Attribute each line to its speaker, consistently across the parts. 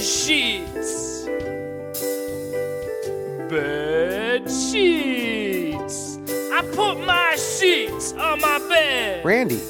Speaker 1: sheets. Bed sheets. I put my sheets on my bed.
Speaker 2: Randy,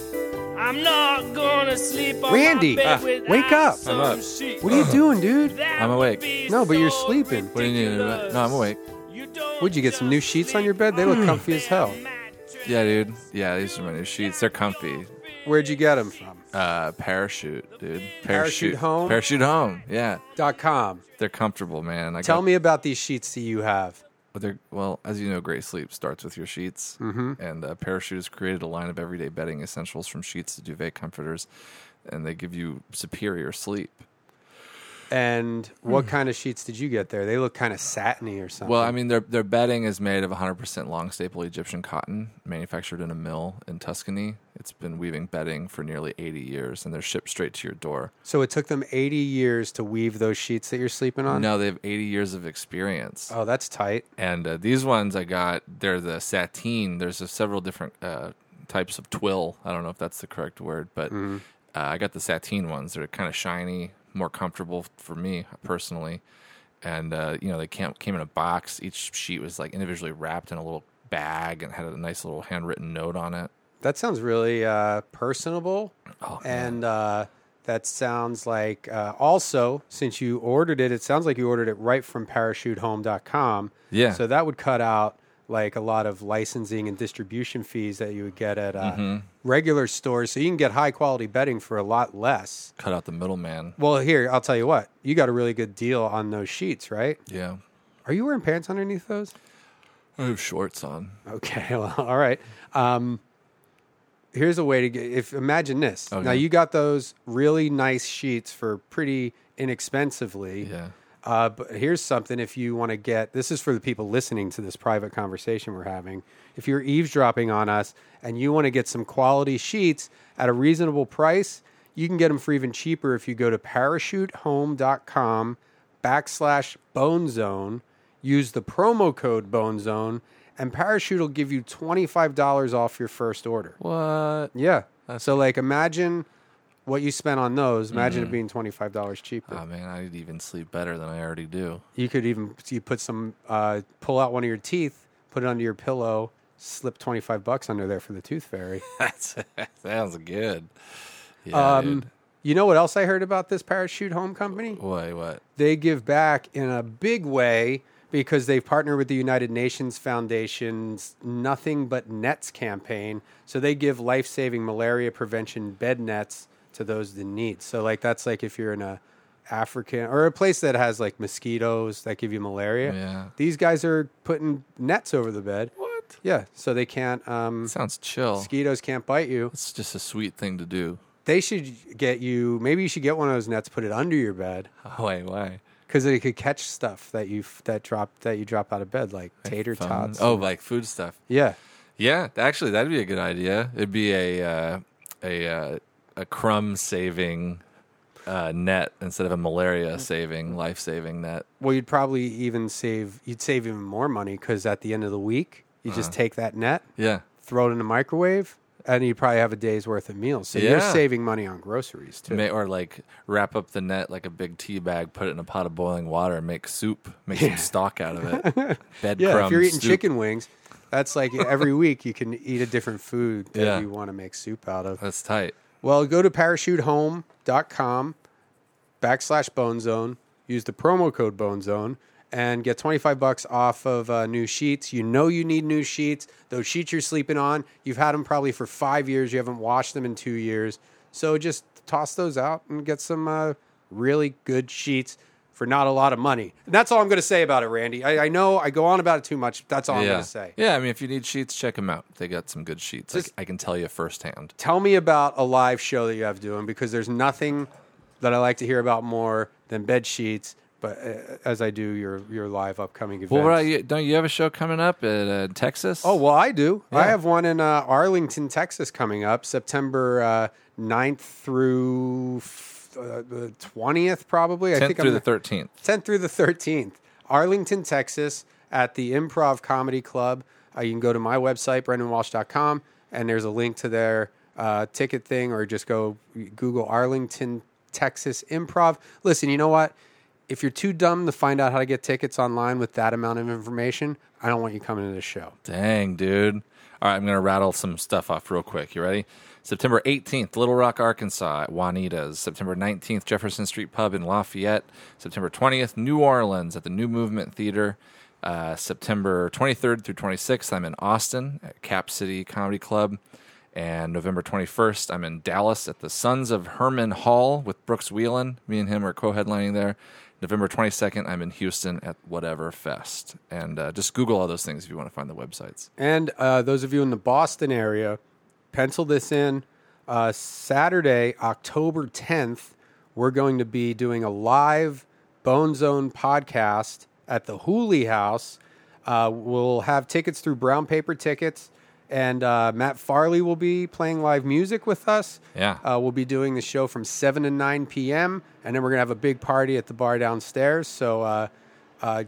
Speaker 1: I'm not gonna sleep on
Speaker 2: Randy, uh,
Speaker 1: my bed
Speaker 3: ah,
Speaker 1: without
Speaker 2: wake up.
Speaker 1: some
Speaker 3: I'm up.
Speaker 1: sheets.
Speaker 2: what are you doing, dude?
Speaker 1: That
Speaker 3: I'm
Speaker 1: would
Speaker 3: awake.
Speaker 1: be
Speaker 2: No, but you're
Speaker 1: so
Speaker 2: sleeping.
Speaker 3: What do you need?
Speaker 1: ridiculous.
Speaker 3: No, I'm awake.
Speaker 1: You don't
Speaker 2: Would you get some new
Speaker 1: just
Speaker 2: sheets on
Speaker 1: sleep
Speaker 2: your bed? They look
Speaker 1: on
Speaker 2: comfy as
Speaker 1: their
Speaker 2: hell.
Speaker 1: mattress.
Speaker 3: Yeah, dude. Yeah, these are my new sheets. They're comfy.
Speaker 2: Where'd you get them from?
Speaker 3: Uh, parachute, dude. Parachute,
Speaker 2: Parachute home?
Speaker 3: Parachute home. Yeah,
Speaker 2: Dot com.
Speaker 3: they're comfortable, man. I
Speaker 2: Tell
Speaker 3: got,
Speaker 2: me about these sheets that you have.
Speaker 3: but they're well, as you know, great sleep starts with your sheets, mm-hmm. and uh, parachute has created a line of everyday bedding essentials from sheets to duvet comforters, and they give you superior sleep.
Speaker 2: And what kind of sheets did you get there? They look kind of satiny or something.
Speaker 3: Well, I mean, their their bedding is made of 100% long staple Egyptian cotton, manufactured in a mill in Tuscany. It's been weaving bedding for nearly 80 years, and they're shipped straight to your door.
Speaker 2: so it took them 80 years to weave those sheets that you're sleeping on?
Speaker 3: No, they have 80 years of experience.
Speaker 2: Oh, that's tight.
Speaker 3: And uh, these ones I got, they're the sateen. There's a, several different uh, types of twill. I don't know if that's the correct word, but uh, I got the sateen ones. They're kind of shiny, more comfortable for me personally. And uh, you know, they came, came in a box. Each sheet was like individually wrapped in a little bag and had a nice little handwritten note on it.
Speaker 2: That sounds really uh, personable.
Speaker 3: Oh, man.
Speaker 2: And uh, that sounds like uh, also, since you ordered it, it sounds like you ordered it right from parachutehome.com.
Speaker 3: Yeah.
Speaker 2: So that would cut out like a lot of licensing and distribution fees that you would get at uh,
Speaker 3: Mm-hmm.
Speaker 2: regular stores. So you can get high quality bedding for a lot less.
Speaker 3: cut out the middleman.
Speaker 2: Well, here, I'll tell you what. You got a really good deal on those sheets, right?
Speaker 3: Yeah,
Speaker 2: Are you wearing pants underneath those?
Speaker 3: I have shorts on.
Speaker 2: Okay, well, all right. Um, here's a way to get. If imagine this.
Speaker 3: Okay.
Speaker 2: Now you got those really nice sheets for pretty inexpensively.
Speaker 3: Yeah,
Speaker 2: Uh, but here's something if you want to get this is for the people listening to this private conversation we're having. If you're eavesdropping on us and you want to get some quality sheets at a reasonable price, you can get them for even cheaper if you go to parachutehome.com backslash bone zone, use the promo code bone zone, and parachute will give you $25 off your first order.
Speaker 3: what?
Speaker 2: Yeah. so, like, imagine what you spent on those. Imagine it being $25 cheaper
Speaker 3: Oh man, I need to even sleep better than I already do.
Speaker 2: you could even you put some uh, pull out one of your teeth put it under your pillow slip 25 bucks under there for the tooth fairy
Speaker 3: That's sounds good. Yeah,
Speaker 2: um, you know what else i heard about this parachute home company
Speaker 3: dude. Wait, what?
Speaker 2: they give back in a big way because they've partnered with the United Nations Foundation's Nothing But Nets campaign. So they give life saving malaria prevention bed nets to those in need. So, like, that's like if you're in a African or a place that has like mosquitoes that give you malaria.
Speaker 3: Yeah.
Speaker 2: These guys are putting nets over the bed.
Speaker 3: What?
Speaker 2: Yeah. So they can't, um,
Speaker 3: Sounds chill.
Speaker 2: mosquitoes can't bite you.
Speaker 3: it's just a sweet thing to do.
Speaker 2: They should get you, maybe you should get one of those nets, put it under your bed.
Speaker 3: Why? Why?
Speaker 2: because it could catch stuff that you that drop that you drop out of bed like tater tots.
Speaker 3: Oh, like food stuff.
Speaker 2: yeah,
Speaker 3: Yeah, actually, that'd be a good idea. It'd be a uh, a uh, a crumb saving uh, net instead of a
Speaker 2: Mm.
Speaker 3: malaria saving, life saving net.
Speaker 2: well, you'd probably even save you'd save even more money because at the end of the week you just
Speaker 3: Uh-huh.
Speaker 2: take that net,
Speaker 3: Yeah.
Speaker 2: throw it in the microwave, and you'd probably have a day's worth of meals. So you're
Speaker 3: Yeah.
Speaker 2: saving money on groceries too.
Speaker 3: May, or like wrap up the net like a big tea bag, put it in a pot of boiling water, make soup, make some stock out of it. Bed
Speaker 2: yeah,
Speaker 3: crumb
Speaker 2: if you're eating
Speaker 3: soup.
Speaker 2: chicken wings, that's like every week you can eat a different food that
Speaker 3: Yeah.
Speaker 2: you want to make soup out of.
Speaker 3: That's tight.
Speaker 2: Well, go to parachutehome.com backslash bone zone, use the promo code bone zone, and get 25 bucks off of uh, new sheets. You know you need new sheets. Those sheets you're sleeping on, you've had them probably for five years. You haven't washed them in two years. So just toss those out and get some uh, really good sheets for not a lot of money. And that's all I'm going to say about it, Randy. I, I know I go on about it too much. That's all I'm
Speaker 3: yeah.
Speaker 2: going to say.
Speaker 3: Yeah, I mean, if you need sheets, check them out. They got some good sheets. I- I, can tell you firsthand.
Speaker 2: tell me about a live show that you have doing because there's nothing that I like to hear about more than bed sheets. But uh, as I do your your live upcoming events.
Speaker 3: Well, what about you, don't you have a show coming up in uh, Texas?
Speaker 2: Oh well, I do. I have one in uh, Arlington, Texas, coming up September uh, 9th through uh, twentieth, probably. I
Speaker 3: 10th
Speaker 2: think
Speaker 3: through
Speaker 2: I'm
Speaker 3: the 13th.
Speaker 2: 10th through the 13th, Arlington, Texas, at the Improv Comedy Club. Uh, you can go to my website, brendanwalsh.com, and there's a link to their uh, ticket thing, or just go Google Arlington, Texas Improv. Listen, you know what? if you're too dumb to find out how to get tickets online with that amount of information, I don't want you coming to this show.
Speaker 3: Dang, dude. All right, I'm going to rattle some stuff off real quick. You ready? September 18th, Little Rock, Arkansas at Juanita's. September 19th, Jefferson Street Pub in Lafayette. September 20th, New Orleans at the New Movement Theater. Uh, September 23rd through 26th, I'm in Austin at Cap City Comedy Club. And November 21st, I'm in Dallas at the Sons of Herman Hall with Brooks Wheelan. Me and him are co headlining there. November 22nd, I'm in Houston at Whatever Fest. And uh, just Google all those things if you want to find the websites.
Speaker 2: And uh, those of you in the Boston area, pencil this in. Uh, Saturday, October 10th, we're going to be doing a live Bone Zone podcast at the Hooley House. Uh, we'll have tickets through Brown Paper Tickets, and uh, Matt Farley will be playing live music with us.
Speaker 3: Yeah.
Speaker 2: Uh, we'll be doing the show from 7 to 9 p.m., and then we're going to have a big party at the bar downstairs. So uh, uh,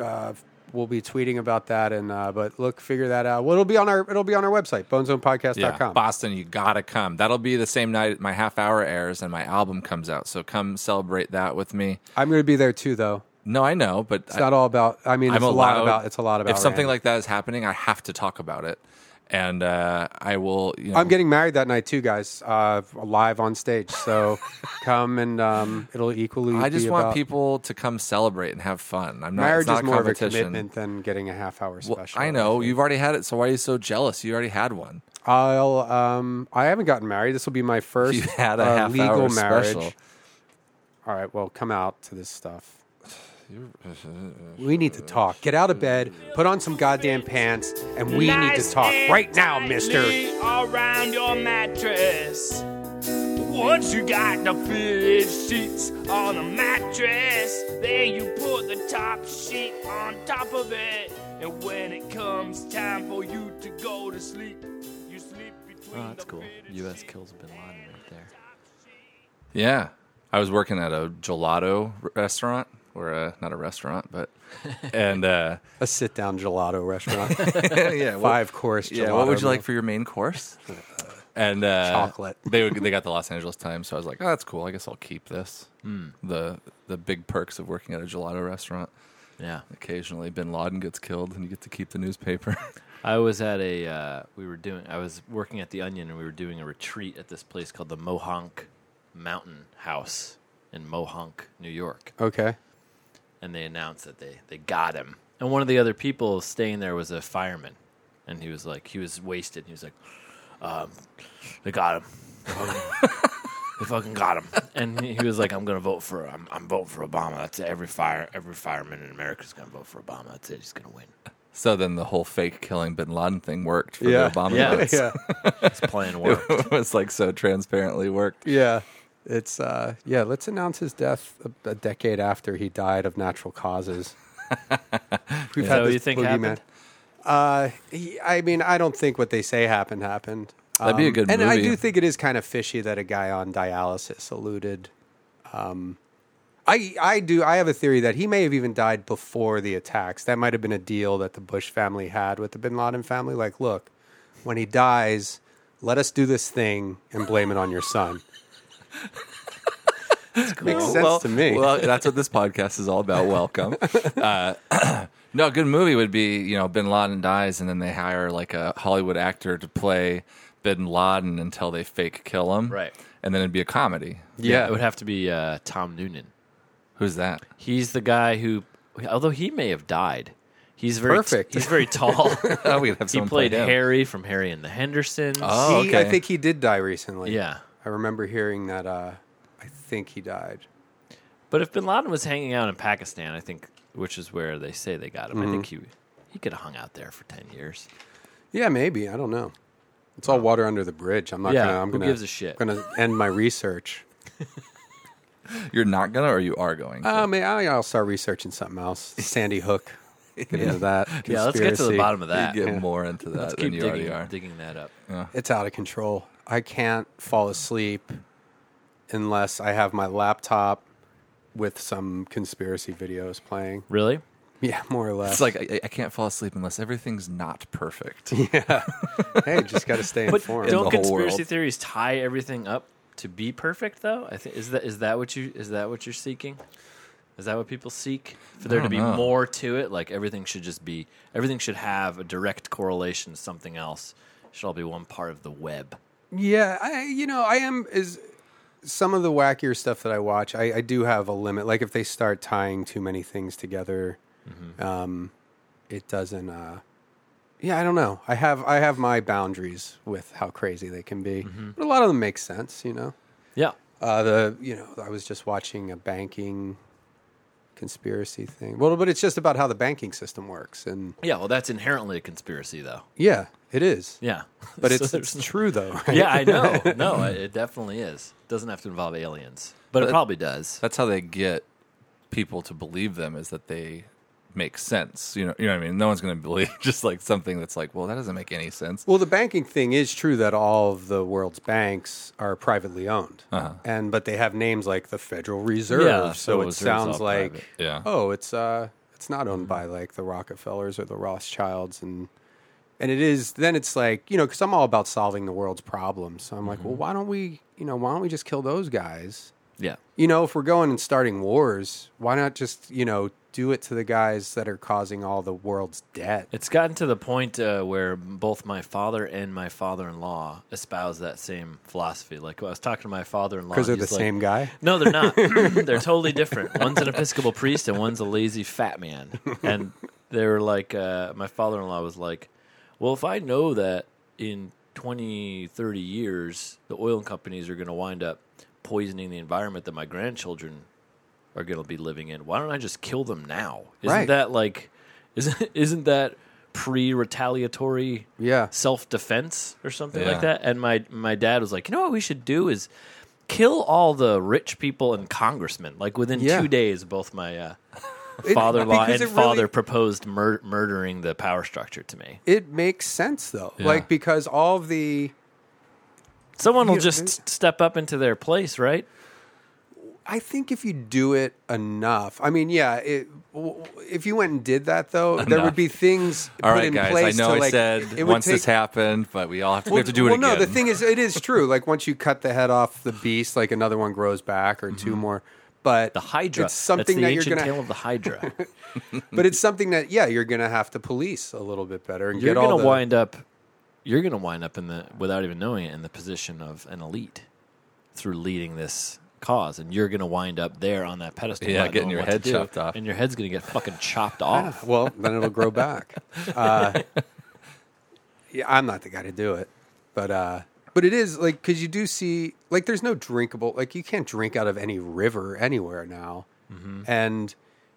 Speaker 2: uh, we'll be tweeting about that, and uh, but look, figure that out. Well, it'll be on our it'll be on our website,
Speaker 3: Yeah,
Speaker 2: bonezonepodcast.com.
Speaker 3: Boston, you gotta come. That'll be the same night my half hour airs and my album comes out. So come celebrate that with me.
Speaker 2: I'm going to be there too, though.
Speaker 3: No, I know, but
Speaker 2: It's not all about. I mean,
Speaker 3: I,
Speaker 2: it's
Speaker 3: am
Speaker 2: a
Speaker 3: allowed.
Speaker 2: lot about. It's a lot about.
Speaker 3: If something
Speaker 2: Rand.
Speaker 3: like that is happening, I have to talk about it, and uh, I will. You know,
Speaker 2: I'm getting married that night too, guys. Uh, live on stage, so come and um, it'll equally.
Speaker 3: I just
Speaker 2: be
Speaker 3: want
Speaker 2: about-
Speaker 3: people to come celebrate and have fun. I'm not.
Speaker 2: Marriage
Speaker 3: it's not
Speaker 2: is
Speaker 3: a
Speaker 2: more of a
Speaker 3: competition.
Speaker 2: commitment than getting a half hour
Speaker 3: Well,
Speaker 2: special.
Speaker 3: I know you've already had it, so why are you so jealous? You already had one.
Speaker 2: I'll. Um, I haven't gotten married. This will be my first
Speaker 3: You had a
Speaker 2: uh,
Speaker 3: half
Speaker 2: legal
Speaker 3: hour
Speaker 2: marriage.
Speaker 3: special.
Speaker 2: All right. Well, come out to this stuff. We need to talk. Get out of bed. Put on some goddamn pants, and we need to
Speaker 1: Nice
Speaker 2: talk
Speaker 1: and
Speaker 2: right now,
Speaker 1: tightly
Speaker 2: Mister.
Speaker 1: Around your mattress. Once you got the fitted sheets on the mattress, then you put the top sheet on top of it. And when it comes time for you to go to sleep, you sleep between.
Speaker 4: Oh, that's
Speaker 1: the
Speaker 4: cool.
Speaker 1: fitted
Speaker 4: U.S.
Speaker 1: sheet
Speaker 4: kills Bin Laden right there.
Speaker 3: Yeah. I was working at a gelato restaurant, or a, not a restaurant, but and uh,
Speaker 2: A sit down gelato restaurant,
Speaker 3: yeah, what-
Speaker 2: five course. Gelato
Speaker 3: Yeah, what would you
Speaker 2: meal.
Speaker 3: like for your main course? And uh,
Speaker 2: Chocolate.
Speaker 3: they would- they got the Los Angeles Times, so I was like, oh, that's cool. I guess I'll keep this.
Speaker 2: Hmm.
Speaker 3: The the big perks of working at a gelato restaurant.
Speaker 4: Yeah.
Speaker 3: Occasionally, Bin Laden gets killed, and you get to keep the newspaper.
Speaker 4: I was at a uh, we were doing I was working at the Onion and we were doing a retreat at this place called the Mohonk Mountain House in Mohonk, New York.
Speaker 2: Okay.
Speaker 4: And they announced that they they got him. And one of the other people staying there was a fireman, and he was like he was wasted. He was like, um, they got him. They fucking got him. And he he was like, I'm gonna vote for I'm I'm voting for Obama. That's it. every fire every fireman in America's gonna vote for Obama. That's it. He's gonna win.
Speaker 3: so then the whole fake killing Bin Laden thing worked for
Speaker 2: Yeah.
Speaker 3: the Obama.
Speaker 4: Yeah.
Speaker 3: votes.
Speaker 2: Yeah.
Speaker 4: His plan worked.
Speaker 3: it was like so transparently worked.
Speaker 2: Yeah. It's uh yeah, let's announce his death a, a decade after he died of natural causes. We've
Speaker 4: that what you think happened?
Speaker 2: Uh he, I mean, I don't think what they say happened happened. Um,
Speaker 3: That'd be a good
Speaker 2: And I
Speaker 3: movie.
Speaker 2: do think it is kind of fishy that a guy on dialysis alluded um I I do I have a theory that he may have even died before the attacks. That might have been a deal that the Bush family had with the Bin Laden family like, look, when he dies, let us do this thing and blame it on your son. Makes sense
Speaker 3: well,
Speaker 2: to me.
Speaker 3: Well, that's what this podcast is all about. Welcome. Uh, no, a good movie would be you know Bin Laden dies, and then they hire like a Hollywood actor to play Bin Laden until they fake kill him,
Speaker 4: Right.
Speaker 3: And then it'd be a comedy.
Speaker 4: Yeah, it would have to be uh, Tom Noonan.
Speaker 3: Who's that?
Speaker 4: He's the guy who, although he may have died, he's very
Speaker 2: Perfect.
Speaker 4: He's very tall.
Speaker 3: Oh, we could have
Speaker 4: he
Speaker 3: someone
Speaker 4: played
Speaker 3: play him.
Speaker 4: Harry from Harry and the Hendersons.
Speaker 3: Oh,
Speaker 2: He-
Speaker 3: okay.
Speaker 2: I think he did die recently.
Speaker 4: Yeah.
Speaker 2: I remember hearing that. Uh, I think he died.
Speaker 4: But if Bin Laden was hanging out in Pakistan, I think, which is where they say they got him, I think he
Speaker 3: Mm-hmm.
Speaker 4: he could have hung out there for ten years.
Speaker 2: Yeah, maybe. I don't know. It's all water under the bridge. I'm not
Speaker 4: Yeah,
Speaker 2: gonna. I'm
Speaker 4: who
Speaker 2: gonna,
Speaker 4: gives a shit?
Speaker 2: I'm gonna end my research.
Speaker 3: You're not gonna, or you are going. to?
Speaker 2: I mean, Uh, I- I'll start researching something else. Sandy Hook. Get into that.
Speaker 4: Yeah, let's get to the
Speaker 2: Conspiracy.
Speaker 4: bottom of
Speaker 3: You
Speaker 4: that.
Speaker 3: get more into that
Speaker 4: Let's
Speaker 3: than
Speaker 4: keep
Speaker 3: you already
Speaker 4: digging,
Speaker 3: are.
Speaker 4: digging that up.
Speaker 2: It's out of control. I can't fall asleep unless I have my laptop with some conspiracy videos playing.
Speaker 4: Really?
Speaker 2: Yeah, more or less.
Speaker 3: It's like I, I can't fall asleep unless everything's not perfect.
Speaker 2: hey, just got to stay
Speaker 4: But
Speaker 2: informed.
Speaker 3: the whole
Speaker 4: don't conspiracy
Speaker 3: world.
Speaker 4: theories tie everything up to be perfect, though? I think is that is that what you is that what you're seeking? Is that what people seek? For there to
Speaker 3: don't
Speaker 4: be
Speaker 3: know.
Speaker 4: more to it, like everything should just be everything should have a direct correlation to something else. Should all be one part of the web.
Speaker 2: Yeah, I you know I am is some of the wackier stuff that I watch. I, I do have a limit. Like if they start tying too many things together,
Speaker 4: Mm-hmm.
Speaker 2: um, it doesn't. Uh, yeah, I don't know. I have I have my boundaries with how crazy they can be,
Speaker 4: Mm-hmm.
Speaker 2: but a lot of them make sense. You know,
Speaker 4: Yeah.
Speaker 2: uh, the you know I was just watching a banking conspiracy thing. Well, but it's just about how the banking system works, and
Speaker 4: Yeah, well that's inherently a conspiracy though.
Speaker 2: yeah, it is.
Speaker 4: Yeah.
Speaker 2: But
Speaker 4: So
Speaker 2: it's,
Speaker 4: there's-
Speaker 2: it's true though. right?
Speaker 4: Yeah, I know. No, it it definitely is. Doesn't have to involve aliens. But it
Speaker 3: But-
Speaker 4: probably does.
Speaker 3: That's how they get people to believe them is that they make sense. You know, you know what I mean? No one's going to believe just like something that's like, well, that doesn't make any sense.
Speaker 2: Well, the banking thing is true that all of the world's banks are privately owned, and but they have names like the Federal Reserve,
Speaker 4: Uh-huh. Yeah,
Speaker 2: so
Speaker 4: Federal
Speaker 2: it
Speaker 4: Reserve's
Speaker 2: sounds
Speaker 4: all
Speaker 2: like
Speaker 4: private. Mm-hmm.
Speaker 3: Yeah.
Speaker 2: oh, it's uh, it's not owned by like the Rockefellers or the Rothschilds, and and it is. Then it's like you know, because I'm all about solving the world's problems, so I'm like,
Speaker 4: Mm-hmm.
Speaker 2: well, why don't we, you know, why don't we just kill those guys?
Speaker 4: Yeah.
Speaker 2: You know, if we're going and starting wars, why not just you know do it to the guys that are causing all the world's debt?
Speaker 4: It's gotten to the point uh, where both my father and my father-in-law espouse that same philosophy. Like I was talking to my father-in-law,
Speaker 2: Because they're the
Speaker 4: he's like,
Speaker 2: same guy.
Speaker 4: No, they're not. they're totally different. One's an Episcopal priest and one's a lazy fat man. And they were like, uh, my father in law was like, well, if I know that in 20, 30 years, the oil companies are going to wind up poisoning the environment that my grandchildren are going to be living in, why don't I just kill them now? Isn't
Speaker 2: Right.
Speaker 4: that like, isn't, isn't that pre retaliatory?
Speaker 2: Yeah.
Speaker 4: self defense or something
Speaker 3: Yeah.
Speaker 4: like that. And my my dad was like, you know what we should do is kill all the rich people and congressmen. Like within
Speaker 2: Yeah.
Speaker 4: two days, both my uh,
Speaker 2: It-
Speaker 4: father-in-law
Speaker 2: because
Speaker 4: and
Speaker 2: it really-
Speaker 4: father proposed mur- murdering the power structure to me.
Speaker 2: it makes sense though
Speaker 3: Yeah.
Speaker 2: like because all of the
Speaker 4: Someone will
Speaker 2: Yeah,
Speaker 4: just
Speaker 2: it-
Speaker 4: s- step up into their place, right?
Speaker 2: i think if you do it enough i mean yeah it, w- w- if you went and did that though there
Speaker 3: Enough.
Speaker 2: would be things
Speaker 3: All
Speaker 2: put
Speaker 3: right,
Speaker 2: in
Speaker 3: guys. I
Speaker 2: place
Speaker 3: know
Speaker 2: to,
Speaker 3: I
Speaker 2: like,
Speaker 3: said
Speaker 2: it would
Speaker 3: once this
Speaker 2: take-
Speaker 3: happened, but we all have to, we have to do it
Speaker 2: well, no,
Speaker 3: again.
Speaker 2: the thing is, it is true. Like once you cut the head off the beast, like another one grows back or two
Speaker 3: Mm-hmm.
Speaker 2: more. But
Speaker 4: The Hydra.
Speaker 2: it's something
Speaker 4: That's the
Speaker 2: that you're
Speaker 4: ancient
Speaker 2: gonna,
Speaker 4: tale of the Hydra.
Speaker 2: but it's something that yeah, you're gonna have to police a little bit better and
Speaker 4: you're
Speaker 2: get all
Speaker 4: gonna
Speaker 2: the
Speaker 4: wind up. You're gonna wind up in the without even knowing it in the position of an elite through leading this cause, and you're gonna wind up there on that pedestal.
Speaker 3: Yeah,
Speaker 4: not
Speaker 3: getting
Speaker 4: knowing
Speaker 3: your
Speaker 4: what to
Speaker 3: head
Speaker 4: do,
Speaker 3: chopped off.
Speaker 4: and your head's gonna get fucking chopped off.
Speaker 2: Well, then it'll grow back. Uh, yeah, I'm not the guy to do it, but uh, but it is like because you do see like there's no drinkable like you can't drink out of any river anywhere now,
Speaker 4: Mm-hmm.
Speaker 2: and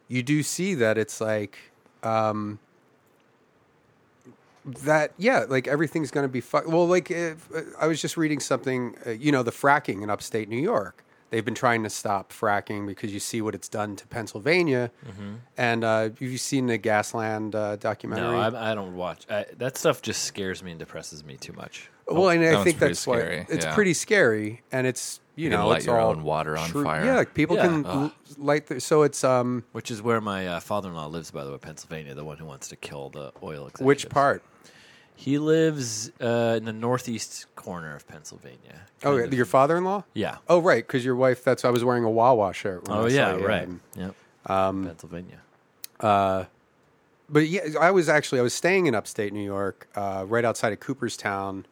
Speaker 2: you do see that it's like um, that yeah like everything's gonna be fu- well like if, I was just reading something uh, you know the fracking in upstate New York. They've been trying to stop fracking because you see what it's done to Pennsylvania,
Speaker 4: Mm-hmm.
Speaker 2: and uh, have you seen the Gasland uh, documentary?
Speaker 4: No, I, I don't watch I, that stuff. Just scares me and depresses me too much.
Speaker 2: Well, and
Speaker 3: Oh, that
Speaker 2: I
Speaker 3: one's
Speaker 2: think
Speaker 3: pretty
Speaker 2: that's
Speaker 3: scary,
Speaker 2: why it's
Speaker 3: yeah.
Speaker 2: pretty scary, and it's you,
Speaker 3: You can
Speaker 2: know
Speaker 3: light
Speaker 2: it's
Speaker 3: your
Speaker 2: all
Speaker 3: own water on
Speaker 2: true-
Speaker 3: fire.
Speaker 2: Yeah, like people
Speaker 4: Yeah.
Speaker 2: can l- light. Their, so it's um,
Speaker 4: Which is where my uh, father-in-law lives, by the way, Pennsylvania. The one who wants to kill the oil. Executives.
Speaker 2: which part?
Speaker 4: He lives uh, in the northeast corner of Pennsylvania.
Speaker 2: Oh,
Speaker 4: Kind of-
Speaker 2: your father-in-law?
Speaker 4: yeah.
Speaker 2: Oh, right, because your wife. That's why I was wearing a Wawa shirt. when I
Speaker 4: Oh,
Speaker 2: saw
Speaker 4: yeah,
Speaker 2: you,
Speaker 4: right.
Speaker 2: and-
Speaker 4: Yep.
Speaker 2: Um,
Speaker 4: Pennsylvania.
Speaker 2: but yeah, I was actually I was staying in upstate New York, uh, right outside of Cooperstown,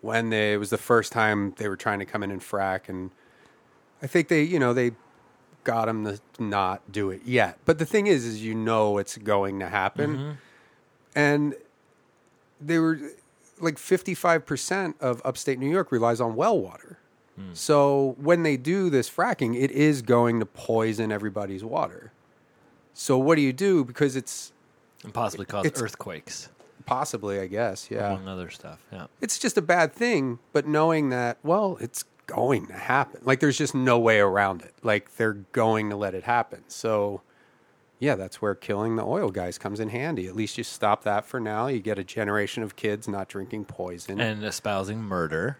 Speaker 2: when they it was the first time they were trying to come in and frack, and I think they you know they got them to not do it yet. But the thing is, is you know it's going to happen, and they were like fifty five percent of upstate New York relies on well water. So when they do this fracking, it is going to poison everybody's water. So what do you do? Because it's
Speaker 4: and possibly cause
Speaker 2: It's-
Speaker 4: earthquakes,
Speaker 2: Possibly, I guess. Yeah.
Speaker 4: among other stuff. Yeah,
Speaker 2: It's just a bad thing, but knowing that, well, it's going to happen. Like, there's just no way around it. Like, they're going to let it happen. So, yeah, that's where killing the oil guys comes in handy. At least you stop that for now. You get a generation of kids not drinking poison.
Speaker 4: and espousing murder.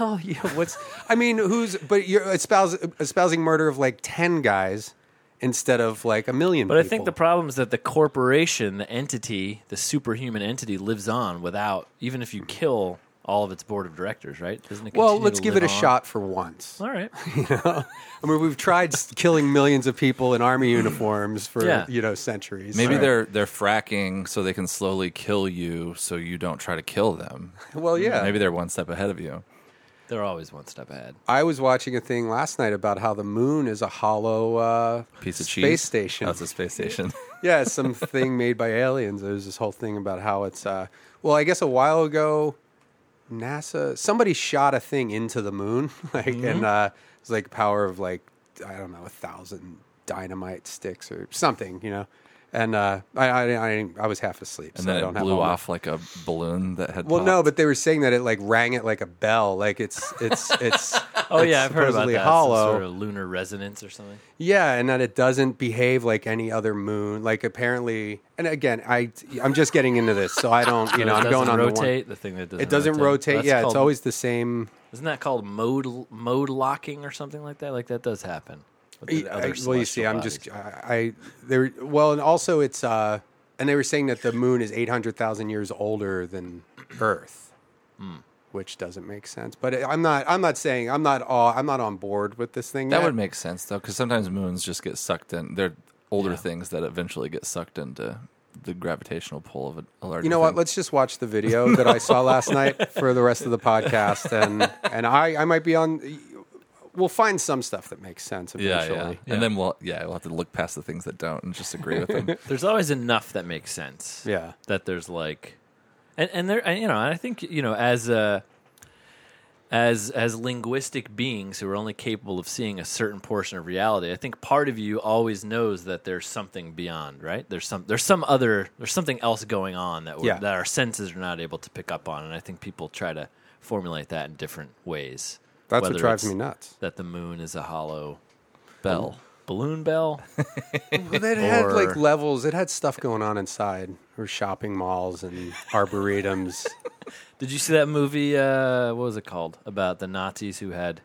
Speaker 2: well, yeah, what's, I mean, who's, but you're espousing, espousing murder of like 10 guys instead of like a million
Speaker 4: But I think the
Speaker 2: people.
Speaker 4: problem is that the corporation, the entity, the superhuman entity, lives on without even if you kill all of its board of directors, right? Doesn't it?
Speaker 2: Mm-hmm. Well,
Speaker 4: continue
Speaker 2: let's
Speaker 4: to
Speaker 2: give it
Speaker 4: live
Speaker 2: a
Speaker 4: on?
Speaker 2: shot for once.
Speaker 4: All right.
Speaker 2: I mean, we've tried s- killing millions of people in army uniforms for
Speaker 4: Yeah.
Speaker 2: you know centuries.
Speaker 3: Maybe
Speaker 2: So-
Speaker 3: they're they're fracking so they can slowly kill you, so you don't try to kill them.
Speaker 2: well, yeah.
Speaker 3: Maybe they're one step ahead of you.
Speaker 4: They're always one step ahead.
Speaker 2: I was watching a thing last night about how the moon is a hollow uh,
Speaker 3: Piece of
Speaker 2: space
Speaker 3: cheese.
Speaker 2: station.
Speaker 3: That's a space station.
Speaker 2: yeah, it's some thing made by aliens. There's this whole thing about how it's. Uh, well, I guess a while ago, NASA somebody shot a thing into the moon, like,
Speaker 3: Mm-hmm.
Speaker 2: and uh, it was like power of like I don't know a thousand dynamite sticks or something, you know. And uh, I, I, I, I was half asleep,
Speaker 3: and
Speaker 2: so I
Speaker 3: then
Speaker 2: don't
Speaker 3: it
Speaker 2: have
Speaker 3: blew
Speaker 2: all my-
Speaker 3: off like a balloon that had.
Speaker 2: Well,
Speaker 3: popped.
Speaker 2: no, but they were saying that it like rang it like a bell, like it's it's it's.
Speaker 4: Oh
Speaker 2: it's
Speaker 4: yeah, I've heard about
Speaker 2: supposedly
Speaker 4: that. Some
Speaker 2: Hollow,
Speaker 4: sort of lunar resonance or something.
Speaker 2: yeah, and that it doesn't behave like any other moon. Like apparently, and again, I I'm just getting into this, so I don't. You
Speaker 4: So
Speaker 2: know,
Speaker 4: it
Speaker 2: I'm going
Speaker 4: doesn't
Speaker 2: on the one.
Speaker 4: rotate. The, thing that doesn't
Speaker 2: It doesn't rotate.
Speaker 4: That's
Speaker 2: yeah,
Speaker 4: called-
Speaker 2: it's always the same.
Speaker 4: isn't that called mode mode locking or something like that? Like that does happen. with the other
Speaker 2: I- well, you see,
Speaker 4: celestial
Speaker 2: I'm
Speaker 4: bodies.
Speaker 2: just I, I there. Well, and also it's uh, and they were saying that the moon is 800,000 years older than Earth, which doesn't make sense. But it, I'm not. I'm not saying I'm not. All, I'm not on board with this thing.
Speaker 3: that
Speaker 2: yet.
Speaker 3: would make sense though, because sometimes moons just get sucked in. They're older things that eventually get sucked into the gravitational pull of a, a larger.
Speaker 2: You know what?
Speaker 3: thing.
Speaker 2: Let's just watch the video that I saw last night for the rest of the podcast, and and I I might be on. We'll find some stuff that makes sense
Speaker 3: Yeah,
Speaker 2: eventually.
Speaker 3: yeah, And then we'll yeah we'll have to look past the things that don't and just agree with them.
Speaker 4: There's always enough that makes sense.
Speaker 2: Yeah.
Speaker 4: That there's like, and and there, and, you know, I think you know as a as as linguistic beings who are only capable of seeing a certain portion of reality, I think part of you always knows that there's something beyond, right? There's some there's some other there's something else going on that we're,
Speaker 2: Yeah.
Speaker 4: that our senses are not able to pick up on, and I think people try to formulate that in different ways.
Speaker 2: That's
Speaker 4: Whether
Speaker 2: what drives
Speaker 4: it's
Speaker 2: me nuts.
Speaker 4: That the moon is a hollow bell, balloon bell.
Speaker 2: But it had like
Speaker 4: Or-
Speaker 2: levels. It had stuff going on inside, or shopping malls and arboretums.
Speaker 4: Did you see that movie? Uh, what was it called? About the Nazis who had.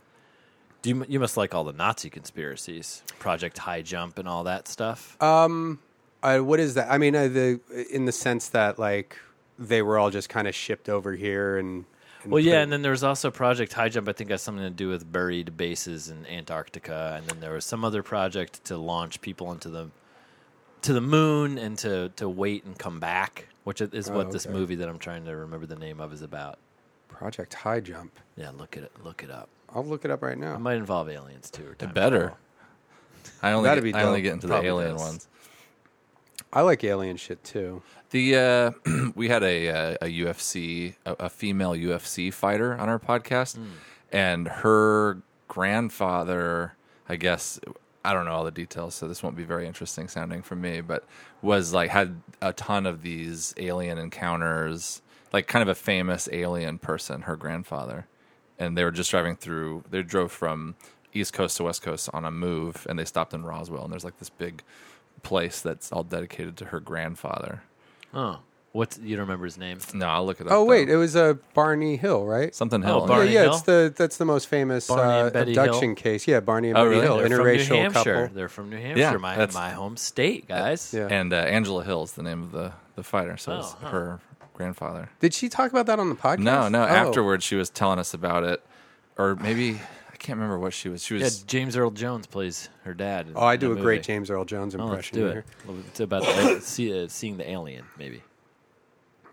Speaker 4: Do you, you must like all the Nazi conspiracies, Project High Jump, and all that stuff.
Speaker 2: Um, uh, what is that? I mean, uh, the in the sense that like they were all just kind of shipped over here, and, and
Speaker 4: well,
Speaker 2: put-
Speaker 4: yeah, and then there was also Project High Jump. I think has something to do with buried bases in Antarctica, and then there was some other project to launch people into the to the moon and to to wait and come back, which is what this
Speaker 2: okay.
Speaker 4: movie that I'm trying to remember the name of is about.
Speaker 2: Project High Jump.
Speaker 4: Yeah, look it look it up.
Speaker 2: I'll look it up right now.
Speaker 4: It might involve aliens too. Or time
Speaker 3: Better.
Speaker 4: travel.
Speaker 3: I only
Speaker 2: That'd
Speaker 3: get,
Speaker 2: be
Speaker 3: I only
Speaker 2: dope.
Speaker 3: get into
Speaker 4: Probably
Speaker 3: the alien
Speaker 4: does.
Speaker 3: ones.
Speaker 2: I like alien shit too.
Speaker 3: The uh, we had a, uh, a a UFC a, a female UFC fighter on our podcast, and her grandfather, I guess I don't know all the details, so this won't be very interesting sounding for me, but was like had a ton of these alien encounters, like kind of a famous alien person, her grandfather, and they were just driving through. They drove from east coast to west coast on a move, and they stopped in Roswell, and there's like this big place that's all dedicated to her grandfather.
Speaker 4: Oh, what's you don't remember his name?
Speaker 3: No, I'll look it up.
Speaker 2: Oh wait,
Speaker 3: though.
Speaker 2: it was a Barney Hill, right?
Speaker 3: something
Speaker 4: Oh,
Speaker 3: Hill.
Speaker 2: Yeah,
Speaker 4: Barney
Speaker 2: yeah,
Speaker 4: Hill?
Speaker 2: it's the that's the most famous
Speaker 4: Barney and
Speaker 2: uh,
Speaker 4: Betty
Speaker 2: abduction
Speaker 4: Hill?
Speaker 2: case. Yeah, Barney and
Speaker 3: Oh,
Speaker 2: Betty
Speaker 3: really?
Speaker 2: Hill,
Speaker 4: They're from New
Speaker 2: interracial
Speaker 4: Hampshire.
Speaker 2: couple.
Speaker 4: They're from New Hampshire, my,
Speaker 3: that's-
Speaker 4: my home state, guys.
Speaker 2: Yeah.
Speaker 3: and uh, Angela Hill is the name of the the fighter. So it's
Speaker 4: Oh, huh.
Speaker 3: her grandfather.
Speaker 2: Did she talk about that on the podcast?
Speaker 3: No, no.
Speaker 2: Oh.
Speaker 3: Afterwards, she was telling us about it, or maybe I can't remember what she was. She
Speaker 4: Yeah,
Speaker 3: was.
Speaker 4: James Earl Jones plays her dad. in-
Speaker 2: Oh, I
Speaker 4: in
Speaker 2: do
Speaker 4: the
Speaker 2: a great
Speaker 4: movie.
Speaker 2: James Earl Jones
Speaker 4: Oh, let's
Speaker 2: impression
Speaker 4: do it.
Speaker 2: here.
Speaker 4: Well, It's about the, see, uh, seeing the alien, maybe.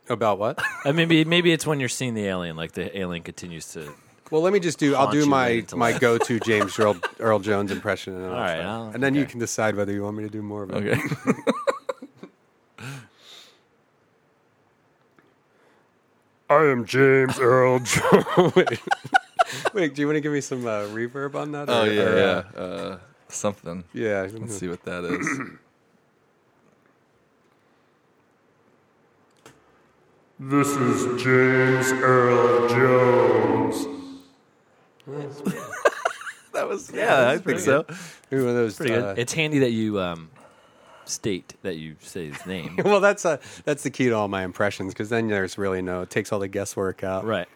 Speaker 2: About what?
Speaker 4: Uh, maybe maybe it's when you're seeing the alien, like the alien continues to.
Speaker 2: well, let me just do. I'll
Speaker 4: Haunt
Speaker 2: do
Speaker 4: you
Speaker 2: my
Speaker 4: into
Speaker 2: my
Speaker 4: life.
Speaker 2: go to James Earl, Earl Jones impression, and, then I'll
Speaker 4: All right,
Speaker 2: start.
Speaker 4: I'll-
Speaker 2: and then you
Speaker 4: okay.
Speaker 2: can decide whether you want me to do more of it.
Speaker 3: okay.
Speaker 2: I am James Earl Jones. Wait. Wait, do you want to give me some uh, reverb on that?
Speaker 3: oh
Speaker 2: Or-
Speaker 3: yeah,
Speaker 2: or, uh,
Speaker 3: yeah. Uh, something.
Speaker 2: yeah.
Speaker 3: Let's see what that is.
Speaker 5: This is James Earl Jones.
Speaker 3: that was. Yeah, I think so.
Speaker 2: Ooh, one of those.
Speaker 4: Pretty good.
Speaker 2: uh,
Speaker 4: it's handy that you um, state that you say his name.
Speaker 2: well, that's uh, that's the key to all my impressions because then there's really no. It takes all the guesswork out.
Speaker 4: right.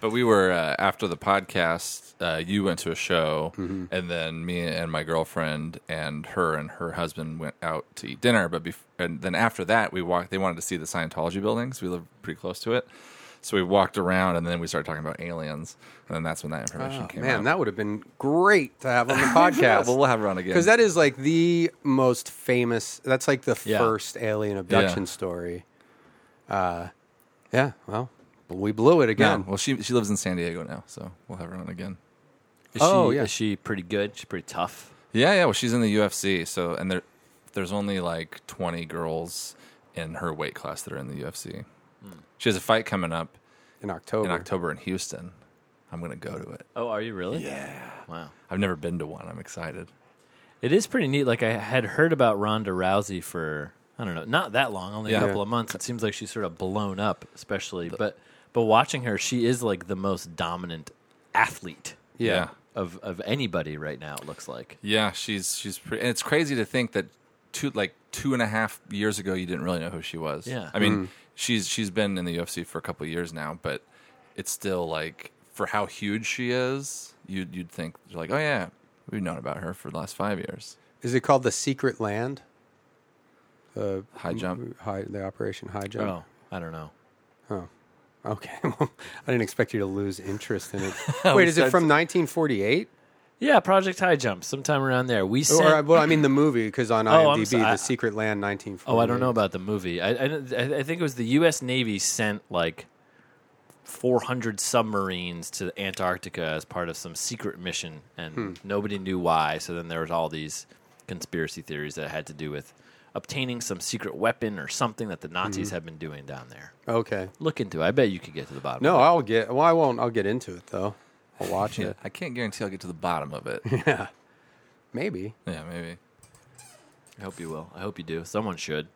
Speaker 3: But we were uh, after the podcast. Uh, you went to a show,
Speaker 2: Mm-hmm.
Speaker 3: and then me and my girlfriend and her and her husband went out to eat dinner. But bef- and then after that, we walked. They wanted to see the Scientology buildings. We live pretty close to it, So we walked around and then we started talking about aliens. And then that's when that information came
Speaker 2: Oh, Man,
Speaker 3: out.
Speaker 2: that would have been great to have on the
Speaker 3: yeah,
Speaker 2: podcast.
Speaker 3: well, we'll have her on again.
Speaker 2: Because that is like the most famous. That's like the
Speaker 4: Yeah.
Speaker 2: first alien abduction story. Uh, yeah. Well, we blew it
Speaker 3: yeah.
Speaker 2: again.
Speaker 3: Well, she she lives in San Diego now, so we'll have her on again.
Speaker 4: Is
Speaker 2: Oh,
Speaker 4: she,
Speaker 2: yeah.
Speaker 4: Is she pretty good? She's pretty tough.
Speaker 3: Yeah, yeah. Well, she's in the UFC, so and there there's only like 20 girls in her weight class that are in the UFC.
Speaker 2: Hmm.
Speaker 3: She has a fight coming up
Speaker 2: In October.
Speaker 3: in October in Houston. I'm gonna go to it.
Speaker 4: Oh, are you really? Yeah. Wow.
Speaker 3: I've never been to one. I'm excited.
Speaker 4: It is pretty neat. Like I had heard about Ronda Rousey for I don't know, not that long, only
Speaker 3: Yeah.
Speaker 4: a couple of months. It seems like she's sort of blown up, especially. But but watching her, she is like the most dominant athlete
Speaker 2: Yeah.
Speaker 4: of of anybody right now. It looks like.
Speaker 3: Yeah, she's she's pretty, and it's crazy to think that two like two and a half years ago you didn't really know who she was.
Speaker 4: Yeah.
Speaker 3: I mean she's she's been in the UFC for a couple of years now, but it's still like for how huge she is, you'd you'd think like oh yeah we've known about her for the last five years.
Speaker 2: Is it called the Secret Land? The
Speaker 3: High jump.
Speaker 2: High, the Operation High Jump.
Speaker 4: Oh, I don't know. Oh.
Speaker 2: Okay. Well, I didn't expect you to lose interest in it. Wait, is it
Speaker 3: said
Speaker 2: from 1948?
Speaker 4: Yeah, Project High Jump, sometime around there. We sent.
Speaker 2: Or uh, well, I mean the movie because on
Speaker 4: Oh, I'm
Speaker 2: IMDb,
Speaker 4: so-
Speaker 2: The
Speaker 4: I-
Speaker 2: Secret Land, 1948.
Speaker 4: Oh, I don't know about the movie. I, I, I I think it was the U.S. Navy sent like 400 submarines to Antarctica as part of some secret mission, and nobody knew why. So then there was all these conspiracy theories that had to do with obtaining some secret weapon or something that the Nazis had been doing down there.
Speaker 2: Okay.
Speaker 4: Look into it. I bet you could get to the bottom.
Speaker 2: No,
Speaker 4: of
Speaker 2: I'll get. Well, I won't. I'll get into it though. I'll watch
Speaker 3: Yeah,
Speaker 2: it.
Speaker 3: I can't guarantee I'll get to the bottom of it.
Speaker 2: Maybe.
Speaker 3: yeah, maybe.
Speaker 4: it. I hope you will. I hope you do. Someone should.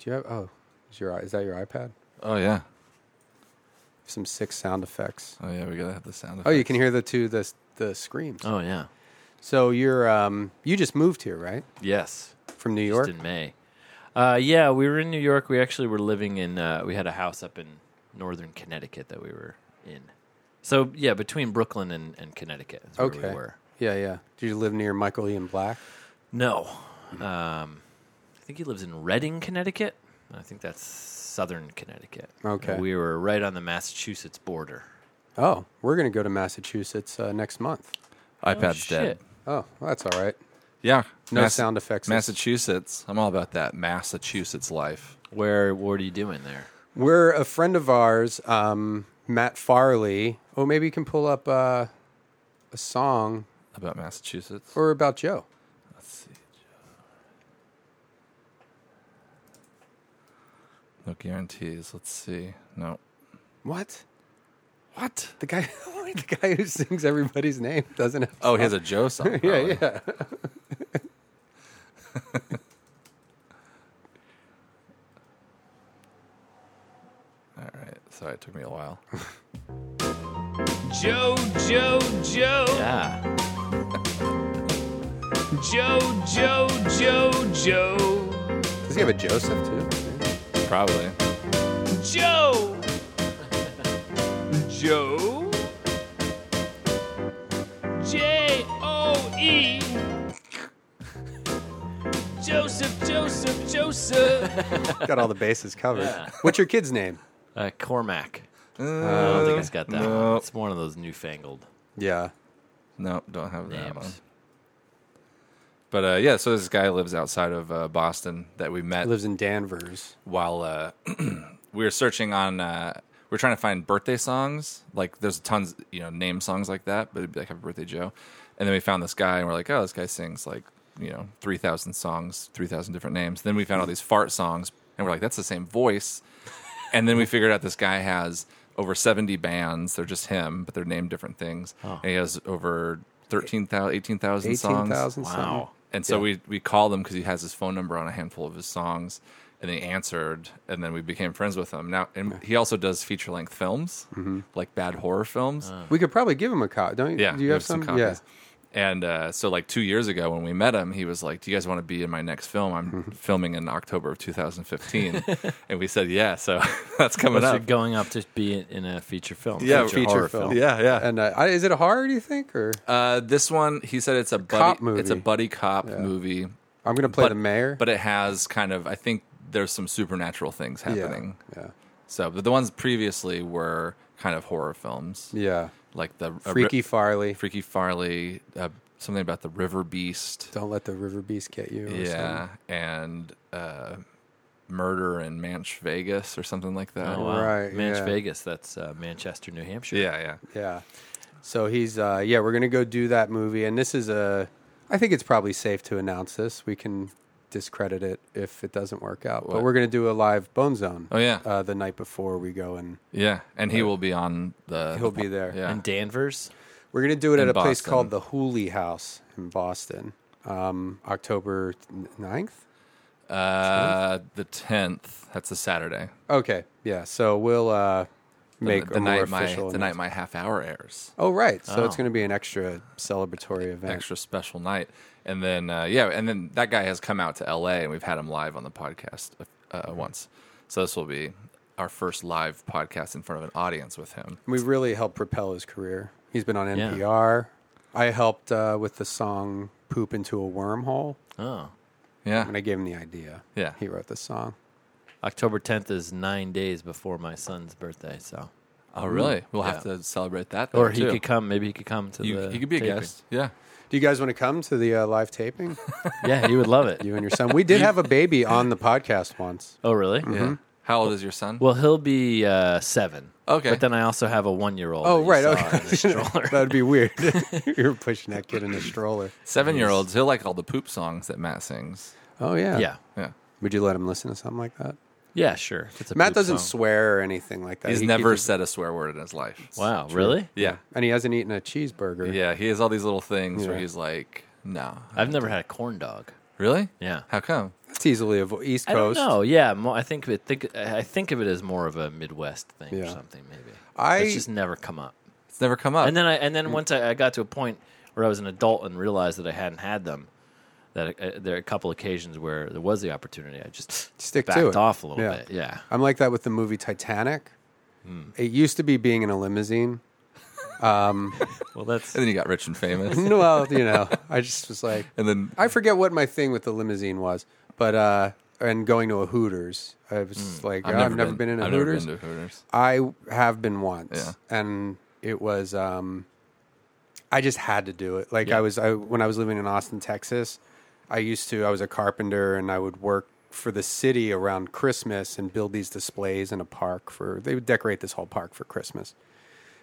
Speaker 2: Do you have? Oh, is your is that your iPad?
Speaker 3: Oh yeah,
Speaker 2: Some sick sound effects.
Speaker 3: oh yeah. We gotta have the sound. Effect.
Speaker 2: Oh, you can hear the two the the screams.
Speaker 4: Oh yeah.
Speaker 2: So you're um you just moved here, right?
Speaker 4: Yes.
Speaker 2: From New York.
Speaker 4: just in May. Uh, yeah, we were in New York. We actually were living in. Uh, we had a house up in northern Connecticut that we were in. So yeah, between Brooklyn and, and Connecticut is where
Speaker 2: Okay.
Speaker 4: we were.
Speaker 2: Yeah, yeah. Do you live near Michael Ian Black?
Speaker 4: No, um, I think he lives in Reading, Connecticut. I think that's southern Connecticut.
Speaker 2: Okay.
Speaker 4: we were right on the Massachusetts border.
Speaker 2: Oh, we're gonna go to Massachusetts uh, next month.
Speaker 3: iPad's dead.
Speaker 4: Shit.
Speaker 2: Oh, well, that's all right.
Speaker 3: Yeah,
Speaker 2: No sound effects.
Speaker 3: Massachusetts. I'm all about that Massachusetts life.
Speaker 4: Where? What are you doing there?
Speaker 2: We're a friend of ours, um, Matt Farley. Oh, maybe you can pull up uh, a song
Speaker 3: About Massachusetts.
Speaker 2: or about Joe.
Speaker 3: No guarantees. Let's see. No.
Speaker 2: What?
Speaker 3: What?
Speaker 2: The guy, the guy who sings everybody's name doesn't. Have
Speaker 3: Oh, he has a Joe song.
Speaker 2: yeah,
Speaker 3: probably.
Speaker 2: yeah.
Speaker 3: All right. Sorry, it took me a while.
Speaker 1: Joe, Joe, Joe,
Speaker 4: Yeah,
Speaker 1: Joe, Joe, Joe, Joe,
Speaker 2: Does he have a Joseph too?
Speaker 3: Probably.
Speaker 1: Joe, Joe, J O E, Joseph, Joseph, Joseph,
Speaker 2: Got all the bases covered. What's your kid's name?
Speaker 4: uh, Cormac. I don't think it's got that.
Speaker 3: Uh, no.
Speaker 4: One. It's one of those newfangled
Speaker 2: Yeah.
Speaker 3: Nope, don't have that one.
Speaker 4: names.
Speaker 3: But uh, yeah, so this guy lives outside of uh, Boston that we met
Speaker 2: Lives in Danvers.
Speaker 3: while uh, we were searching on. Uh, we we're trying to find birthday songs. Like there's tons, you know, name songs like that. But it'd be like Happy Birthday Joe, and then we found this guy, and we're like, oh, this guy sings like you know three thousand songs, three thousand different names. Then we found all these fart songs, and we're like, that's the same voice. And then we figured out this guy has over 70 bands. They're just him, but they're named different things. And he has over 13,000, 18,000 songs.
Speaker 2: Oh. Eighteen thousand.
Speaker 4: Wow.
Speaker 3: And so we we called him because he has his phone number on a handful of his songs, and he answered, and then we became friends with him. Now, and he also does feature length films,
Speaker 2: Mm-hmm.
Speaker 3: like bad horror films.
Speaker 2: We could probably give him a copy. Don't you?
Speaker 3: yeah,
Speaker 2: Do you
Speaker 3: we
Speaker 2: have, some? yeah.
Speaker 3: And uh, so, like two years ago, when we met him, he was like, "Do you guys want to be in my next film?
Speaker 2: Mm-hmm.
Speaker 3: I'm filming in October of 2015." and we said, "Yeah." So that's coming
Speaker 4: But
Speaker 3: up.
Speaker 4: you're going up to be in- in a feature film.
Speaker 3: Yeah,
Speaker 4: feature,
Speaker 2: feature
Speaker 4: horror
Speaker 2: film.
Speaker 4: film.
Speaker 3: yeah, yeah.
Speaker 2: And uh, I- is it a horror? Do you think? Or
Speaker 3: uh, this one, he said, it's a buddy,
Speaker 2: cop
Speaker 3: It's a
Speaker 2: movie.
Speaker 3: buddy cop movie.
Speaker 2: I'm gonna play
Speaker 3: but-
Speaker 2: the mayor.
Speaker 3: but it has kind of. I think there's some supernatural things
Speaker 2: Yeah,
Speaker 3: happening.
Speaker 2: Yeah.
Speaker 3: So, but the ones previously were kind of horror films,
Speaker 2: Yeah.
Speaker 3: like the a ri-
Speaker 2: Freaky Farley.
Speaker 3: Freaky Farley, uh, something about the River Beast,
Speaker 2: Don't let the river beast get you. or
Speaker 3: yeah, and uh, Murder in Manch Vegas or something like that.
Speaker 4: Oh, wow.
Speaker 2: Right,
Speaker 4: Manch
Speaker 2: yeah.
Speaker 4: Vegas. That's uh, Manchester, New Hampshire.
Speaker 3: Yeah, yeah.
Speaker 2: Yeah. So he's uh yeah, we're gonna go do that movie and this is a I think it's probably safe to announce this. We can discredit it if it doesn't work out. But
Speaker 3: What?
Speaker 2: we're gonna do a live bone zone.
Speaker 3: Oh, yeah.
Speaker 2: Uh, the night before we go and
Speaker 3: Yeah, and he will be on the.
Speaker 2: he'll be there.
Speaker 3: Yeah,
Speaker 4: And Danvers.
Speaker 2: We're gonna do it at
Speaker 3: In
Speaker 2: a place
Speaker 3: Boston.
Speaker 2: called the Hooley House in Boston. Um October 9th?
Speaker 3: uh, the tenth. That's a Saturday.
Speaker 2: Okay. Yeah. So we'll uh make
Speaker 3: the, the
Speaker 2: a more
Speaker 3: night my
Speaker 2: official
Speaker 3: the night my half hour airs.
Speaker 2: Oh right. So it's gonna be an extra celebratory event.
Speaker 3: Extra special night, and then uh, yeah, and then that guy has come out to L.A. and we've had him live on the podcast uh,
Speaker 4: Mm-hmm.
Speaker 3: once. So this will be our first live podcast in front of an audience with him.
Speaker 2: We really helped propel his career. He's been on
Speaker 4: Yeah.
Speaker 2: NPR. I helped uh, with the song "Poop into a Wormhole"
Speaker 4: Oh.
Speaker 3: Yeah,
Speaker 2: when I gave him the idea.
Speaker 3: Yeah.
Speaker 2: he wrote the song.
Speaker 4: October 10th is nine days before my son's birthday. So,
Speaker 3: Oh, really? We'll have
Speaker 4: Mm-hmm. Yeah.
Speaker 3: to celebrate that.
Speaker 4: or
Speaker 3: then,
Speaker 4: he
Speaker 3: too.
Speaker 4: could come. Maybe he could come to
Speaker 3: You-
Speaker 4: the.
Speaker 3: he could be a
Speaker 4: taping.
Speaker 3: guest. Yeah.
Speaker 2: Do you guys want to come to the uh, live taping?
Speaker 4: Yeah, he would love it.
Speaker 2: You and your son. We did have a baby on the podcast once.
Speaker 4: oh, really?
Speaker 3: Yeah. How old is your son?
Speaker 4: Well, he'll be uh, seven.
Speaker 3: Okay.
Speaker 4: But then I also have a one-year-old.
Speaker 2: Oh
Speaker 4: that you
Speaker 2: right,
Speaker 4: saw
Speaker 2: okay.
Speaker 4: in the stroller.
Speaker 2: That'd be weird. you were pushing that kid in a stroller.
Speaker 3: Seven year olds. He'll like all the poop songs that Matt sings.
Speaker 2: Oh yeah,
Speaker 4: yeah.
Speaker 3: Yeah.
Speaker 2: Would you let him listen to something like that?
Speaker 4: Yeah, sure. If it's a
Speaker 2: Matt
Speaker 4: poop
Speaker 2: doesn't
Speaker 4: song.
Speaker 2: swear or anything like that.
Speaker 3: He's
Speaker 2: He
Speaker 3: never
Speaker 2: keeps
Speaker 3: said a swear word in his life.
Speaker 4: Wow, really?
Speaker 3: Yeah.
Speaker 2: and he hasn't eaten a cheeseburger.
Speaker 3: Yeah. He has all these little things where
Speaker 2: Yeah.
Speaker 3: he's like, no.
Speaker 4: I've never had a corn dog.
Speaker 3: Really?
Speaker 4: Yeah.
Speaker 3: How come?
Speaker 2: That's easily a vo- East
Speaker 4: I don't
Speaker 2: Coast.
Speaker 4: know. Yeah, mo- I think it, think I think of it as more of a Midwest thing or
Speaker 2: Yeah.
Speaker 4: something. Maybe
Speaker 2: I- Uh, mm.
Speaker 4: it's just never come up.
Speaker 3: It's never come up.
Speaker 4: And then I and then once I, I got to a point where I was an adult and realized that I hadn't had them. That uh, there are a couple occasions where there was the opportunity. I just
Speaker 2: Stick to
Speaker 4: backed
Speaker 2: it.
Speaker 4: off a little
Speaker 2: Yeah.
Speaker 4: bit. Yeah.
Speaker 2: I'm like that with the movie Titanic. It used to be being in a limousine.
Speaker 4: Well, that's
Speaker 3: And then you got rich and famous.
Speaker 2: well, you know, I just was like,
Speaker 3: and then
Speaker 2: I forget what my thing with the limousine was, but uh, and going to a Hooters, I was like, I've, never, been, in a
Speaker 3: I've
Speaker 2: Hooters.
Speaker 3: Never been to Hooters.
Speaker 2: I have been once,
Speaker 3: Yeah.
Speaker 2: and it was. Um, I just had to do it. Like I was I, when I was living in Austin, Texas. I used to. I was a carpenter, and I would work for the city around Christmas and build these displays in a park for. They would decorate this whole park for Christmas,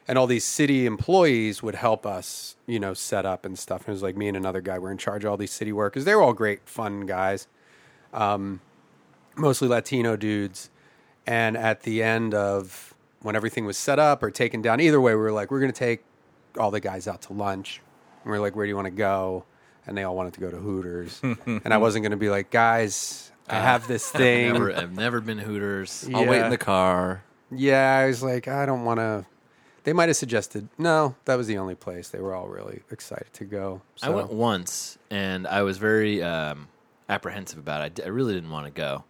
Speaker 2: and all these city employees would help us, you know, set up and stuff. And it was like me and another guy were in charge of all these city workers. They were all great, fun guys Um, mostly Latino dudes. And at the end of when everything was set up or taken down, either way, we were like, we're going to take all the guys out to lunch. And we are like, where do you want to go? And they all wanted to go to Hooters. and I wasn't going to be like, guys, I have this thing.
Speaker 4: never, I've never been Hooters.
Speaker 3: I'll wait
Speaker 2: Yeah.
Speaker 3: in the car.
Speaker 2: Yeah, I was like, I don't want to. They might have suggested. No, that was the only place. They were all really excited to go. So.
Speaker 4: I went once and I was very um, apprehensive about it. I, d- I really didn't want to go.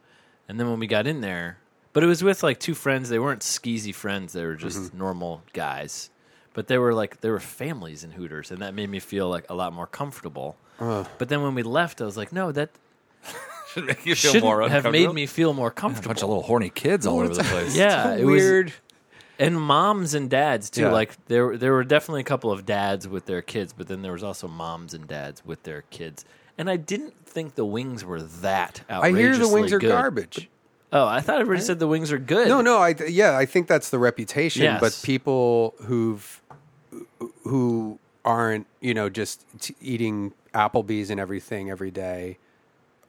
Speaker 4: And then when we got in there, but it was with like two friends. They weren't skeezy friends. They were just
Speaker 3: Mm-hmm.
Speaker 4: normal guys. But they were like they were families in Hooters, and that made me feel like a lot more comfortable. But then when we left, I was like, no, that
Speaker 3: Should make you feel
Speaker 4: shouldn't
Speaker 3: more
Speaker 4: have
Speaker 3: uncomfortable.
Speaker 4: made me feel more
Speaker 3: a bunch
Speaker 4: comfortable.
Speaker 3: of little horny kids all over the place.
Speaker 4: yeah, it was
Speaker 2: Weird.
Speaker 4: and moms and dads too.
Speaker 2: Yeah.
Speaker 4: Like there, there were definitely a couple of dads with their kids, but then there was also moms and dads with their kids. And I didn't think the wings were that
Speaker 2: I
Speaker 4: outrageously
Speaker 2: hear the wings are
Speaker 4: good.
Speaker 2: garbage.
Speaker 4: Oh, I thought everybody said the wings are good.
Speaker 2: No, no, I yeah, I think that's the reputation.
Speaker 4: Yes.
Speaker 2: But people who've who aren't you know just t- eating Applebee's and everything every day,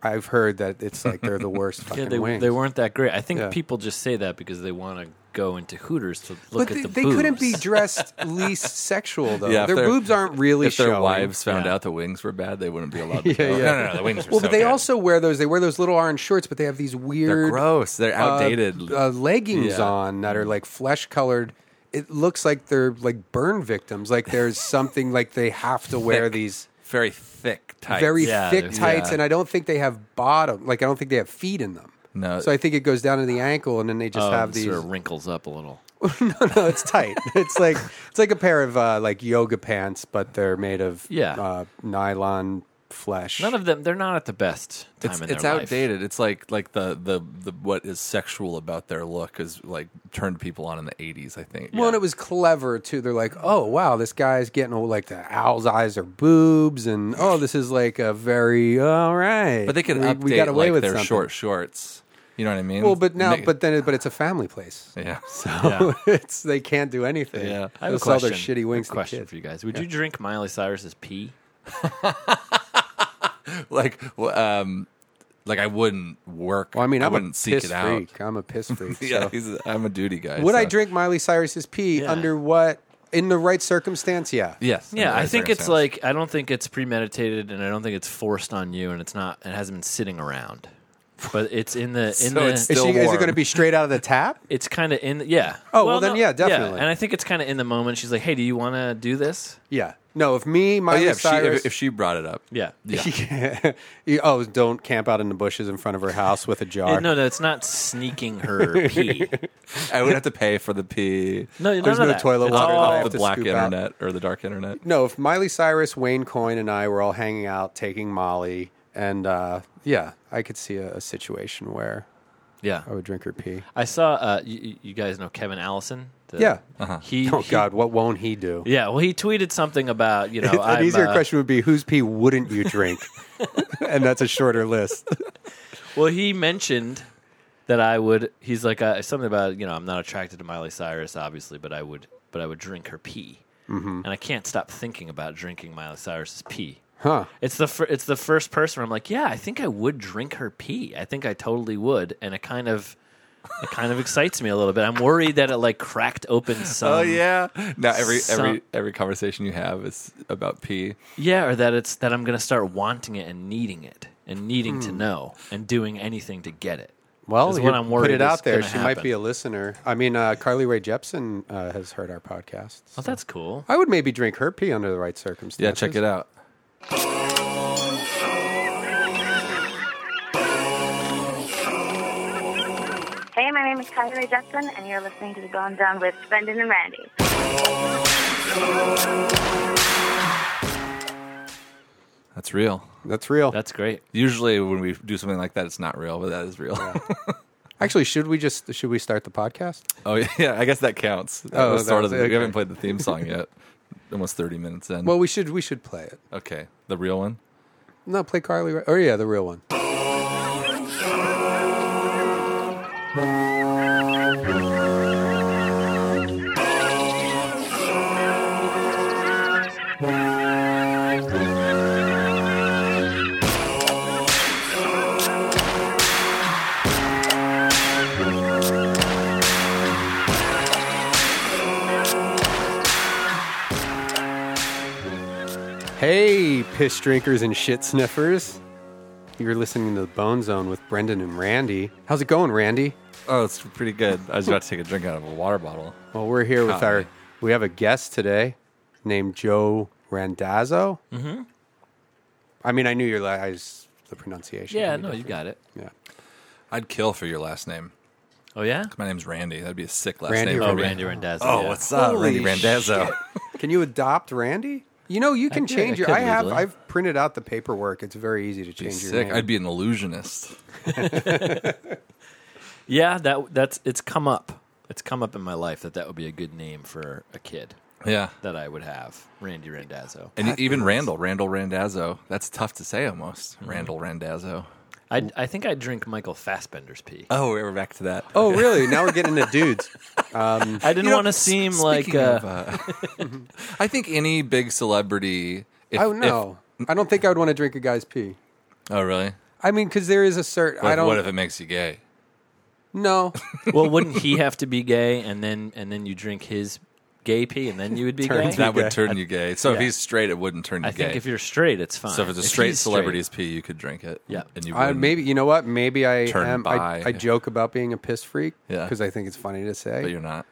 Speaker 2: I've heard that it's like they're the worst fucking
Speaker 4: yeah, they,
Speaker 2: wings.
Speaker 4: they weren't that great. I think
Speaker 2: Yeah.
Speaker 4: people just say that because they want to go into Hooters to look
Speaker 2: but
Speaker 4: at
Speaker 2: they,
Speaker 4: the
Speaker 2: they
Speaker 4: boobs.
Speaker 2: couldn't be dressed least sexual though.
Speaker 3: Yeah, if
Speaker 2: their
Speaker 3: their-
Speaker 2: boobs aren't really
Speaker 3: If their
Speaker 2: showing.
Speaker 3: wives found
Speaker 4: Yeah.
Speaker 3: out the wings were bad, they wouldn't be allowed to go.
Speaker 2: yeah.
Speaker 3: No, no, no. The wings were
Speaker 2: Well,
Speaker 3: so
Speaker 2: but they
Speaker 3: bad.
Speaker 2: also wear those. They wear those little orange shorts, but they have these
Speaker 3: They're
Speaker 2: weird
Speaker 3: gross. They're
Speaker 2: uh,
Speaker 3: outdated.
Speaker 2: uh, leggings
Speaker 3: Yeah.
Speaker 2: on that are like flesh colored. It looks like they're like burn victims. Like there's something like they have to wear
Speaker 3: Thick.
Speaker 2: these
Speaker 3: very thick tights.
Speaker 2: very
Speaker 4: Yeah,
Speaker 2: thick
Speaker 4: they're-
Speaker 2: tights,
Speaker 3: yeah.
Speaker 2: and I don't think they have bottom. Like I don't think they have feet in them.
Speaker 3: No.
Speaker 2: So I think it goes down to the ankle, and then they just
Speaker 4: Oh,
Speaker 2: have
Speaker 4: it
Speaker 2: these.
Speaker 4: sort of wrinkles up a little.
Speaker 2: no, it's tight. it's like it's like a pair of uh, like yoga pants, but they're made of
Speaker 4: Yeah.
Speaker 2: uh, nylon flesh.
Speaker 4: None of them. They're not at the best time
Speaker 3: It's,
Speaker 4: in
Speaker 3: it's
Speaker 4: their life.
Speaker 3: outdated. It's like like the, the the what is sexual about their look is like turned people on in the eighties. I think.
Speaker 2: Well, and it was clever too. They're like, oh wow, this guy's getting old. Like the owl's eyes are boobs, and oh, this is like a very all right.
Speaker 3: but they could
Speaker 2: we,
Speaker 3: update
Speaker 2: we got away
Speaker 3: like
Speaker 2: with
Speaker 3: their
Speaker 2: something.
Speaker 3: short shorts. You know what I mean?
Speaker 2: Well, but now,
Speaker 3: Make-
Speaker 2: but then, it- but it's a family place.
Speaker 3: yeah.
Speaker 2: So it's they can't do anything. I
Speaker 3: Yeah. I
Speaker 2: have
Speaker 4: have
Speaker 2: They'll
Speaker 4: a
Speaker 2: sell their
Speaker 4: question.
Speaker 2: shitty wings to
Speaker 4: question
Speaker 2: kids.
Speaker 4: for you guys. Would you drink Miley Cyrus's pee?
Speaker 3: like well, um, like I wouldn't work.
Speaker 2: Well, I mean, I'm
Speaker 3: wouldn't
Speaker 2: a
Speaker 3: seek
Speaker 2: piss
Speaker 3: it out.
Speaker 2: freak. I'm a piss freak.
Speaker 3: Yeah,
Speaker 2: so.
Speaker 3: he's a, I'm a duty guy.
Speaker 2: Would I
Speaker 3: so-
Speaker 2: drink Miley Cyrus's pee
Speaker 4: Yeah.
Speaker 2: under what? In the right circumstance, yeah.
Speaker 3: Yes.
Speaker 4: Yeah,
Speaker 3: under
Speaker 4: I
Speaker 3: those
Speaker 4: think it's
Speaker 3: circumstances.
Speaker 4: like I don't think it's premeditated, and I don't think it's forced on you, and it's not. It hasn't been sitting around, but it's in the in
Speaker 3: So
Speaker 4: the.
Speaker 3: it's
Speaker 4: It's,
Speaker 2: Is,
Speaker 3: Still
Speaker 2: she, is it
Speaker 3: warm.
Speaker 2: going to be straight out of the tap?
Speaker 4: kind of in. The, yeah.
Speaker 2: Oh, well, then, yeah, definitely.
Speaker 4: And I think it's kind of in the moment. She's like, "Hey, do you want to do this?"
Speaker 2: Yeah. No, if me,
Speaker 3: Oh,
Speaker 2: Miley
Speaker 3: yeah, if she,
Speaker 2: Cyrus.
Speaker 3: if, if she brought it up.
Speaker 4: Yeah.
Speaker 3: Yeah.
Speaker 2: You- oh, don't camp out in the bushes in front of her house with a jar.
Speaker 4: No, no, it's not sneaking her pee.
Speaker 3: I would have to pay for the pee.
Speaker 4: No, none
Speaker 2: Oh, There's
Speaker 4: of
Speaker 2: no
Speaker 4: that.
Speaker 2: toilet
Speaker 4: It's
Speaker 2: water that Oh, I
Speaker 4: all-
Speaker 2: have
Speaker 3: off
Speaker 2: to
Speaker 3: the black
Speaker 2: scoop out.
Speaker 3: internet or the dark internet.
Speaker 2: No, if Miley Cyrus, Wayne Coyne, and I were all hanging out taking Molly, and uh, yeah, I could see a, a situation where
Speaker 4: Yeah.
Speaker 2: I would drink her pee.
Speaker 4: I saw. Uh, you, you guys know Kevin Allison. The-
Speaker 2: Yeah.
Speaker 4: He.
Speaker 2: Oh
Speaker 4: he-
Speaker 2: God, what won't he do?
Speaker 4: Yeah. Well, he tweeted something about you know.
Speaker 2: An
Speaker 4: I'm,
Speaker 2: easier
Speaker 4: uh,
Speaker 2: question would be whose pee wouldn't you drink? and that's a shorter list.
Speaker 4: Well, he mentioned that I would. He's like uh, something about you know I'm not attracted to Miley Cyrus, obviously, but I would, but I would drink her pee,
Speaker 3: Mm-hmm.
Speaker 4: and I can't stop thinking about drinking Miley Cyrus's pee.
Speaker 2: Huh.
Speaker 4: It's the fir- it's the first person where I'm like, yeah, I think I would drink her pee. I think I totally would, and it kind of it kind of excites me a little bit. I'm worried that it like cracked open some,
Speaker 3: Oh yeah. Now every
Speaker 4: some-
Speaker 3: every every conversation you have is about pee.
Speaker 4: yeah, or that it's that I'm gonna start wanting it and needing it and needing
Speaker 3: Hmm.
Speaker 4: to know and doing anything to get it.
Speaker 2: Well,
Speaker 4: Is
Speaker 2: you
Speaker 4: what I'm worried
Speaker 2: put it
Speaker 4: is
Speaker 2: out there.
Speaker 4: gonna
Speaker 2: She might
Speaker 4: happen.
Speaker 2: be a listener. I mean, uh, Carly Rae Jepsen uh, has heard our podcast.
Speaker 4: Well, that's cool.
Speaker 2: I would maybe drink her pee under the right circumstances.
Speaker 3: Yeah, check it out.
Speaker 6: Hey, my name is Kylie Rae Jepsen, and you're listening to the Gone Down with Brendan and Randy.
Speaker 3: That's real.
Speaker 2: That's real.
Speaker 4: That's great.
Speaker 3: Usually when we do something like that, it's not real, but that is real.
Speaker 2: Actually, should we just should we start the podcast?
Speaker 3: oh yeah, I guess that counts. That
Speaker 2: Oh,
Speaker 3: was
Speaker 2: that
Speaker 3: sort
Speaker 2: was-
Speaker 3: of the,
Speaker 2: okay.
Speaker 3: We haven't played the theme song yet. Almost thirty minutes in.
Speaker 2: Well, we should we should play it.
Speaker 3: okay, the real one.
Speaker 2: No, play Carly. Rae- Oh yeah, the real one. Hey, piss drinkers and shit sniffers. You're listening to the Bone Zone with Brendan and Randy. How's it going, Randy?
Speaker 3: Oh, it's pretty good. I was about to take a drink out of a water bottle.
Speaker 2: Well, we're here with
Speaker 3: Copy.
Speaker 2: our we have a guest today named Joe Randazzo. Mm-hmm. I mean, I knew your la- I just, the pronunciation.
Speaker 4: Yeah,
Speaker 2: Can you
Speaker 4: no, you got it.
Speaker 2: do- yeah.
Speaker 3: I'd kill for your last name.
Speaker 4: Oh yeah.
Speaker 3: My name's Randy. That'd be a sick last
Speaker 2: Randy
Speaker 3: name.
Speaker 2: or
Speaker 3: for
Speaker 4: Oh,
Speaker 3: me.
Speaker 4: Randy Randazzo.
Speaker 3: Oh,
Speaker 4: yeah.
Speaker 3: what's up,
Speaker 2: Holy
Speaker 3: Randy Randazzo?
Speaker 2: Can you adopt Randy? You know, you can
Speaker 4: could-
Speaker 2: change
Speaker 4: I
Speaker 2: your.
Speaker 4: could
Speaker 2: I have.
Speaker 4: legally.
Speaker 2: I've printed out the paperwork. It's very easy to change your
Speaker 3: Sick.
Speaker 2: name.
Speaker 3: I'd be an illusionist.
Speaker 4: yeah? That that's it's come up. It's come up in my life that that would be a good name for a kid
Speaker 3: Yeah.
Speaker 4: that I would have Randy Randazzo.
Speaker 3: And even Randall, Randall Randazzo. That's tough to say almost. Randall Randazzo.
Speaker 4: I I think I drink Michael Fassbender's pee.
Speaker 3: Oh, we we're back to that.
Speaker 2: Oh, really? Now we're getting into dudes. Um,
Speaker 4: I didn't want to seem like. Uh,
Speaker 3: I think any big celebrity. If,
Speaker 2: oh no, I don't think I would want to drink a guy's pee.
Speaker 3: if- oh, really?
Speaker 2: I mean, because there is a certain. I
Speaker 3: Like,
Speaker 2: don't.
Speaker 3: What if it makes you gay?
Speaker 2: no,
Speaker 3: uh,
Speaker 4: well, wouldn't he have to be gay, and then and then you drink his gay pee, and then you would be gay?
Speaker 2: Turns
Speaker 3: That
Speaker 2: gay.
Speaker 3: would turn you gay. So if
Speaker 4: yeah.
Speaker 3: he's straight, it wouldn't turn you
Speaker 4: I
Speaker 3: gay.
Speaker 4: think if you're straight, it's fine.
Speaker 3: so if it's a
Speaker 4: If
Speaker 3: straight
Speaker 4: he's
Speaker 3: celebrity's pee, you could drink it.
Speaker 4: Yeah.
Speaker 3: And you
Speaker 2: I,
Speaker 3: would
Speaker 2: maybe you know what? Maybe I
Speaker 3: Turn
Speaker 2: am. I,
Speaker 3: bi.
Speaker 2: I joke about being a piss freak
Speaker 3: Yeah.
Speaker 2: because I think it's funny to
Speaker 3: But
Speaker 2: say.
Speaker 3: you're not.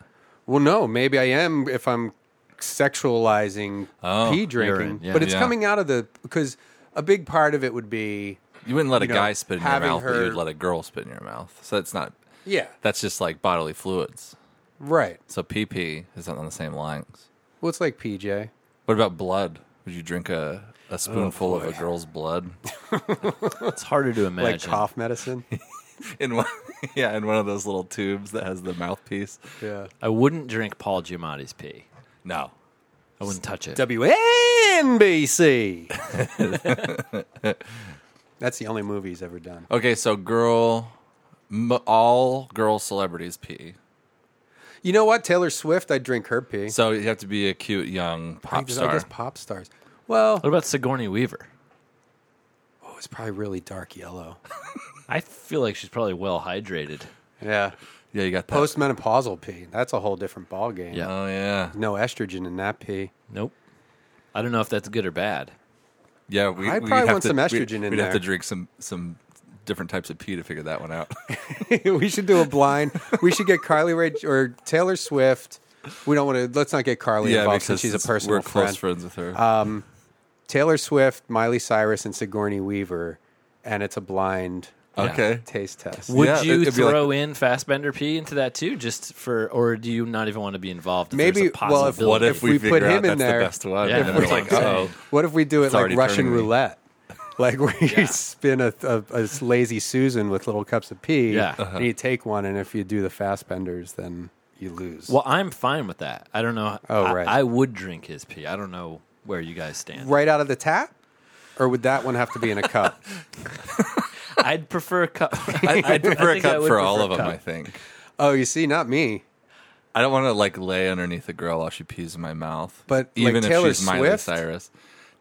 Speaker 2: Well, no, maybe I am if I'm sexualizing
Speaker 3: Oh,
Speaker 2: pee drinking,
Speaker 4: urine, yeah.
Speaker 2: but it's
Speaker 3: Yeah.
Speaker 2: coming out of the because a big part of it would be
Speaker 3: You wouldn't let
Speaker 2: You
Speaker 3: a
Speaker 2: know,
Speaker 3: guy spit in your
Speaker 2: having
Speaker 3: mouth, but
Speaker 2: her-
Speaker 3: you would let a girl spit in your mouth. So that's not.
Speaker 2: yeah,
Speaker 3: That's just like bodily fluids.
Speaker 2: right.
Speaker 3: So PP is not on the same lines.
Speaker 2: Well, it's like PJ.
Speaker 3: What about blood? Would you drink a
Speaker 2: Oh,
Speaker 3: a spoonful of a girl's blood
Speaker 4: It's harder to imagine.
Speaker 2: like cough medicine.
Speaker 3: in one, yeah, in one of those little tubes that has the mouthpiece.
Speaker 2: yeah.
Speaker 4: I wouldn't drink Paul Giamatti's pee.
Speaker 3: No,
Speaker 4: I wouldn't touch it.
Speaker 2: WNBC. That's the only movie he's ever done.
Speaker 3: okay, so girl, m- all girl celebrities pee.
Speaker 2: You know what? Taylor Swift, I'd drink her pee.
Speaker 3: So you have to be a cute young
Speaker 2: I
Speaker 3: pop
Speaker 2: guess-
Speaker 3: star.
Speaker 2: I guess pop stars. Well,
Speaker 4: what about Sigourney Weaver?
Speaker 2: oh, it's probably really dark yellow.
Speaker 4: I feel like she's probably well hydrated.
Speaker 2: Yeah.
Speaker 3: yeah, you got that.
Speaker 2: Postmenopausal pee. That's a whole different ballgame.
Speaker 4: Yeah.
Speaker 3: oh yeah,
Speaker 2: No estrogen in that pee.
Speaker 4: Nope. I don't know if that's good or bad.
Speaker 3: yeah. We,
Speaker 2: I'd
Speaker 3: we'd
Speaker 2: probably
Speaker 3: have
Speaker 2: want
Speaker 3: to-
Speaker 2: some
Speaker 3: we'd-
Speaker 2: estrogen in
Speaker 3: We'd have to
Speaker 2: there.
Speaker 3: drink some some different types of pee to figure that one out.
Speaker 2: we should do a blind. we should get Carly Rae or Taylor Swift. We don't want to. Let's not get Carly involved since she's a
Speaker 3: it's-
Speaker 2: personal
Speaker 3: we're
Speaker 2: friend. Uh,
Speaker 3: close friends with her.
Speaker 2: Taylor Swift, Miley Cyrus, and Sigourney Weaver, and it's a blind
Speaker 3: okay,
Speaker 2: taste test.
Speaker 4: Would
Speaker 3: Yeah,
Speaker 4: you
Speaker 3: it'd be like-
Speaker 4: throw in Fastbender P into that too, just for, or do you not even want to be involved? If
Speaker 2: Maybe-
Speaker 4: there's a
Speaker 2: well, if-
Speaker 4: possibility?
Speaker 3: what if,
Speaker 2: if
Speaker 3: we,
Speaker 2: we
Speaker 3: figure
Speaker 2: put
Speaker 3: out
Speaker 2: him in
Speaker 3: that's
Speaker 2: there-
Speaker 3: the best one?
Speaker 4: Yeah.
Speaker 3: and then we're like, oh,
Speaker 2: What if we do it like
Speaker 3: already
Speaker 2: Russian
Speaker 3: turning me.
Speaker 2: roulette? Like where you spin a, a, a lazy Susan with little cups of pee,
Speaker 4: Yeah.
Speaker 3: Uh-huh.
Speaker 2: and you take one, and if you do the fast benders, then you lose.
Speaker 4: Well, I'm fine with that. I don't know.
Speaker 2: Oh,
Speaker 4: I,
Speaker 2: right.
Speaker 4: I would drink his pee. I don't know where you guys stand.
Speaker 2: right out of the tap, or would that one have to be in a cup?
Speaker 4: I'd prefer a cup.
Speaker 3: I, I'd prefer a
Speaker 4: think I
Speaker 3: cup
Speaker 4: would
Speaker 3: for all
Speaker 4: prefer
Speaker 3: of them.
Speaker 4: cup.
Speaker 3: I think
Speaker 2: oh, you see, not me.
Speaker 3: I don't want to like lay underneath a girl while she pees in my mouth.
Speaker 2: But, like,
Speaker 3: even if
Speaker 2: Taylor
Speaker 3: she's Miley
Speaker 2: Swift?
Speaker 3: Cyrus,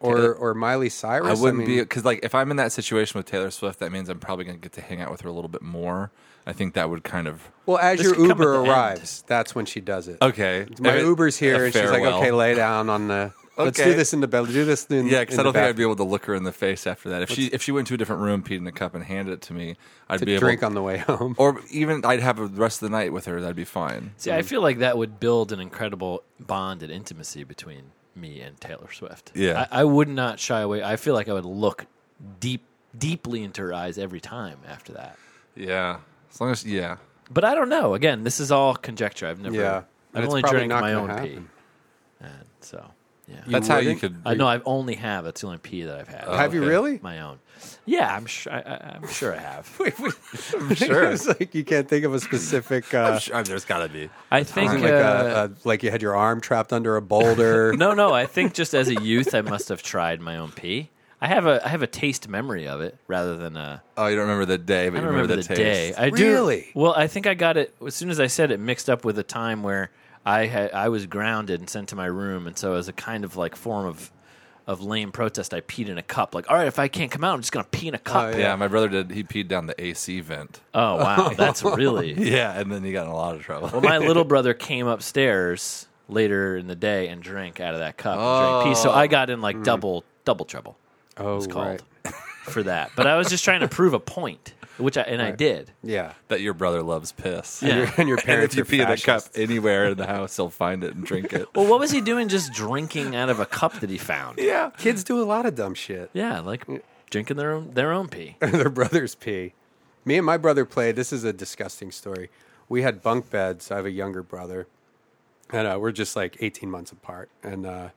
Speaker 2: Or or Miley Cyrus.
Speaker 3: I wouldn't
Speaker 2: mean-
Speaker 3: be because like if I'm in that situation with Taylor Swift, that means I'm probably gonna get to hang out with her a little bit more. I think that would kind of
Speaker 2: Well, as
Speaker 4: This
Speaker 2: your
Speaker 4: could come
Speaker 2: Uber
Speaker 4: at the end.
Speaker 2: arrives, that's when she does it.
Speaker 3: okay.
Speaker 2: My
Speaker 3: If it-
Speaker 2: Uber's
Speaker 3: a
Speaker 2: here, and she's like,
Speaker 3: farewell.
Speaker 2: "Okay, lay down on the. Let's do
Speaker 3: Okay.
Speaker 2: this in the bed. Do this in
Speaker 3: Yeah, because
Speaker 2: in
Speaker 3: I don't
Speaker 2: the
Speaker 3: think I'd
Speaker 2: bathroom."
Speaker 3: be able to look her in the face after that. If she if she went to a different room, peed in a cup, and handed it to me, I'd be
Speaker 2: to
Speaker 3: able
Speaker 2: drink on the way home.
Speaker 3: or even I'd have the rest of the night with her. That'd be fine.
Speaker 4: See, I feel like that would build an incredible bond and intimacy between me and Taylor Swift.
Speaker 3: Yeah.
Speaker 4: I, I would not shy away. I feel like I would look deep, deeply into her eyes every time after that.
Speaker 3: Yeah, as long as yeah,
Speaker 4: But I don't know. Again, this is all conjecture. I've never.
Speaker 2: Yeah. And
Speaker 4: I've
Speaker 2: it's
Speaker 4: only
Speaker 2: probably
Speaker 4: drank
Speaker 2: not
Speaker 4: my own
Speaker 2: gonna
Speaker 4: pee,
Speaker 2: happen.
Speaker 4: and so yeah.
Speaker 3: that's how you
Speaker 2: wouldn't?
Speaker 3: could.
Speaker 4: I know I've only have. That's the only pee that I've had.
Speaker 2: Have you
Speaker 3: okay.
Speaker 2: really?
Speaker 4: my own? Yeah, I'm sure. I, I, I'm sure I have.
Speaker 2: I'm
Speaker 3: sure.
Speaker 2: it's like you can't think of a specific. Uh,
Speaker 3: Sure, there's got to be.
Speaker 4: I think.
Speaker 2: like,
Speaker 4: uh,
Speaker 2: a, a, like you had your arm trapped under a boulder.
Speaker 4: no, no. I think just as a youth, I must have tried my own pee. I have a I have a taste memory of it rather than a.
Speaker 3: Oh, you don't remember the day, but
Speaker 4: I
Speaker 3: you
Speaker 4: don't remember the,
Speaker 3: the,
Speaker 4: day.
Speaker 3: taste.
Speaker 4: I do.
Speaker 2: Really?
Speaker 4: Well, I think I got it as soon as I said it mixed up with a time where I had I was grounded and sent to my room, and so as a kind of like form of of lame protest, I peed in a cup. Like, all right, if I can't come out, I'm just gonna pee in a cup.
Speaker 3: yeah. my brother did. He peed down the AC vent.
Speaker 4: Oh wow, that's really
Speaker 3: Yeah, and then he got in a lot of trouble.
Speaker 4: Well, my little brother came upstairs later in the day and drank out of that cup. and drank pee. So I got in like double double trouble.
Speaker 2: oh,
Speaker 4: It's
Speaker 2: right.
Speaker 4: called for that. But I was just trying to prove a point, which I and I did.
Speaker 2: Yeah.
Speaker 3: that your brother loves piss.
Speaker 4: Yeah.
Speaker 2: And your
Speaker 3: And
Speaker 2: parents
Speaker 3: if you
Speaker 2: are
Speaker 3: pee in a cup
Speaker 2: fascists.
Speaker 3: anywhere in the house, he'll find it and drink it.
Speaker 4: Well, what was he doing? Just drinking out of a cup that he found.
Speaker 3: yeah.
Speaker 2: Kids do a lot of dumb shit.
Speaker 4: Yeah, like drinking their own their own pee.
Speaker 2: their brothers pee. Me and my brother played. This is a disgusting story. We had bunk beds. I have a younger brother, and uh, we're just like 18 months apart. And uh,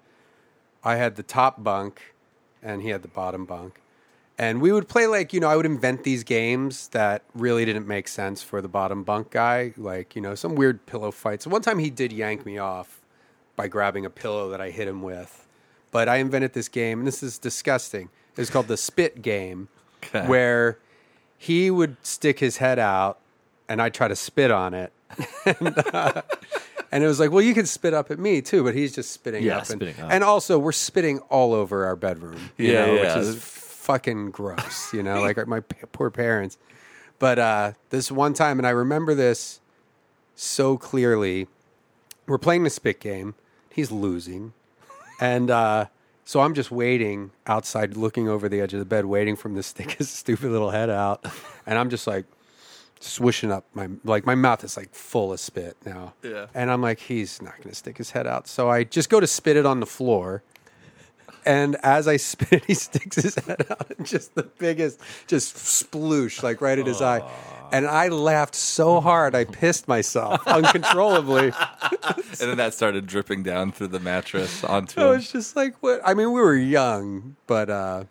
Speaker 2: I had the top bunk, and he had the bottom bunk. And we would play like you know I would invent these games that really didn't make sense for the bottom bunk guy, like you know some weird pillow fights. One time he did yank me off by grabbing a pillow that I hit him with. But I invented this game, and this is disgusting. It's called the spit game,
Speaker 3: Okay.
Speaker 2: where he would stick his head out, and I would try to spit on it. and, uh, and it was like, well, you can spit up at me too, but he's just spitting,
Speaker 4: Yeah,
Speaker 2: up, and,
Speaker 4: spitting up.
Speaker 2: and also we're spitting all over our bedroom, you
Speaker 3: Yeah,
Speaker 2: know,
Speaker 3: yeah.
Speaker 2: which is fucking gross, you know, like my p- poor parents. But uh, this one time, and I remember this so clearly. We're playing the spit game. He's losing. And uh, so I'm just waiting outside, looking over the edge of the bed, waiting for him to stick his stupid little head out. And I'm just like swishing up my like my mouth is like full of spit now. Yeah. And I'm like, he's not gonna stick his head out. So I just go to spit it on the floor. And as I spin it, he sticks his head out and just the biggest, just sploosh, like right at his eye. And I laughed so hard, I pissed myself uncontrollably.
Speaker 3: and then that started dripping down through the mattress onto
Speaker 2: I
Speaker 3: him.
Speaker 2: was just like, what? I mean, we were young, but uh,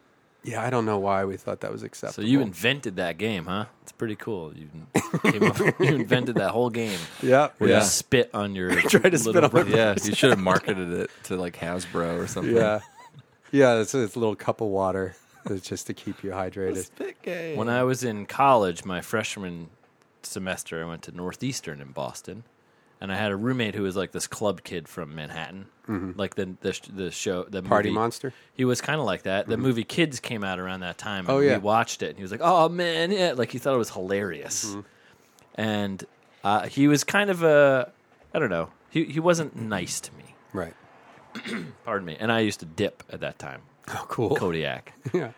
Speaker 2: yeah, I don't know why we thought that was
Speaker 4: So
Speaker 2: acceptable.
Speaker 4: you invented that game, huh? It's pretty cool. You, came up, you invented that whole game
Speaker 2: yeah,
Speaker 4: where
Speaker 3: Yeah.
Speaker 4: you spit on your
Speaker 2: Try to spit
Speaker 4: little
Speaker 2: on my
Speaker 4: brother.
Speaker 3: Yeah, you should have marketed it to like Hasbro or something.
Speaker 2: yeah, yeah. It's, it's a little cup of water, it's just to keep you hydrated.
Speaker 4: When I was in college, my freshman semester, I went to Northeastern in Boston, and I had a roommate who was like this club kid from Manhattan, like the the, sh- the show, the
Speaker 2: Mm-hmm. Party
Speaker 4: movie-
Speaker 2: monster? Mm-hmm.
Speaker 4: He was kind of like that. The movie Kids came out around that time. And
Speaker 2: Oh, yeah.
Speaker 4: we watched it, and he was like, "Oh man, yeah!" Like he thought it was hilarious,
Speaker 2: Mm-hmm.
Speaker 4: and uh, he was kind of a, I don't know, he he wasn't nice to me.
Speaker 2: Right.
Speaker 4: Pardon me. And I used to dip at that time,
Speaker 2: Oh, cool.
Speaker 4: Kodiak,
Speaker 2: Yeah.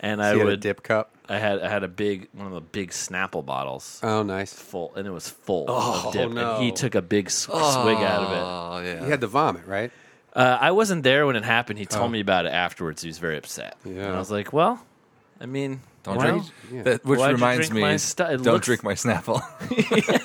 Speaker 4: and
Speaker 2: I
Speaker 4: I
Speaker 2: had a
Speaker 4: would
Speaker 2: dip cup.
Speaker 4: I had I had a big one of the big Snapple bottles
Speaker 2: Oh, nice.
Speaker 4: full, and it was full of dip.
Speaker 2: no.
Speaker 4: And he took a big sw- swig out of it.
Speaker 3: Oh
Speaker 2: You
Speaker 3: yeah.
Speaker 2: had to vomit, right?
Speaker 4: Uh, I wasn't there when it happened. He told me about it afterwards. He was very upset.
Speaker 2: Yeah.
Speaker 4: And I was like, well, I mean,
Speaker 3: Don't
Speaker 4: why-
Speaker 3: drink.
Speaker 2: Yeah.
Speaker 3: That, which
Speaker 4: Why'd you
Speaker 3: reminds
Speaker 4: drink
Speaker 3: me,
Speaker 4: my stu- it
Speaker 3: don't
Speaker 4: looks-
Speaker 3: drink my Snapple.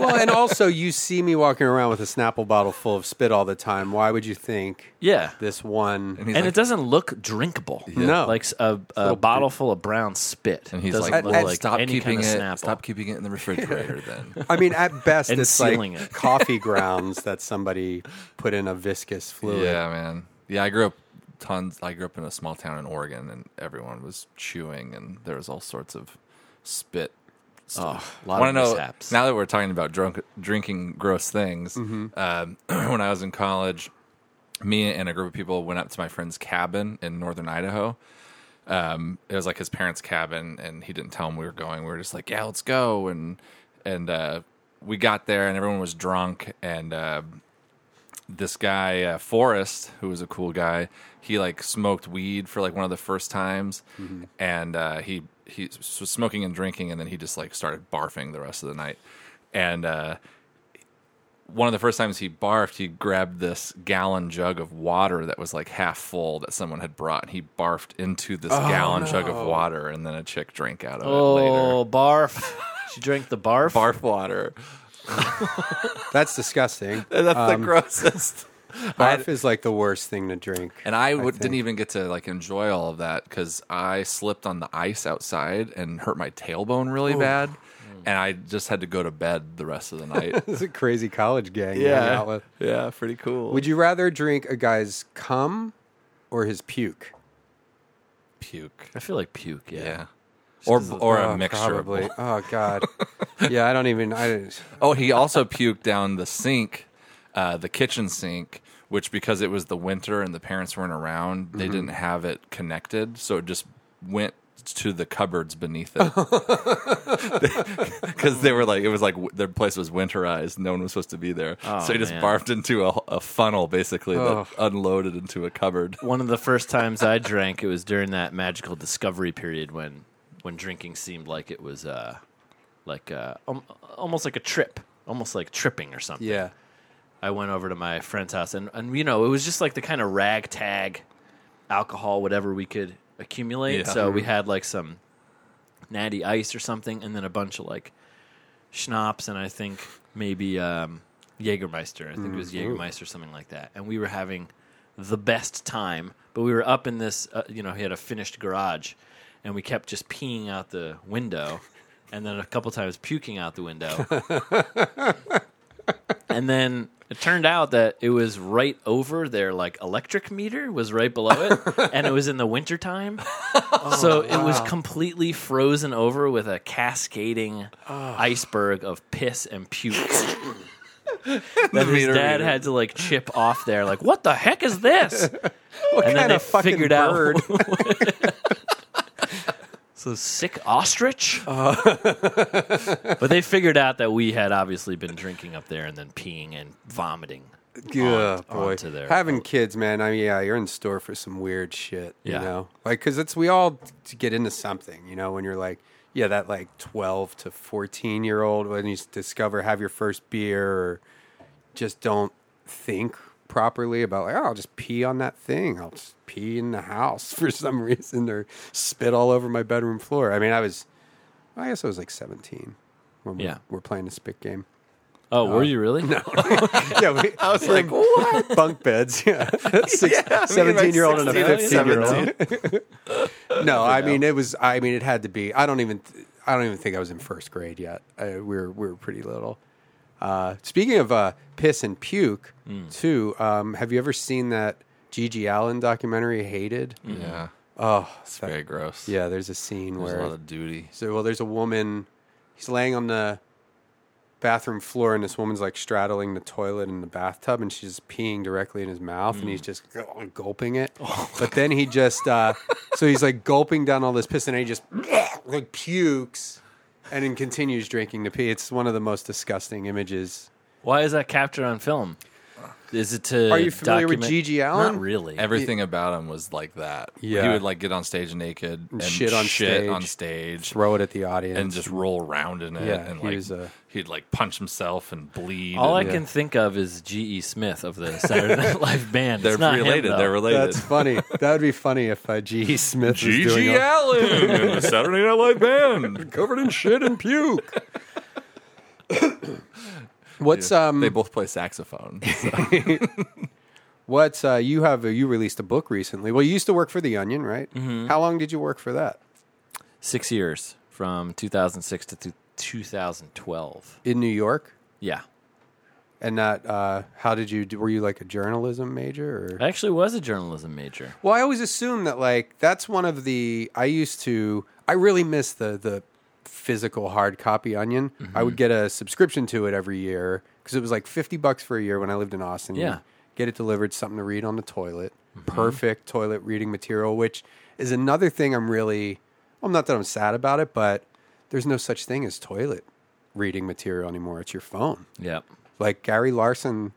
Speaker 2: Well, and also you see me walking around with a Snapple bottle full of spit all the time. Why would you think
Speaker 4: Yeah.
Speaker 2: this one?
Speaker 3: he's
Speaker 4: and
Speaker 3: like,
Speaker 4: it doesn't look drinkable.
Speaker 2: No.
Speaker 4: Like s- a, a bottle full of brown spit.
Speaker 3: and he's
Speaker 4: doesn't
Speaker 3: like,
Speaker 4: look
Speaker 2: "Ed,
Speaker 4: like
Speaker 3: stop
Speaker 4: any
Speaker 3: keeping
Speaker 4: kind of
Speaker 3: it.
Speaker 4: Snapple.
Speaker 3: Stop keeping it in the refrigerator. Then
Speaker 2: I mean, at best,
Speaker 4: And
Speaker 2: it's
Speaker 4: sealing
Speaker 2: like
Speaker 4: it.
Speaker 2: coffee grounds that somebody put in a viscous fluid.
Speaker 3: Yeah, man. Yeah, I grew up tons. I grew up in a small town in Oregon, and everyone was chewing, and there was all sorts of spit.
Speaker 4: Oh, a lot
Speaker 3: Want to
Speaker 4: of
Speaker 3: know
Speaker 4: mishaps. Mm-hmm.
Speaker 3: now that we're talking about drunk drinking gross things? Um, when I was in college, me and a group of people went up to my friend's cabin in northern Idaho. Um, it was like his parents' cabin, and he didn't tell him we were going. We were just like, "Yeah, let's go!" and and uh, we got there, and everyone was drunk, and uh, this guy uh, Forrest, who was a cool guy, he like smoked weed for like one of the first times, and uh, he he s- was smoking and drinking, and then he just like started barfing the rest of the night, and uh, one of the first times he barfed, he grabbed this gallon jug of water that was like half full that someone had brought, and he barfed into this gallon jug of water, and then a chick drank out of it later.
Speaker 4: oh, barf. she drank the barf.
Speaker 3: Barf water.
Speaker 2: That's disgusting.
Speaker 3: That's the grossest.
Speaker 2: Barf is like the worst thing to drink.
Speaker 3: And I w- didn't even get to like enjoy all of that because I slipped on the ice outside and hurt my tailbone really bad,
Speaker 2: Mm.
Speaker 3: and I just had to go to bed the rest of the night.
Speaker 2: It's a crazy college gang. you hang out with.
Speaker 3: yeah, pretty cool.
Speaker 2: Would you rather drink a guy's cum or his puke?
Speaker 3: puke?
Speaker 4: I feel like puke. Yeah.
Speaker 3: Yeah, or or a
Speaker 2: Oh,
Speaker 3: mixture. Of
Speaker 2: Probably.
Speaker 3: both.
Speaker 2: Oh God. yeah, I don't even. I didn't.
Speaker 3: Oh, he also puked down the sink, uh, the kitchen sink, which because it was the winter and the parents weren't around, they
Speaker 2: Mm-hmm.
Speaker 3: didn't have it connected, so it just went to the cupboards beneath it. Because they were like, it was like w- their place was winterized, no one was supposed to be there,
Speaker 2: Oh,
Speaker 3: so he just
Speaker 4: man.
Speaker 3: barfed into a, a funnel basically that unloaded into a cupboard.
Speaker 4: one of the first times I drank, it was during that magical discovery period when when drinking seemed like it was uh like uh um, almost like a trip, almost like tripping or something.
Speaker 2: Yeah.
Speaker 4: I went over to my friend's house and and you know, it was just like the kind of ragtag alcohol whatever we could accumulate.
Speaker 3: Yeah.
Speaker 4: So we had like some natty ice or something and then a bunch of like schnapps and I think maybe um Jägermeister. I think it was Jägermeister or something like that. And we were having the best time, but we were up in this, uh, you know, he had a finished garage and we kept just peeing out the window and then a couple times puking out the window. and then it turned out that it was right over their like electric meter was right below it and it was in the wintertime.
Speaker 2: Oh,
Speaker 4: so it was completely frozen over with a cascading iceberg of piss and puke. that his
Speaker 3: meter
Speaker 4: dad
Speaker 3: reader.
Speaker 4: had to like chip off there, like, what the heck is this?
Speaker 2: What
Speaker 4: and then
Speaker 2: kind
Speaker 4: they
Speaker 2: of fucking
Speaker 4: figured
Speaker 2: bird?
Speaker 4: out. so sick ostrich.
Speaker 2: Uh.
Speaker 4: but they figured out that we had obviously been drinking up there and then peeing and vomiting.
Speaker 2: Yeah,
Speaker 4: on-
Speaker 2: boy.
Speaker 4: onto their
Speaker 2: Having kids, man. I mean, yeah, you're in store for some weird shit. You
Speaker 4: Yeah.
Speaker 2: know, like because it's we all t- get into something. You know, when you're like, yeah, that like 12 to 14 year old when you s- discover have your first beer or just don't think properly about like, oh, I'll just pee on that thing. I'll just pee in the house for some reason or spit all over my bedroom floor. I mean, I was, I guess I was like 17 when we
Speaker 4: Yeah.
Speaker 2: were playing a spit game.
Speaker 4: Oh,
Speaker 2: Uh,
Speaker 4: were you really? No.
Speaker 2: yeah, we, I was like, what? Bunk beds. Yeah. Six, 17 year old and a 15 year old. no, I mean, it was, I mean, it had to be, I don't even, th- I don't even think I was in first grade yet. I, we were, we were pretty little. Uh, speaking of uh, piss and puke, too, um, have you ever seen that Gigi Allen documentary, Hated?
Speaker 3: Yeah,
Speaker 2: Oh,
Speaker 3: it's very gross.
Speaker 2: yeah, there's a scene
Speaker 3: there's
Speaker 2: where
Speaker 3: a lot of duty.
Speaker 2: so, well, there's a woman. He's laying on the bathroom floor, and this woman's like straddling the toilet in the bathtub, and she's peeing directly in his mouth, and he's
Speaker 3: Mm.
Speaker 2: just gulping it.
Speaker 3: Oh
Speaker 2: But then he just, uh, so he's like gulping down all this piss, and then he just like pukes, and then continues drinking the pee. It's one of the most disgusting images.
Speaker 4: Why is that captured on film? Is it to?
Speaker 2: Are you familiar with
Speaker 4: document-
Speaker 2: Gigi Allen?
Speaker 4: Not really.
Speaker 3: Everything about him was like that.
Speaker 2: Yeah.
Speaker 3: he would like get on stage naked and
Speaker 2: shit on stage.
Speaker 3: on stage
Speaker 2: Throw it at the audience.
Speaker 3: and just roll around in it.
Speaker 2: Yeah,
Speaker 3: and
Speaker 2: he
Speaker 3: like
Speaker 2: was uh, a-
Speaker 3: he'd like punch himself and bleed.
Speaker 4: All I
Speaker 3: and-
Speaker 4: can think of is G.E. Smith of the Saturday Night Live band.
Speaker 3: they're
Speaker 4: It's not him,
Speaker 3: related.
Speaker 4: though.
Speaker 3: they're related.
Speaker 2: that's funny. that would be funny if uh, G. Smith was doing
Speaker 3: G.G.
Speaker 2: all-
Speaker 3: Allen and the Saturday Night Live band.
Speaker 2: covered in shit and puke. what's um
Speaker 3: They both play saxophone.
Speaker 2: what's uh you have you released a book recently. Well, you used to work for The Onion, right? How long did you work for that?
Speaker 4: six years from 2006 to th- 2012.
Speaker 2: In New York?
Speaker 4: Yeah,
Speaker 2: And that uh how did you do, were you like a journalism major or
Speaker 4: I actually was a journalism major.
Speaker 2: Well, I always assume that like that's one of the I used to I really miss the the physical hard copy onion. I
Speaker 4: Mm-hmm.
Speaker 2: would get a subscription to it every year cuz it was like 50 bucks for a year when I lived in Austin.
Speaker 4: Yeah. Mm-hmm.
Speaker 2: Get it delivered something to read on the toilet. Perfect toilet reading material, which is another thing I'm really well, not that I'm sad about it, but there's no such thing as toilet reading material anymore. It's your phone.
Speaker 4: Yep.
Speaker 2: Like Gary Larson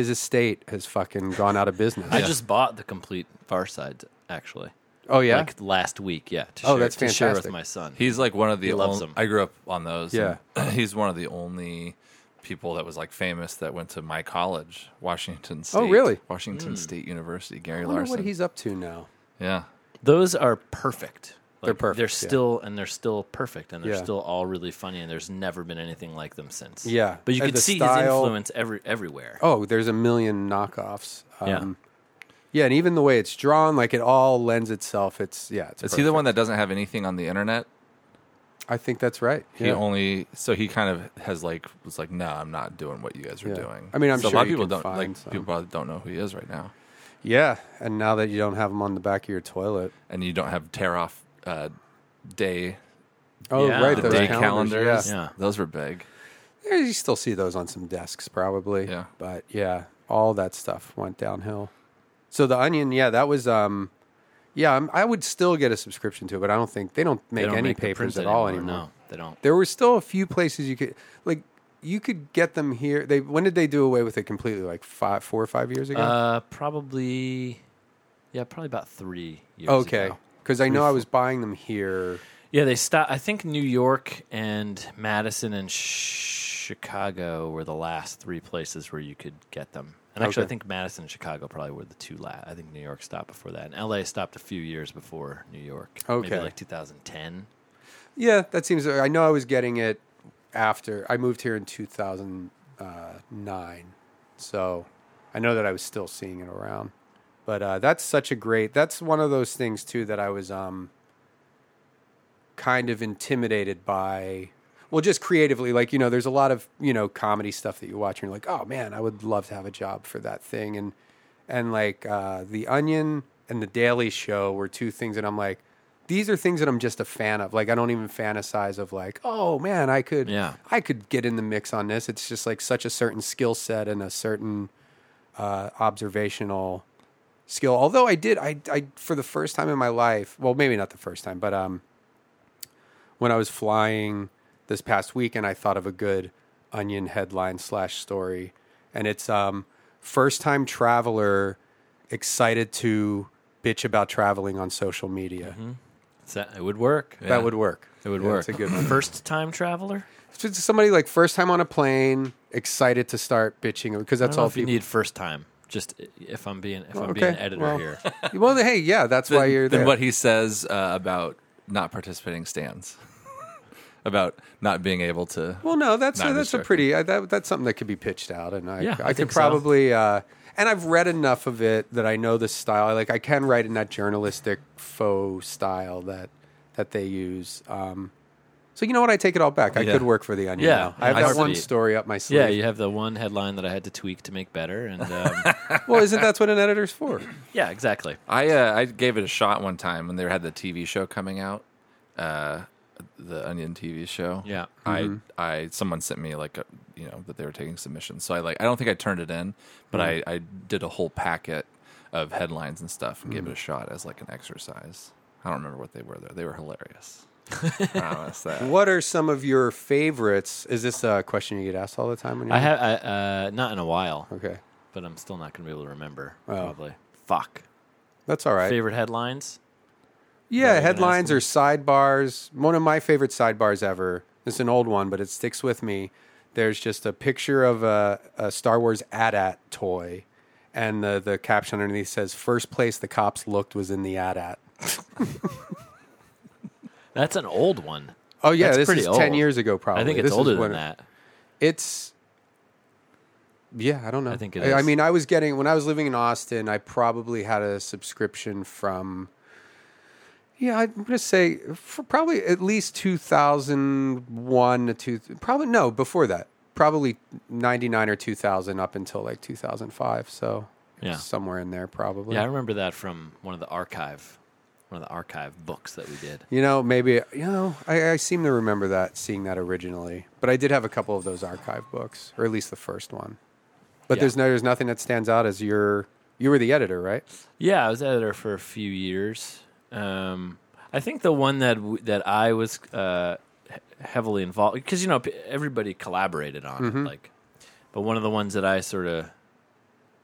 Speaker 2: his estate has fucking gone out of business.
Speaker 4: I just bought the complete Far Side actually.
Speaker 2: oh yeah.
Speaker 4: Like last week, yeah. To
Speaker 2: Oh,
Speaker 4: share,
Speaker 2: that's
Speaker 4: to share with
Speaker 2: fantastic.
Speaker 4: my son.
Speaker 3: He's like one of the
Speaker 4: He loves
Speaker 3: on-
Speaker 4: them.
Speaker 3: I grew up on those.
Speaker 2: Yeah.
Speaker 3: and he's one of the only people that was like famous that went to my college, Washington State.
Speaker 2: Oh, really?
Speaker 4: Hmm.
Speaker 3: Washington State University. Gary
Speaker 2: I wonder
Speaker 3: Larson.
Speaker 2: what he's up to now.
Speaker 3: yeah.
Speaker 4: Those are perfect.
Speaker 2: They're perfect,
Speaker 4: They're
Speaker 2: yeah.
Speaker 4: still and they're still perfect and they're
Speaker 2: Yeah.
Speaker 4: still all really funny and there's never been anything like them since.
Speaker 2: Yeah.
Speaker 4: But you
Speaker 2: And
Speaker 4: could
Speaker 2: the
Speaker 4: see his
Speaker 2: style-
Speaker 4: influence every everywhere.
Speaker 2: Oh, there's a million knockoffs. Um,
Speaker 4: Yeah.
Speaker 2: yeah, and even the way it's drawn, like it all lends itself. It's yeah, it's
Speaker 3: Is he the one that doesn't have anything on the internet?
Speaker 2: I think that's right.
Speaker 3: He
Speaker 2: yeah.
Speaker 3: only so he kind of has like was like, no, I'm not doing what you guys are
Speaker 2: Yeah.
Speaker 3: doing.
Speaker 2: I mean, I'm
Speaker 3: so
Speaker 2: sure
Speaker 3: a lot of
Speaker 2: you
Speaker 3: people
Speaker 2: can
Speaker 3: don't
Speaker 2: find
Speaker 3: like
Speaker 2: some.
Speaker 3: people probably don't know who he is right now,
Speaker 2: yeah, and now that you don't have them on the back of your toilet.
Speaker 3: and you don't have tear off uh, day uh,
Speaker 2: Oh,
Speaker 4: Yeah.
Speaker 2: right,
Speaker 4: The
Speaker 2: those
Speaker 3: day
Speaker 2: calendars.
Speaker 3: calendars.
Speaker 2: Yeah.
Speaker 4: Yeah.
Speaker 3: those were big.
Speaker 2: Yeah, you still see those on some desks, probably.
Speaker 3: Yeah.
Speaker 2: but yeah, all that stuff went downhill. So the onion, yeah, that was um, yeah, I'm, I would still get a subscription to it, but I don't think they don't
Speaker 4: They
Speaker 2: make
Speaker 4: don't
Speaker 2: any
Speaker 4: make the
Speaker 2: papers
Speaker 4: prints
Speaker 2: at all
Speaker 4: anymore.
Speaker 2: anymore.
Speaker 4: No, they don't.
Speaker 2: There were still a few places you could like you could get them here. They when did they do away with it completely? Like five, four or five years ago.
Speaker 4: Uh, probably, yeah, probably about three years.
Speaker 2: okay,
Speaker 4: ago.
Speaker 2: because I know I was buying them here.
Speaker 4: Yeah, they stopped. I think New York and Madison and Sh- Chicago were the last three places where you could get them. And actually,
Speaker 2: Okay.
Speaker 4: I think Madison and Chicago probably were the two last. I think New York stopped before that, and LA stopped a few years before New York.
Speaker 2: Okay.
Speaker 4: maybe like 2010.
Speaker 2: Yeah, that seems. I know I was getting it after I moved here in two thousand uh, nine, so I know that I was still seeing it around. But uh, that's such a great. That's one of those things too that I was um, kind of intimidated by. Well, just creatively, like you know, there's a lot of you know comedy stuff that you watch, and you're like, oh man, I would love to have a job for that thing, and and like uh, the Onion and the Daily Show were two things that I'm like, these are things that I'm just a fan of. Like I don't even fantasize of like, oh man, I could,
Speaker 4: Yeah.
Speaker 2: I could get in the mix on this. It's just like such a certain skill set and a certain uh, observational skill. Although I did, I, I for the first time in my life, well, maybe not the first time, but um, when I was flying this past weekend, I thought of a good onion headline slash story, and it's um, first time traveler excited to bitch about traveling on social media.
Speaker 4: So it would work.
Speaker 2: That would work.
Speaker 4: Mm-hmm. It would
Speaker 2: Yeah,
Speaker 4: work.
Speaker 2: It's a good one.
Speaker 4: First time traveler.
Speaker 2: It's just somebody like first time on a plane, excited to start bitching because
Speaker 4: I
Speaker 2: that's
Speaker 4: don't know
Speaker 2: all
Speaker 4: if you
Speaker 2: people.
Speaker 4: need first time Just i- if I'm being if I'm
Speaker 2: Okay,
Speaker 4: being editor
Speaker 2: well.
Speaker 4: here,
Speaker 2: Well, hey, yeah, that's why
Speaker 3: than-
Speaker 2: you're
Speaker 3: than
Speaker 2: there.
Speaker 3: what he says uh, about not participating stands, about not being able to.
Speaker 2: Well, no, that's
Speaker 3: Not
Speaker 2: a, that's a
Speaker 3: distracted.
Speaker 2: pretty I, that, that's something that could be pitched out, and I
Speaker 4: Yeah, I
Speaker 2: I, could
Speaker 4: think so.
Speaker 2: probably uh, and I've read enough of it that I know the style. I, Like I can write in that journalistic faux style that that they use. Um, so you know what? I take it all back. I
Speaker 3: Yeah.
Speaker 2: could work for the Onion.
Speaker 4: Yeah,
Speaker 2: now. I have
Speaker 4: in
Speaker 2: that
Speaker 4: a
Speaker 2: one
Speaker 4: heartbeat.
Speaker 2: story up my sleeve.
Speaker 4: yeah, you have the one headline that I had to tweak to make better, and um,
Speaker 2: Well, isn't that's what an editor's for?
Speaker 4: yeah, exactly.
Speaker 3: I uh, I gave it a shot one time when they had the TV show coming out, uh, the Onion TV show.
Speaker 4: Yeah.
Speaker 3: I
Speaker 2: Mm-hmm.
Speaker 3: I someone sent me like a, you know that they were taking submissions, so I like I don't think I turned it in, but I I did a whole packet of headlines and stuff and gave
Speaker 4: Mm.
Speaker 3: it a shot as like an exercise. I don't remember what they were though. They were hilarious. I promise that.
Speaker 2: What are some of your favorites? Is this a question you get asked all the time? When you're
Speaker 4: I have I, uh, not in a while,
Speaker 2: Okay,
Speaker 4: but I'm still not going to be able to remember. Probably. Fuck.
Speaker 2: that's all right.
Speaker 4: Favorite headlines?
Speaker 2: Yeah,
Speaker 4: gonna
Speaker 2: headlines
Speaker 4: ask
Speaker 2: or sidebars. One of my favorite sidebars ever. It's an old one, but it sticks with me. There's just a picture of a, a Star Wars AT-AT toy, and the, the caption underneath says, First place the cops looked was in the AT-AT.
Speaker 4: That's an old one.
Speaker 2: Oh, yeah,
Speaker 4: That's
Speaker 2: this
Speaker 4: pretty
Speaker 2: is 10
Speaker 4: old.
Speaker 2: years ago, probably.
Speaker 4: I think
Speaker 2: This
Speaker 4: it's
Speaker 2: is
Speaker 4: older than
Speaker 2: when-
Speaker 4: that.
Speaker 2: It's, yeah, I don't know.
Speaker 4: I think it
Speaker 2: I
Speaker 4: is.
Speaker 2: mean, I was getting, when I was living in Austin, I probably had a subscription from Yeah, I'm going to say for probably at least 2001 to two, probably no, before that. Probably 99 or 2000 up until like 2005. So
Speaker 4: Yeah.
Speaker 2: somewhere in there probably.
Speaker 4: Yeah, I remember that from one of the archive, one of the archive books that we did.
Speaker 2: You know, maybe, you know, I, I seem to remember that, seeing that originally. But I did have a couple of those archive books, or at least the first one. But
Speaker 4: Yeah.
Speaker 2: there's, no, there's nothing that stands out as your, you were the editor, right?
Speaker 4: Yeah, I was editor for a few years. Um, I think the one that w- that I was uh, he- heavily involved because you know p- everybody collaborated on it, like, but one of the ones that I sort of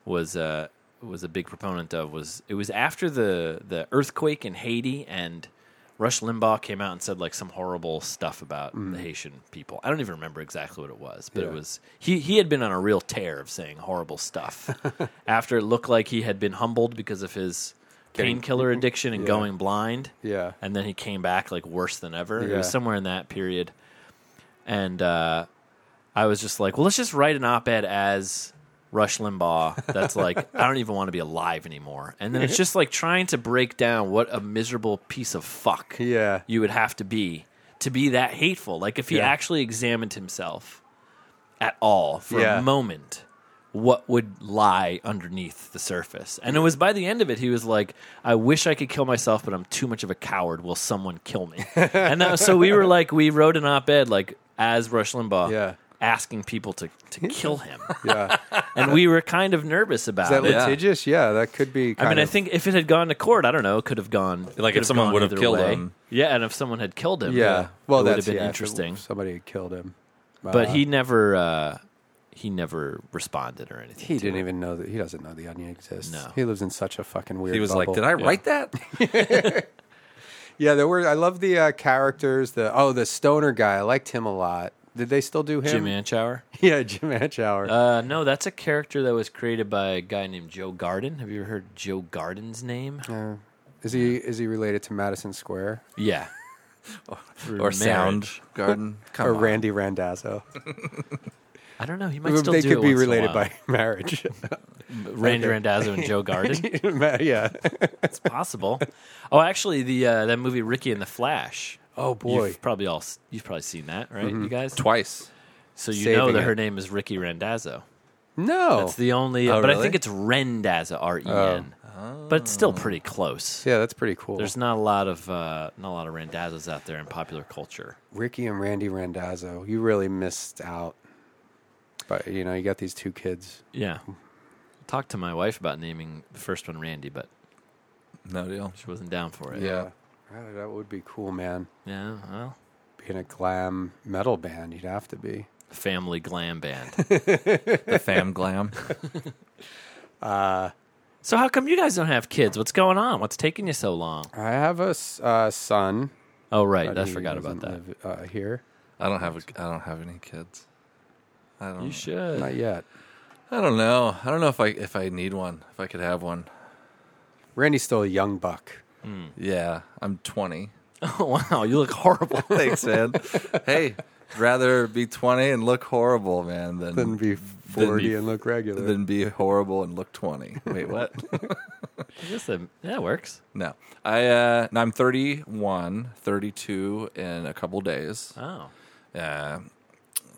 Speaker 4: was uh, was a big proponent of was it was after the the earthquake in Haiti and Rush Limbaugh came out and said like some horrible stuff about the Haitian people. I don't even remember exactly what it was, but it was he he had been on a real tear of saying horrible stuff after it looked like he had been humbled because of his painkiller addiction and going blind.
Speaker 2: Yeah.
Speaker 4: And then he came back like worse than ever. It
Speaker 2: Yeah.
Speaker 4: was somewhere in that period. And uh I was just like, well, let's just write an op-ed as Rush Limbaugh. That's like, I don't even want to be alive anymore. And then it's just like trying to break down what a miserable piece of fuck
Speaker 2: Yeah.
Speaker 4: you would have to be to be that hateful. Like if he
Speaker 2: Yeah.
Speaker 4: actually examined himself at all for
Speaker 2: Yeah.
Speaker 4: a moment, what would lie underneath the surface? And it was by the end of it, he was like, "I wish I could kill myself, but I'm too much of a coward. Will someone kill me?" and that, so we were like, we wrote an op-ed like as Rush Limbaugh.
Speaker 2: Yeah.
Speaker 4: Asking people to, to kill him,
Speaker 2: Yeah.
Speaker 4: and we were kind of nervous about
Speaker 2: Is that
Speaker 4: it.
Speaker 3: Yeah.
Speaker 2: litigious? Yeah, that could be.
Speaker 4: I mean,
Speaker 2: kind
Speaker 4: I
Speaker 2: of-
Speaker 4: think if it had gone to court, I don't know, it could have gone. could
Speaker 3: if
Speaker 4: have
Speaker 3: someone
Speaker 4: gone
Speaker 3: would have
Speaker 4: either
Speaker 3: killed
Speaker 4: way.
Speaker 3: him.
Speaker 4: Yeah, and if someone had killed him,
Speaker 2: Yeah. Well,
Speaker 4: it would
Speaker 2: that's
Speaker 4: have been
Speaker 2: yeah, if it-
Speaker 4: interesting.
Speaker 2: Somebody had killed him.
Speaker 4: But
Speaker 2: Uh,
Speaker 4: he never, uh, he never responded or anything.
Speaker 2: He
Speaker 4: to
Speaker 2: didn't
Speaker 4: it.
Speaker 2: even know that he doesn't know the onion exists.
Speaker 4: No.
Speaker 2: He lives in such a fucking weird.
Speaker 3: He was like,
Speaker 2: bubble.
Speaker 3: "Did I write that?"
Speaker 2: Yeah, there were. I love the uh, characters. The oh, the stoner guy. I liked him a lot. Did they still do him?
Speaker 4: Jim Anchower.
Speaker 2: Yeah, Jim Anchower.
Speaker 4: Uh, no, that's a character that was created by a guy named Joe Garden. Have you ever heard Joe Garden's name?
Speaker 2: is he is he related to Madison Square
Speaker 4: Yeah.
Speaker 3: or
Speaker 4: marriage.
Speaker 3: Sound Garden Come
Speaker 2: or
Speaker 3: on.
Speaker 2: Randy Randazzo?
Speaker 4: I don't know. He might still
Speaker 2: they
Speaker 4: do
Speaker 2: could
Speaker 4: it
Speaker 2: be
Speaker 4: once in a
Speaker 2: related
Speaker 4: while.
Speaker 2: by marriage.
Speaker 4: Randy Randazzo and Joe Garden.
Speaker 2: yeah.
Speaker 4: it's possible. Oh, actually, the uh, that movie Ricky and the Flash.
Speaker 2: Oh boy. Mm-hmm.
Speaker 4: You've probably all s- you've probably seen that, right? You guys.
Speaker 3: twice.
Speaker 4: So you
Speaker 2: Saving
Speaker 4: know that
Speaker 2: it.
Speaker 4: her name is Ricky Randazzo.
Speaker 2: no.
Speaker 4: That's the only,
Speaker 3: Oh,
Speaker 4: but I
Speaker 3: really?
Speaker 4: think it's Rendazzo, R E N.
Speaker 2: Oh.
Speaker 4: But it's still pretty close.
Speaker 2: yeah, that's pretty cool.
Speaker 4: There's not a lot of uh, not a lot of Randazzos out there in popular culture.
Speaker 2: Ricky and Randy Randazzo. You really missed out. But you know, you got these two kids.
Speaker 4: Yeah, talked to my wife about naming the first one Randy, but
Speaker 3: No deal.
Speaker 4: she wasn't down for it.
Speaker 3: Yeah.
Speaker 2: Oh, that would be cool, man.
Speaker 4: yeah. Well,
Speaker 2: Being a glam metal band, you'd have to be.
Speaker 4: family glam band.
Speaker 3: The fam glam.
Speaker 4: so how come you guys don't have kids? What's going on? What's taking you so long?
Speaker 2: I have a s- uh, son.
Speaker 4: Oh right,
Speaker 2: but
Speaker 4: I
Speaker 2: he
Speaker 4: forgot about that.
Speaker 2: doesn't live, uh, here,
Speaker 3: I don't have a, I don't have any kids. I don't
Speaker 4: You should.
Speaker 2: not yet.
Speaker 3: I don't know. I don't know if I if I need one. If I could have one.
Speaker 2: Randy's still a young buck.
Speaker 3: Yeah, I'm 20.
Speaker 4: Oh wow, you look horrible.
Speaker 3: Thanks, man. hey, rather be 20 and look horrible, man, than
Speaker 2: Than be 40 and look regular.
Speaker 3: than be horrible and look 20. Wait, what?
Speaker 4: I guess that, that works.
Speaker 3: no. I uh no, I'm 31, 32 in a couple days.
Speaker 4: Oh,
Speaker 3: Yeah.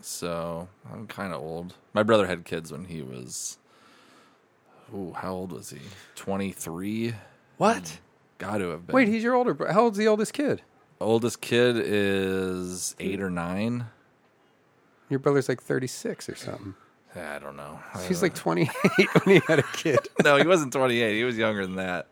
Speaker 3: So I'm kind of old. My brother had kids when he was. Ooh, how old was he? 23.
Speaker 2: what?
Speaker 3: Got to have been.
Speaker 2: Wait, he's your older brother. How old's the oldest kid?
Speaker 3: oldest kid is eight or nine.
Speaker 2: Your brother's like 36 or something.
Speaker 3: I don't know.
Speaker 2: He's like 28 when he had a kid.
Speaker 3: no, he wasn't 28. He was younger than that.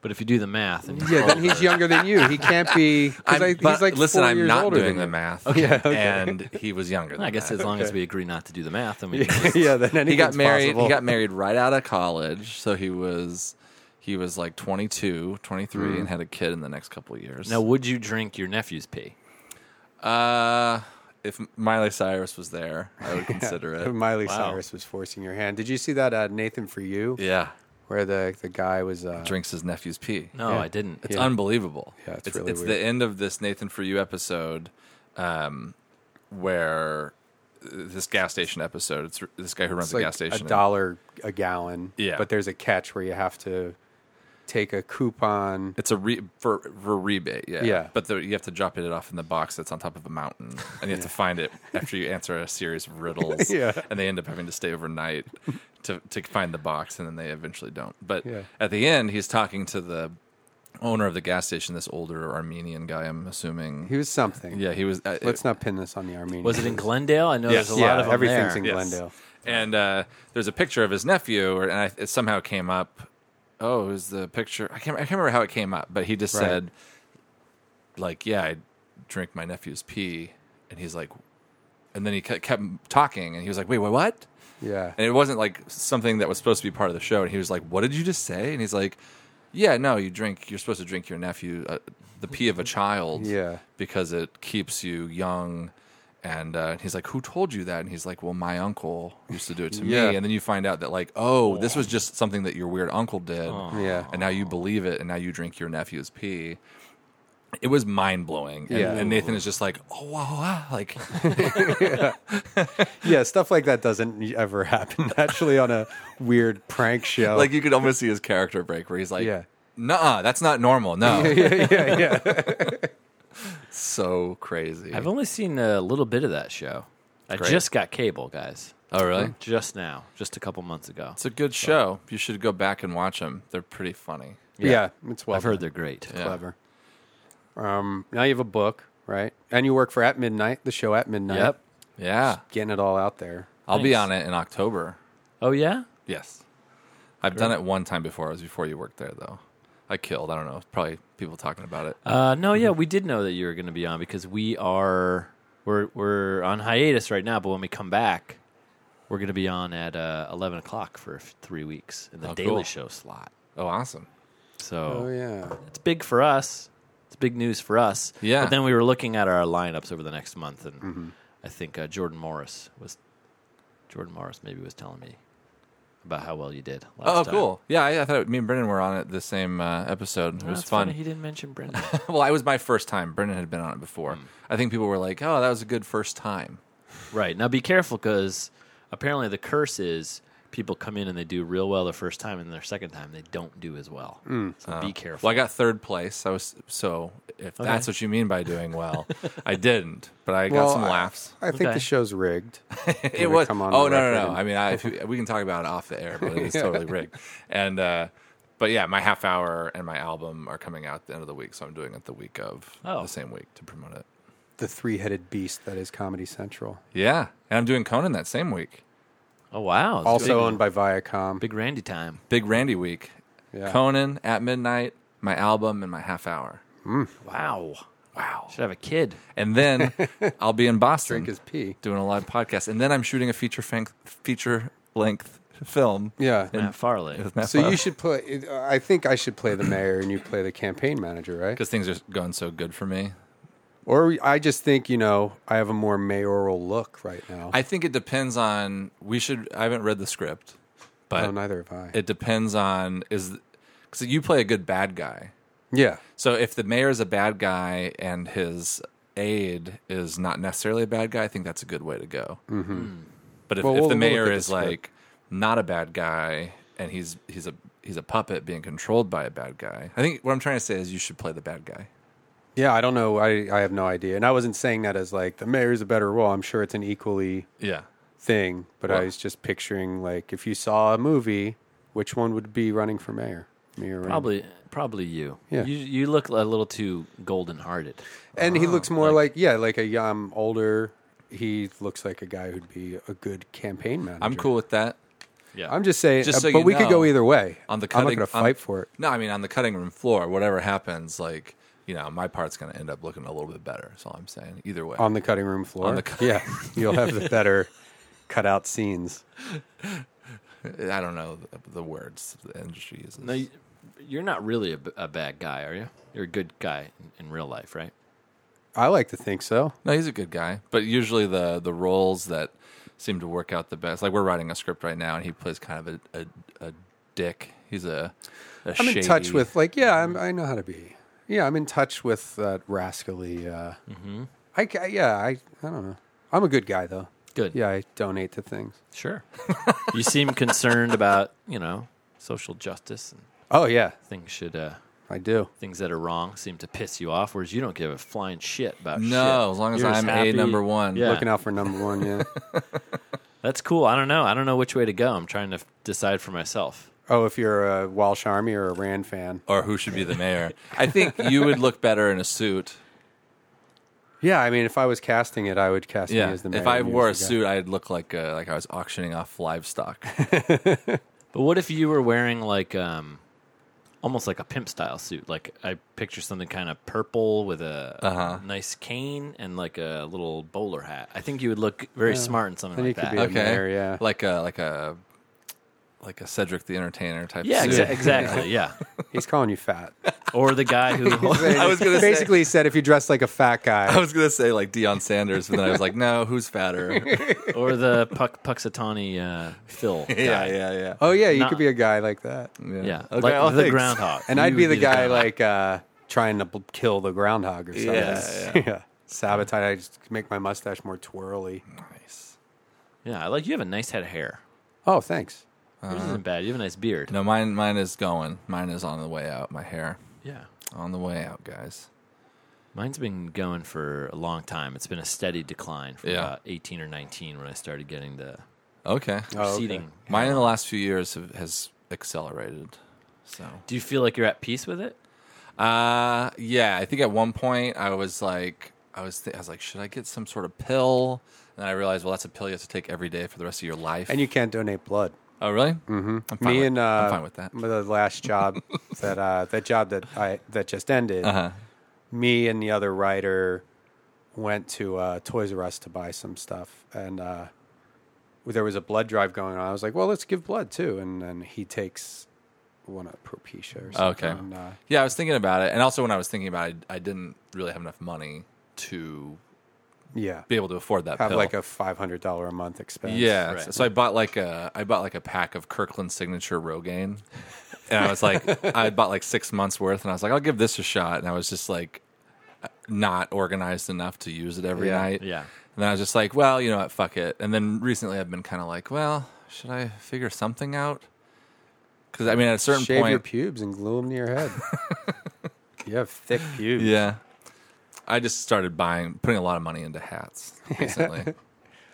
Speaker 4: but if you do the math, and you
Speaker 2: Yeah, then
Speaker 4: solve
Speaker 2: he's younger than you. He can't be. 'cause
Speaker 3: I'm-
Speaker 2: I-
Speaker 3: but
Speaker 2: he's like
Speaker 3: listen,
Speaker 2: four
Speaker 3: I'm
Speaker 2: years
Speaker 3: not
Speaker 2: older
Speaker 3: doing the
Speaker 2: than you.
Speaker 3: math.
Speaker 2: Okay, okay.
Speaker 3: And he was younger. Than
Speaker 4: I guess
Speaker 3: that.
Speaker 4: as long as we agree not to do the math, then we
Speaker 2: yeah, then anything's
Speaker 3: he got married.
Speaker 2: Possible.
Speaker 3: He got married right out of college, so he was he was like 22, 23, and had a kid in the next couple of years.
Speaker 4: Now, would you drink your nephew's pee?
Speaker 3: Uh, if Miley Cyrus was there, I would consider it.
Speaker 2: Miley Cyrus was forcing your hand. Did you see that uh, Nathan for you,
Speaker 3: Yeah,
Speaker 2: where the the guy was? Uh,
Speaker 3: drinks his nephew's pee.
Speaker 4: No, I didn't.
Speaker 3: It's unbelievable.
Speaker 2: Yeah, it's really
Speaker 3: it's
Speaker 2: weird.
Speaker 3: the end of this Nathan for You episode, um, where this gas station episode. It's r- this guy who runs
Speaker 2: it's
Speaker 3: the
Speaker 2: like
Speaker 3: gas station.
Speaker 2: a dollar a gallon.
Speaker 3: Yeah.
Speaker 2: but there's a catch where you have to take a coupon.
Speaker 3: It's a re- for for rebate, yeah.
Speaker 2: Yeah.
Speaker 3: But the, you have to drop it off in the box that's on top of a mountain, and you have to find it after you answer a series of riddles.
Speaker 2: Yeah.
Speaker 3: And they end up having to stay overnight to to find the box, and then they eventually don't. But
Speaker 2: Yeah.
Speaker 3: at the end, he's talking to the owner of the gas station, this older Armenian guy. I'm assuming.
Speaker 2: He was something.
Speaker 3: yeah, he was. Uh,
Speaker 2: Let's not pin this on the Armenian.
Speaker 4: Was it in Glendale? I know
Speaker 3: Yes.
Speaker 4: there's a
Speaker 2: Yeah,
Speaker 4: lot of them
Speaker 2: everything's in
Speaker 4: there.
Speaker 2: Glendale.
Speaker 3: And uh, there's a picture of his nephew, or, and I, it somehow came up. Oh, it was the picture. I can't, I can't remember how it came up, but he just
Speaker 2: Right.
Speaker 3: said, like, yeah, I drink my nephew's pee. And he's like, and then he ke- kept talking, and he was like, wait, wait, what?
Speaker 2: Yeah,
Speaker 3: And it wasn't like something that was supposed to be part of the show. And he was like, what did you just say? And he's like, yeah, no, you drink, you're supposed to drink your nephew, uh, the pee of a child
Speaker 2: Yeah.
Speaker 3: because it keeps you young. And uh, he's like, "Who told you that?" And he's like, "Well, my uncle used to do it to
Speaker 2: Yeah.
Speaker 3: me." And then you find out that, like, oh, this was just something that your weird uncle did,
Speaker 2: Yeah.
Speaker 3: And now you believe it, and now you drink your nephew's pee. It was mind blowing, and,
Speaker 2: Yeah.
Speaker 3: and Nathan is just like, "Oh, wow, wow," like,
Speaker 2: yeah. Stuff like that doesn't ever happen naturally on a weird prank show.
Speaker 3: like you could almost see his character break, where he's like,
Speaker 2: Oh. Yeah.
Speaker 3: "Nah, that's not normal." No,
Speaker 2: yeah, yeah, yeah.
Speaker 3: so crazy.
Speaker 4: I've only seen a little bit of that show. I
Speaker 3: Great.
Speaker 4: just got cable, guys. Mm-hmm.
Speaker 3: oh, really?
Speaker 4: Just now, just a couple months ago.
Speaker 3: It's a good show. You should go back and watch them. They're pretty funny.
Speaker 2: Yeah, it's well.
Speaker 4: I've heard they're great.
Speaker 3: Yeah.
Speaker 2: clever. Um, now you have a book, right? And you work for At Midnight, the show At Midnight.
Speaker 4: Yep.
Speaker 3: Yeah,
Speaker 2: Getting it all out there.
Speaker 3: I'll be on
Speaker 4: Thanks.
Speaker 3: it in October.
Speaker 4: Oh yeah,
Speaker 3: Yes. I've done it one time before. It was before you worked there, though. I killed. I don't know. Probably people talking about it.
Speaker 4: Uh, no,
Speaker 3: Mm-hmm.
Speaker 4: yeah, we did know that you were going to be on because we are we're we're on hiatus right now, but when we come back, we're going to be on at uh, eleven o'clock for f- three weeks in the
Speaker 3: Oh,
Speaker 4: Daily
Speaker 3: cool.
Speaker 4: Show slot.
Speaker 3: Oh, awesome.
Speaker 4: So
Speaker 2: Oh yeah.
Speaker 4: it's big for us. It's big news for us.
Speaker 3: Yeah. Mm-hmm.
Speaker 4: But then we were looking at our lineups over the next month, and I think uh, Jordan Morris was Jordan Morris maybe was telling me about how well you did. Last
Speaker 3: Oh,
Speaker 4: time.
Speaker 3: cool. Yeah, I, I thought me and Brendan were on it the same uh, episode. It
Speaker 4: Oh,
Speaker 3: was
Speaker 4: that's
Speaker 3: fun.
Speaker 4: funny, He didn't mention Brendan.
Speaker 3: well, I was my first time. Brendan had been on it before. I think people were like, "Oh, that was a good first time."
Speaker 4: Right. Now be careful because apparently the curse is people come in and they do real well the first time and their second time they don't do as well.
Speaker 3: Mm.
Speaker 4: So
Speaker 3: Uh,
Speaker 4: be careful.
Speaker 3: Well, I got third place. I was so. If that's what you mean by doing well, I didn't, but I got
Speaker 2: Well,
Speaker 3: some
Speaker 2: I-
Speaker 3: laughs.
Speaker 2: I think
Speaker 4: Okay.
Speaker 2: the show's rigged.
Speaker 3: it
Speaker 2: would
Speaker 3: was.
Speaker 2: come on
Speaker 3: oh
Speaker 2: the
Speaker 3: no, no,
Speaker 2: record
Speaker 3: no.
Speaker 2: and-
Speaker 3: I mean, I, if we, we can talk about it off the air, but it's totally rigged. And uh, but yeah, my half hour and my album are coming out at the end of the week, so I'm doing it the week of
Speaker 4: Oh.
Speaker 3: the same week to promote it.
Speaker 2: The three-headed beast that is Comedy Central,
Speaker 3: Yeah, and I'm doing Conan that same week.
Speaker 4: oh wow. It's
Speaker 2: also
Speaker 4: big,
Speaker 2: owned by Viacom.
Speaker 4: Big Randy time.
Speaker 3: Big Randy week.
Speaker 2: Yeah.
Speaker 3: Conan at midnight, my album and my half hour.
Speaker 4: Wow.
Speaker 3: Wow.
Speaker 4: Should have a kid.
Speaker 3: And then I'll be in Boston
Speaker 2: Drink his pee.
Speaker 3: doing a live podcast, and then I'm shooting a feature fank- feature length film.
Speaker 2: Yeah.
Speaker 4: Matt Farley.
Speaker 3: with Matt
Speaker 2: So you should play. I think I should play the mayor, and you play the campaign manager, right?
Speaker 3: because things are going so good for me.
Speaker 2: Or I just think, you know, I have a more mayoral look right now.
Speaker 3: I think it depends on. We should. I haven't read the script, but
Speaker 2: oh, neither have I.
Speaker 3: it depends on is because you play a good bad guy.
Speaker 2: yeah.
Speaker 3: So if the mayor is a bad guy and his aide is not necessarily a bad guy, I think that's a good way to go. Mm-hmm. But if,
Speaker 2: Well,
Speaker 3: if
Speaker 2: we'll-
Speaker 3: the
Speaker 2: we'll
Speaker 3: mayor
Speaker 2: look at the
Speaker 3: is
Speaker 2: script.
Speaker 3: like not a bad guy and he's he's a he's a puppet being controlled by a bad guy, I think what I'm trying to say is you should play the bad guy.
Speaker 2: Yeah, I don't know. I, I have no idea. And I wasn't saying that as like the mayor's a better role. I'm sure it's an equally
Speaker 3: Yeah.
Speaker 2: thing, but I
Speaker 3: Well-
Speaker 2: was just picturing like if you saw a movie, which one would be running for mayor? Me or Randy?
Speaker 4: Probably, probably you.
Speaker 2: Yeah.
Speaker 4: You you look a little too golden hearted.
Speaker 2: And he
Speaker 3: Ah,
Speaker 2: looks more like, yeah, like a um, older. He looks like a guy who'd be a good campaign manager.
Speaker 3: I'm cool with that.
Speaker 4: Yeah.
Speaker 2: I'm just saying,
Speaker 3: Just so
Speaker 2: uh, but
Speaker 3: you
Speaker 2: we could go
Speaker 3: know,
Speaker 2: either way.
Speaker 3: On the
Speaker 2: I'm
Speaker 3: cutting,
Speaker 2: not going to
Speaker 3: on-
Speaker 2: fight for it.
Speaker 3: No, I mean on the cutting room floor. Whatever happens, like you know, my part's going to end up looking a little bit better. That's all I'm saying. Either way,
Speaker 2: on the cutting room floor.
Speaker 3: On the cut-
Speaker 2: yeah, you'll have the better cutout scenes.
Speaker 3: I don't know the, the words the industry uses.
Speaker 4: No, you- you're not really a, b- a bad guy, are you? You're a good guy in, in real life, right?
Speaker 2: I like to think so.
Speaker 3: No, he's a good guy. But usually the the roles that seem to work out the best. Like we're writing a script right now, and he plays kind of a a, a dick. He's a, a
Speaker 2: I'm in
Speaker 3: shady- Mm-hmm.
Speaker 2: touch with like, yeah, I'm, I know how to be. Yeah, I'm in touch with that rascally. Uh,
Speaker 3: Mm-hmm.
Speaker 2: I ca- yeah, I I don't know. I'm a good guy though.
Speaker 4: Good.
Speaker 2: Yeah, I donate to things.
Speaker 4: Sure. you seem concerned about you know social justice and
Speaker 2: Oh yeah,
Speaker 4: things should uh,
Speaker 2: I do.
Speaker 4: things that are wrong seem to piss you off, whereas you don't give a flying shit about shit.
Speaker 3: No, as long as
Speaker 4: You're just
Speaker 3: I'm
Speaker 4: happy-
Speaker 3: a number one.
Speaker 4: Yeah.
Speaker 2: Looking out for number one. Yeah.
Speaker 4: That's cool. I don't know. I don't know which way to go. I'm trying to f- decide for myself.
Speaker 2: oh, if you're a Walsh Army or a Rand fan.
Speaker 3: Or who should be the mayor? I think you would look better in a suit.
Speaker 2: Yeah, I mean, if I was casting it, I would cast me
Speaker 3: Yeah.
Speaker 2: as the mayor.
Speaker 3: If I
Speaker 2: and you
Speaker 3: wore a
Speaker 2: as the guy.
Speaker 3: suit, I'd look like uh like I was auctioning off livestock.
Speaker 4: But what if you were wearing like um almost like a pimp style suit? Like I picture something kind of purple with a
Speaker 3: Uh-huh.
Speaker 4: nice cane and like a little bowler hat. I think you would look very smart in something
Speaker 2: then
Speaker 4: like
Speaker 2: you could
Speaker 4: that.
Speaker 2: be a-
Speaker 3: okay.
Speaker 2: mayor, yeah.
Speaker 3: Like a like a like a Cedric the Entertainer type.
Speaker 4: yeah,
Speaker 3: suit.
Speaker 4: exa- exactly. Yeah.
Speaker 2: he's calling you fat.
Speaker 4: Or the guy who
Speaker 3: I was gonna say-
Speaker 2: basically he said if you dress like a fat guy,
Speaker 3: I was gonna say like Deion Sanders, but then I was like, no, who's fatter?
Speaker 4: or the Puck Puxatawny uh Phil. Guy.
Speaker 3: yeah, yeah, yeah.
Speaker 2: Oh yeah, you
Speaker 4: Nah.
Speaker 2: could be a guy like that,
Speaker 3: Yeah.
Speaker 4: Yeah.
Speaker 3: Okay,
Speaker 4: like
Speaker 3: well,
Speaker 4: the
Speaker 3: thanks.
Speaker 4: groundhog.
Speaker 2: and
Speaker 4: You
Speaker 2: I'd be
Speaker 4: would
Speaker 2: the guy
Speaker 4: groundhog.
Speaker 2: like uh, trying to bl- kill the groundhog or something.
Speaker 3: Yeah,
Speaker 2: Sabotage. I just make my mustache more twirly.
Speaker 4: Yeah, I like you have a nice head of hair.
Speaker 2: Oh, thanks.
Speaker 4: Yours isn't bad. You have a nice beard.
Speaker 3: Uh-huh. No, mine mine is going. Mine is on the way out. My hair
Speaker 4: Yeah.
Speaker 3: on the way out, guys.
Speaker 4: Mine's been going for a long time. It's been a steady decline from
Speaker 3: Yeah.
Speaker 4: about 18 or 19 when I started getting the
Speaker 3: Okay.
Speaker 2: Oh, okay.
Speaker 4: receding.
Speaker 3: Mine in the last few years have, has accelerated. So,
Speaker 4: Do you feel like you're at peace with it?
Speaker 3: uh, yeah, I think at one point I was like, I was, th- I was like, should I get some sort of pill? And I realized, well, that's a pill you have to take every day for the rest of your life.
Speaker 2: And you can't donate blood.
Speaker 3: oh, really? Mm-hmm. I'm fine
Speaker 2: Me
Speaker 3: with,
Speaker 2: and uh,
Speaker 3: I'm fine with that.
Speaker 2: The last job that uh, that job that I that just ended.
Speaker 3: Uh-huh.
Speaker 2: Me and the other writer went to uh, Toys R Us to buy some stuff, and uh, there was a blood drive going on. I was like, "Well, let's give blood too," and then he takes one of Propecia or something.
Speaker 3: Okay.
Speaker 2: and, uh,
Speaker 3: Yeah, I was thinking about it, and also when I was thinking about it, I didn't really have enough money to
Speaker 2: yeah,
Speaker 3: be able to afford that
Speaker 2: have
Speaker 3: pill.
Speaker 2: like a five hundred dollar a month expense.
Speaker 3: Yeah.
Speaker 4: Right.
Speaker 3: So I bought like a I bought like a pack of Kirkland Signature Rogaine, and I was like, I bought like six months worth, and I was like, I'll give this a shot, and I was just like, not organized enough to use it every
Speaker 2: Yeah.
Speaker 3: night.
Speaker 4: Yeah.
Speaker 3: And then I was just like, well, you know what, fuck it. And then recently I've been kind of like, well, should I figure something out? Because I mean, at a certain
Speaker 2: shave
Speaker 3: point,
Speaker 2: your pubes and glue them to your head. you have thick pubes.
Speaker 3: yeah. I just started buying, putting a lot of money into hats recently.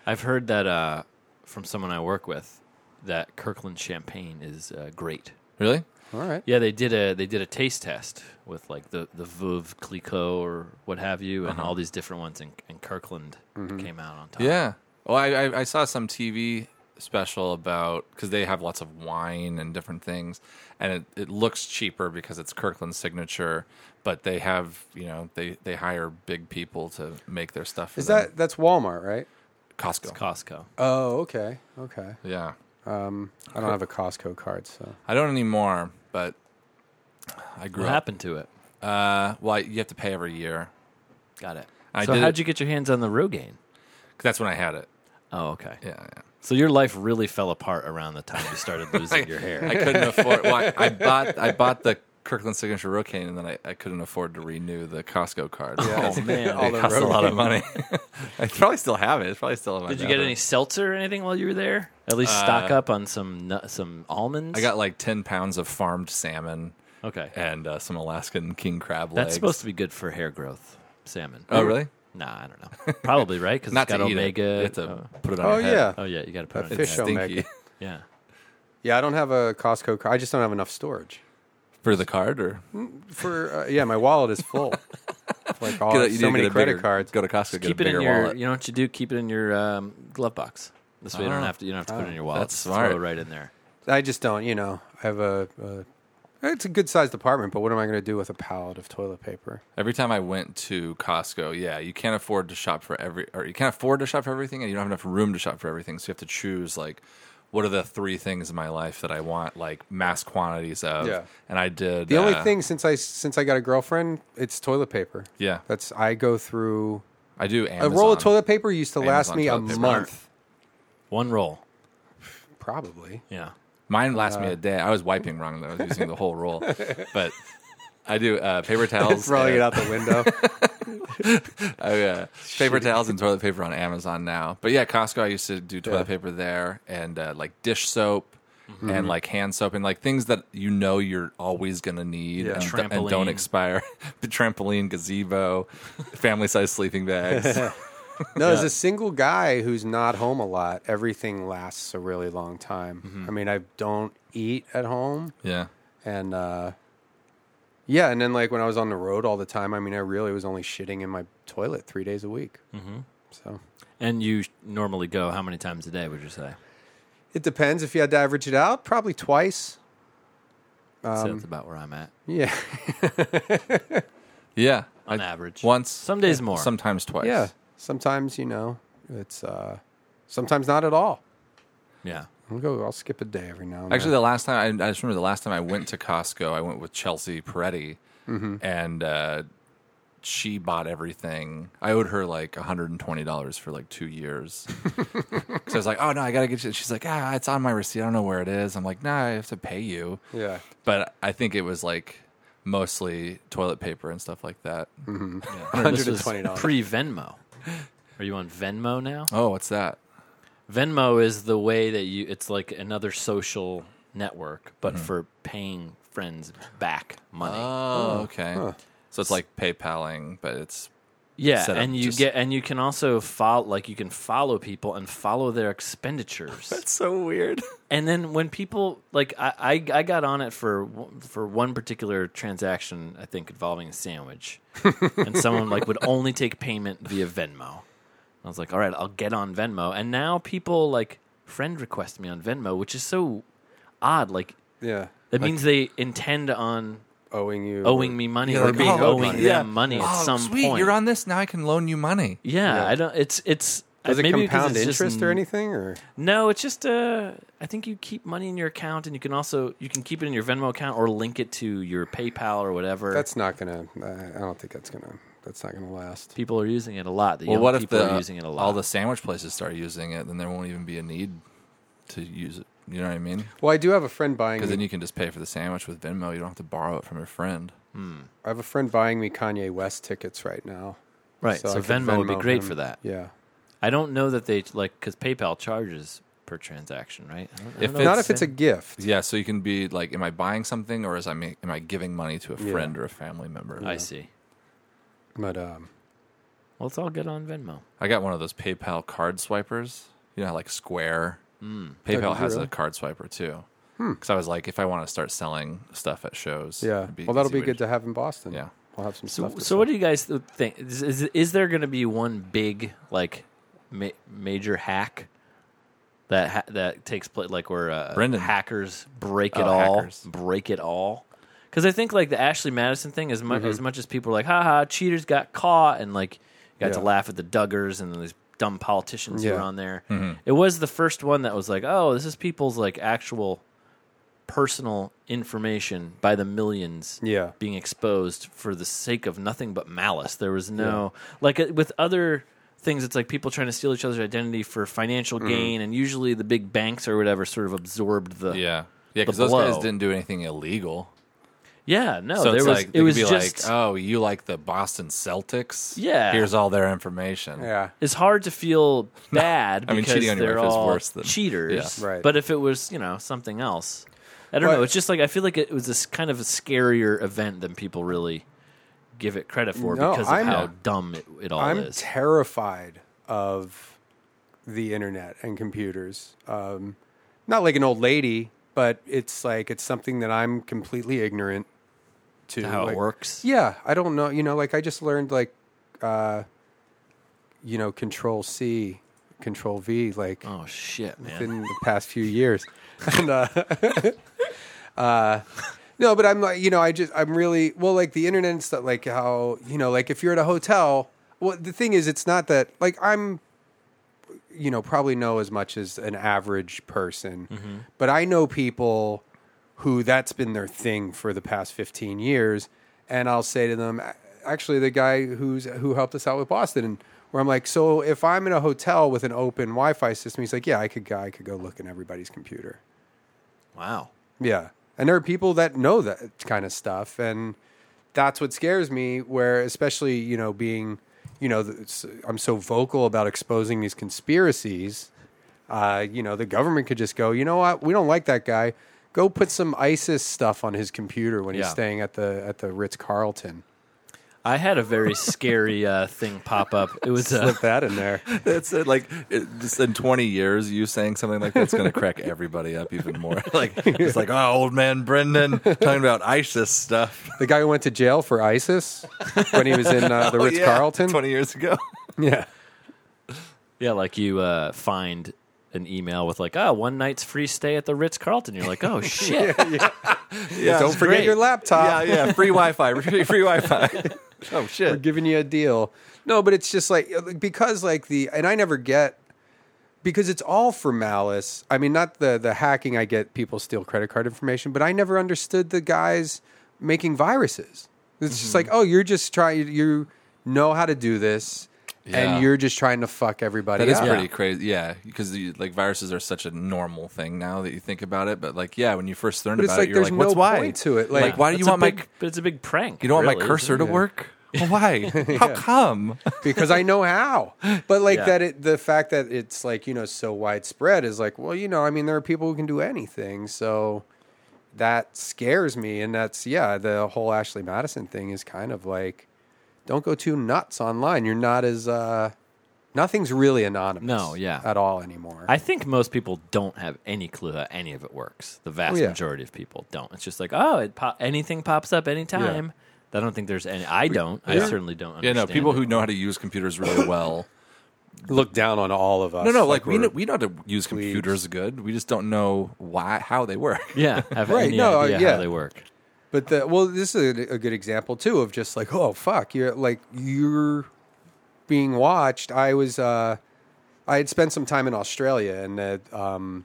Speaker 4: I've heard that uh, from someone I work with that Kirkland champagne is uh, great.
Speaker 3: really?
Speaker 2: All right.
Speaker 4: Yeah, they did a they did a taste test with like the the Veuve Clicquot or what have you, and all these different ones, and, and Kirkland came out on
Speaker 3: Uh-huh.
Speaker 4: top.
Speaker 3: Mm-hmm. Yeah. Well, I, I, I saw some TV special about because they have lots of wine and different things, and it, it looks cheaper because it's Kirkland's signature, but they have you know they they hire big people to make their stuff. For
Speaker 2: Is
Speaker 3: them.
Speaker 2: that that's Walmart, right?
Speaker 3: Costco?
Speaker 4: Costco.
Speaker 3: Uh-huh.
Speaker 2: Oh, okay, okay.
Speaker 3: yeah,
Speaker 2: I don't have a Costco card, so
Speaker 3: I don't anymore, but I grew
Speaker 4: What
Speaker 3: up.
Speaker 4: happened to it?
Speaker 3: Uh, well, you have to pay every year.
Speaker 4: Got it.
Speaker 3: I
Speaker 4: so
Speaker 3: did.
Speaker 4: how'd
Speaker 3: it-
Speaker 4: you get your hands on the Rogaine?
Speaker 3: That's when I had it.
Speaker 4: Oh, okay.
Speaker 3: Yeah, yeah.
Speaker 4: So your life really fell apart around the time you started losing your hair.
Speaker 3: I couldn't afford. Well, I, I bought I bought the Kirkland Signature Rocaine, and then I, I couldn't afford to renew the Costco card. because
Speaker 4: Oh, man.
Speaker 3: it costs a lot of money. I probably still have it. It's probably still. In my
Speaker 4: Did you get
Speaker 3: bathroom.
Speaker 4: any seltzer or anything while you were there? At least stock up on some nut, some almonds.
Speaker 3: Uh, I got like ten pounds of farmed salmon
Speaker 4: okay.
Speaker 3: and uh, some Alaskan king crab legs.
Speaker 4: That's supposed to be good for hair growth. Salmon.
Speaker 3: Oh, really?
Speaker 4: Nah, I don't know. Probably right because it's
Speaker 3: Not
Speaker 4: got
Speaker 3: to eat
Speaker 4: omega.
Speaker 3: It. uh, You have to
Speaker 4: oh,
Speaker 3: put it on.
Speaker 2: Oh
Speaker 3: your head.
Speaker 2: yeah,
Speaker 4: oh, yeah, you got to put
Speaker 2: That
Speaker 4: it on
Speaker 2: fish
Speaker 4: your head.
Speaker 2: omega.
Speaker 3: Stinky.
Speaker 4: Yeah.
Speaker 2: Yeah, I don't have a Costco card. I just don't have enough storage.
Speaker 3: for the card or
Speaker 2: Oh, For uh, yeah, my wallet is full. like all
Speaker 3: Get a- you need
Speaker 2: so
Speaker 3: to
Speaker 2: many
Speaker 3: get a
Speaker 2: credit
Speaker 3: bigger-
Speaker 2: cards.
Speaker 3: Go to Costco, get a
Speaker 4: Keep it
Speaker 3: bigger
Speaker 4: in your.
Speaker 3: wallet.
Speaker 4: You know what you do? Keep it in your um, glove box. This way you don't
Speaker 3: Oh.
Speaker 4: have to. You don't have to put it in your wallet.
Speaker 3: That's
Speaker 4: Just
Speaker 3: smart.
Speaker 4: Throw it right in there.
Speaker 2: I just don't. You know, I have a. a it's a good sized apartment, but what am I going to do with a pallet of toilet paper?
Speaker 3: Every time I went to Costco, yeah, you can't afford to shop for every, or you can't afford to shop for everything, and you don't have enough room to shop for everything. So you have to choose like, what are the three things in my life that I want like mass quantities of?
Speaker 2: Yeah.
Speaker 3: And I did
Speaker 2: The only
Speaker 3: uh,
Speaker 2: thing since I since I got a girlfriend, it's toilet paper.
Speaker 3: Yeah.
Speaker 2: that's I go through
Speaker 3: I do Amazon.
Speaker 2: a roll of toilet paper used to last
Speaker 3: Amazon
Speaker 2: me a
Speaker 3: toilet paper.
Speaker 2: month,
Speaker 4: One roll.
Speaker 2: probably.
Speaker 4: Yeah.
Speaker 3: Mine lasts
Speaker 2: Uh-huh.
Speaker 3: me a day. I was wiping wrong though. I was using the whole roll, but I do uh, paper towels.
Speaker 2: Throwing it
Speaker 3: and-
Speaker 2: out the window.
Speaker 3: Oh yeah, paper towels and toilet paper on Amazon now. But yeah, Costco. I used to do toilet
Speaker 2: Yeah. Mm-hmm.
Speaker 3: paper there, and uh, like dish soap, and like hand soap, and like things that you know you're always gonna need
Speaker 2: Yeah.
Speaker 3: and, d- and don't
Speaker 4: Trampoline.
Speaker 3: expire. the trampoline, gazebo, family size sleeping bags.
Speaker 2: No, as a single guy who's not home a lot, everything lasts a really long time. I mean, I don't eat at home,
Speaker 3: yeah,
Speaker 2: and uh, yeah, and then like when I was on the road all the time, I mean, I really was only shitting in my toilet three days a week. Mm-hmm. So
Speaker 4: And you sh- normally go how many times a day? Would you say?
Speaker 2: it depends if you had to average it out, probably twice.
Speaker 4: so that's about where I'm at
Speaker 2: Yeah,
Speaker 3: yeah.
Speaker 4: on
Speaker 3: I-
Speaker 4: average.
Speaker 3: Once,
Speaker 4: Some days more.
Speaker 3: sometimes twice.
Speaker 2: yeah. Sometimes you know, it's uh, sometimes not at all.
Speaker 4: Yeah.
Speaker 2: I'll go. I'll skip a day every now and
Speaker 3: Actually,
Speaker 2: then.
Speaker 3: the last time I, I just remember the last time I went to Costco, I went with Chelsea Peretti, and uh, she bought everything. I owed her like one hundred and twenty dollars for like two years. so I was like, "Oh no, I gotta get you." She's like, "Ah, it's on my receipt. I don't know where it is." I'm like, "Nah, I have to pay you."
Speaker 2: yeah.
Speaker 3: But I think it was like mostly toilet paper and stuff like that.
Speaker 4: This was
Speaker 2: $120.
Speaker 4: Pre Venmo. Are you on Venmo now?
Speaker 3: Oh, what's that?
Speaker 4: Venmo is the way that you. It's like another social network, but for paying friends back money.
Speaker 3: Oh, okay. So it's like PayPaling, but it's
Speaker 4: yeah,
Speaker 3: set up
Speaker 4: and you
Speaker 3: just-
Speaker 4: get and you can also follow like you can follow people and follow their expenditures.
Speaker 3: so weird.
Speaker 4: and then when people like I, I I got on it for one- for one particular transaction I think involving a sandwich, and someone like would only take payment via Venmo. I was like, all right, I'll get on Venmo, and now people like friend request me on Venmo, which is so odd. Like
Speaker 2: Yeah.
Speaker 4: that means they intend on
Speaker 2: Owing you.
Speaker 4: owing me money or
Speaker 2: like,
Speaker 4: being
Speaker 2: oh,
Speaker 4: owing
Speaker 2: yeah.
Speaker 4: them money at
Speaker 3: Oh,
Speaker 4: some
Speaker 3: sweet,
Speaker 4: point.
Speaker 3: you're on this now. I can loan you money.
Speaker 4: yeah, I don't. It's it's.
Speaker 2: Does it
Speaker 4: maybe because
Speaker 2: compound
Speaker 4: it's just
Speaker 2: interest or
Speaker 4: n-
Speaker 2: anything? Or
Speaker 4: No, it's just uh, I think you keep money in your account, and you can also you can keep it in your Venmo account or link it to your PayPal or whatever.
Speaker 2: that's not gonna. I don't think that's gonna. That's not gonna last.
Speaker 4: people are using it a lot. The
Speaker 3: Well,
Speaker 4: young
Speaker 3: what if
Speaker 4: people
Speaker 3: the
Speaker 4: are using it a lot?
Speaker 3: all the sandwich places start using it? Then there won't even be a need to use it. You know what I mean?
Speaker 2: Well, I do have a friend buying.
Speaker 3: Because then
Speaker 2: Me,
Speaker 3: you can just pay for the sandwich with Venmo. You don't have to borrow it from your friend.
Speaker 2: I have a friend buying me Kanye West tickets right now.
Speaker 4: right, so,
Speaker 2: I could
Speaker 4: Venmo would be
Speaker 2: Venmo
Speaker 4: great
Speaker 2: him.
Speaker 4: for that.
Speaker 2: Yeah.
Speaker 4: I don't know that they like because PayPal charges per transaction, right? I don't- I
Speaker 3: If
Speaker 4: don't know
Speaker 2: Not
Speaker 3: It's-
Speaker 2: if it's a gift.
Speaker 3: Yeah, so you can be like, am I buying something, or is I ma- am I giving money to a friend or a family member?
Speaker 4: I see.
Speaker 2: But um,
Speaker 4: Well, let's all get on Venmo.
Speaker 3: I got one of those PayPal card swipers. You know, how, like Square.
Speaker 4: Hmm.
Speaker 3: PayPal has a card swiper too. Because I was like, if I want to start selling stuff at shows,
Speaker 2: yeah.
Speaker 3: it'd
Speaker 2: Well, that'll
Speaker 3: easy
Speaker 2: be
Speaker 3: way
Speaker 2: good to have in Boston.
Speaker 3: Yeah.
Speaker 2: We'll have some
Speaker 4: So,
Speaker 2: stuff. to
Speaker 4: so what do you guys th- think? Is, is, is there going to be one big like ma- major hack that ha- that takes place, like where uh,
Speaker 3: Brendan.
Speaker 4: hackers break it
Speaker 3: Oh,
Speaker 4: all,
Speaker 3: hackers.
Speaker 4: break it all? Because I think like the Ashley Madison thing, as much
Speaker 2: Mm-hmm.
Speaker 4: as much as people are like, haha, cheaters got caught, and like you got to
Speaker 2: Yeah.
Speaker 4: laugh at the Duggars and these dumb politicians who
Speaker 2: Yeah. Mm-hmm.
Speaker 4: were on there. It was the first one that was like, oh, this is people's like actual personal information by the millions
Speaker 2: Yeah.
Speaker 4: being exposed for the sake of nothing but malice. There was no like uh, with other things. It's like people trying to steal each other's identity for financial
Speaker 3: Mm-hmm.
Speaker 4: gain, and usually the big banks or whatever sort of absorbed the
Speaker 3: Yeah. Yeah, because
Speaker 4: The
Speaker 3: those guys
Speaker 4: blow.
Speaker 3: didn't do anything illegal.
Speaker 4: yeah no
Speaker 3: so
Speaker 4: there
Speaker 3: it's
Speaker 4: was
Speaker 3: like,
Speaker 4: it was
Speaker 3: be
Speaker 4: just
Speaker 3: like, oh, you like the Boston Celtics?
Speaker 4: Yeah.
Speaker 3: Here's all their information.
Speaker 2: Yeah.
Speaker 4: it's hard to feel bad
Speaker 3: I mean,
Speaker 4: because
Speaker 3: cheating on your
Speaker 4: they're
Speaker 3: wife is
Speaker 4: all
Speaker 3: worse than-
Speaker 4: cheaters.
Speaker 2: yeah. Right.
Speaker 4: But if it was, you know, something else, I don't
Speaker 2: But-
Speaker 4: know. It's just like I feel like it was this kind of a scarier event than people really give it credit for
Speaker 2: No,
Speaker 4: because of
Speaker 2: I'm-
Speaker 4: how dumb it, it all
Speaker 2: I'm
Speaker 4: is.
Speaker 2: terrified of the internet and computers. Um, not like an old lady, but it's like it's something that I'm completely ignorant to
Speaker 4: how
Speaker 2: Like,
Speaker 4: it works.
Speaker 2: Yeah, I don't know. You know, like I just learned like, uh, you know, Control C, Control V, like
Speaker 4: Oh shit, man!
Speaker 2: in the past few years. And, uh, uh, no, but I'm like, you know, I just, I'm really, well, like the internet and stuff, like how, you know, like if you're at a hotel, well, the thing is, it's not that, like, I'm, you know, probably know as much as an average person, but I know people who that's been their thing for the past 15 years. And I'll say to them, "A- actually, the guy who's who helped us out with Boston, and where I'm like, so if I'm in a hotel with an open Wi-Fi system, he's like, yeah, I could go, I could go look in everybody's computer.
Speaker 4: Wow.
Speaker 2: Yeah. And there are people that know that kind of stuff. And that's what scares me, where especially, you know, being, you know, the- it's- I'm so vocal about exposing these conspiracies. Uh, you know, the government could just go, you know what? We don't like that guy. Go put some ISIS stuff on his computer when he's
Speaker 4: Yeah.
Speaker 2: staying at the at the Ritz Carlton.
Speaker 4: I had a very scary uh, thing pop up. It was uh,
Speaker 2: Slip that in there.
Speaker 3: It's uh, like it, just in 20 years, you saying something like that's going to crack everybody up even more. like it's like, oh, old man Brendan talking about ISIS stuff.
Speaker 2: The guy who went to jail for ISIS when he was in uh,
Speaker 3: Oh,
Speaker 2: the Ritz Carlton.
Speaker 3: 20 years ago.
Speaker 2: Yeah.
Speaker 4: yeah, like you uh, find an email with like, oh, one night's free stay at the Ritz Carlton. You're like, oh shit,
Speaker 3: yeah,
Speaker 2: Don't forget
Speaker 4: great.
Speaker 2: your laptop.
Speaker 3: yeah, yeah, free Wi-Fi, free, free Wi-Fi. oh
Speaker 2: We're
Speaker 3: shit.
Speaker 2: giving you a deal. No, but it's just like because like the and I never get because it's all for malice. I mean, not the the hacking. I get people steal credit card information, but I never understood the guys making viruses. It's
Speaker 3: Mm-hmm.
Speaker 2: just like, oh, you're just trying. You know how to do this,
Speaker 3: Yeah.
Speaker 2: and you're just trying to fuck everybody.
Speaker 3: That is
Speaker 2: up.
Speaker 3: pretty crazy. Yeah, because like viruses are such a normal thing now that you think about it. But like, yeah, when you first learn
Speaker 2: But
Speaker 3: about
Speaker 2: it's
Speaker 3: it,
Speaker 2: like
Speaker 3: you're
Speaker 2: there's
Speaker 3: like,
Speaker 2: no
Speaker 3: what's why
Speaker 2: point to it.
Speaker 3: Like,
Speaker 2: Like,
Speaker 3: why do you
Speaker 4: It's a
Speaker 3: want
Speaker 4: big,
Speaker 3: my
Speaker 4: But it's a big prank.
Speaker 3: you don't want my
Speaker 4: really.
Speaker 3: cursor to work? Well, why? How come?
Speaker 2: because I know how. But like
Speaker 4: Yeah.
Speaker 2: that, it, the fact that it's like you know so widespread is like, well, you know, I mean, there are people who can do anything, so that scares me. And that's yeah, the whole Ashley Madison thing is kind of like, don't go too nuts online. You're not as uh, nothing's really anonymous.
Speaker 4: No, yeah.
Speaker 2: at all anymore.
Speaker 4: I think most people don't have any clue how any of it works. The vast
Speaker 2: Oh, yeah.
Speaker 4: majority of people don't. It's just like, oh, it pop- anything pops up anytime. I don't think there's any. I don't. I certainly don't.
Speaker 3: Yeah,
Speaker 4: Understand
Speaker 3: no, people
Speaker 4: it.
Speaker 3: who know how to use computers really well.
Speaker 2: look down on all of us.
Speaker 3: No, no, like, we
Speaker 2: we're-
Speaker 3: know, we know how to use computers good. We just don't know why how they work.
Speaker 4: yeah have
Speaker 2: Right,
Speaker 4: any
Speaker 2: no, uh,
Speaker 4: idea
Speaker 2: yeah.
Speaker 4: how they work.
Speaker 2: But the well, this is a, a good example too of just like oh fuck, you're like you're being watched. I was uh, I had spent some time in Australia and uh, um,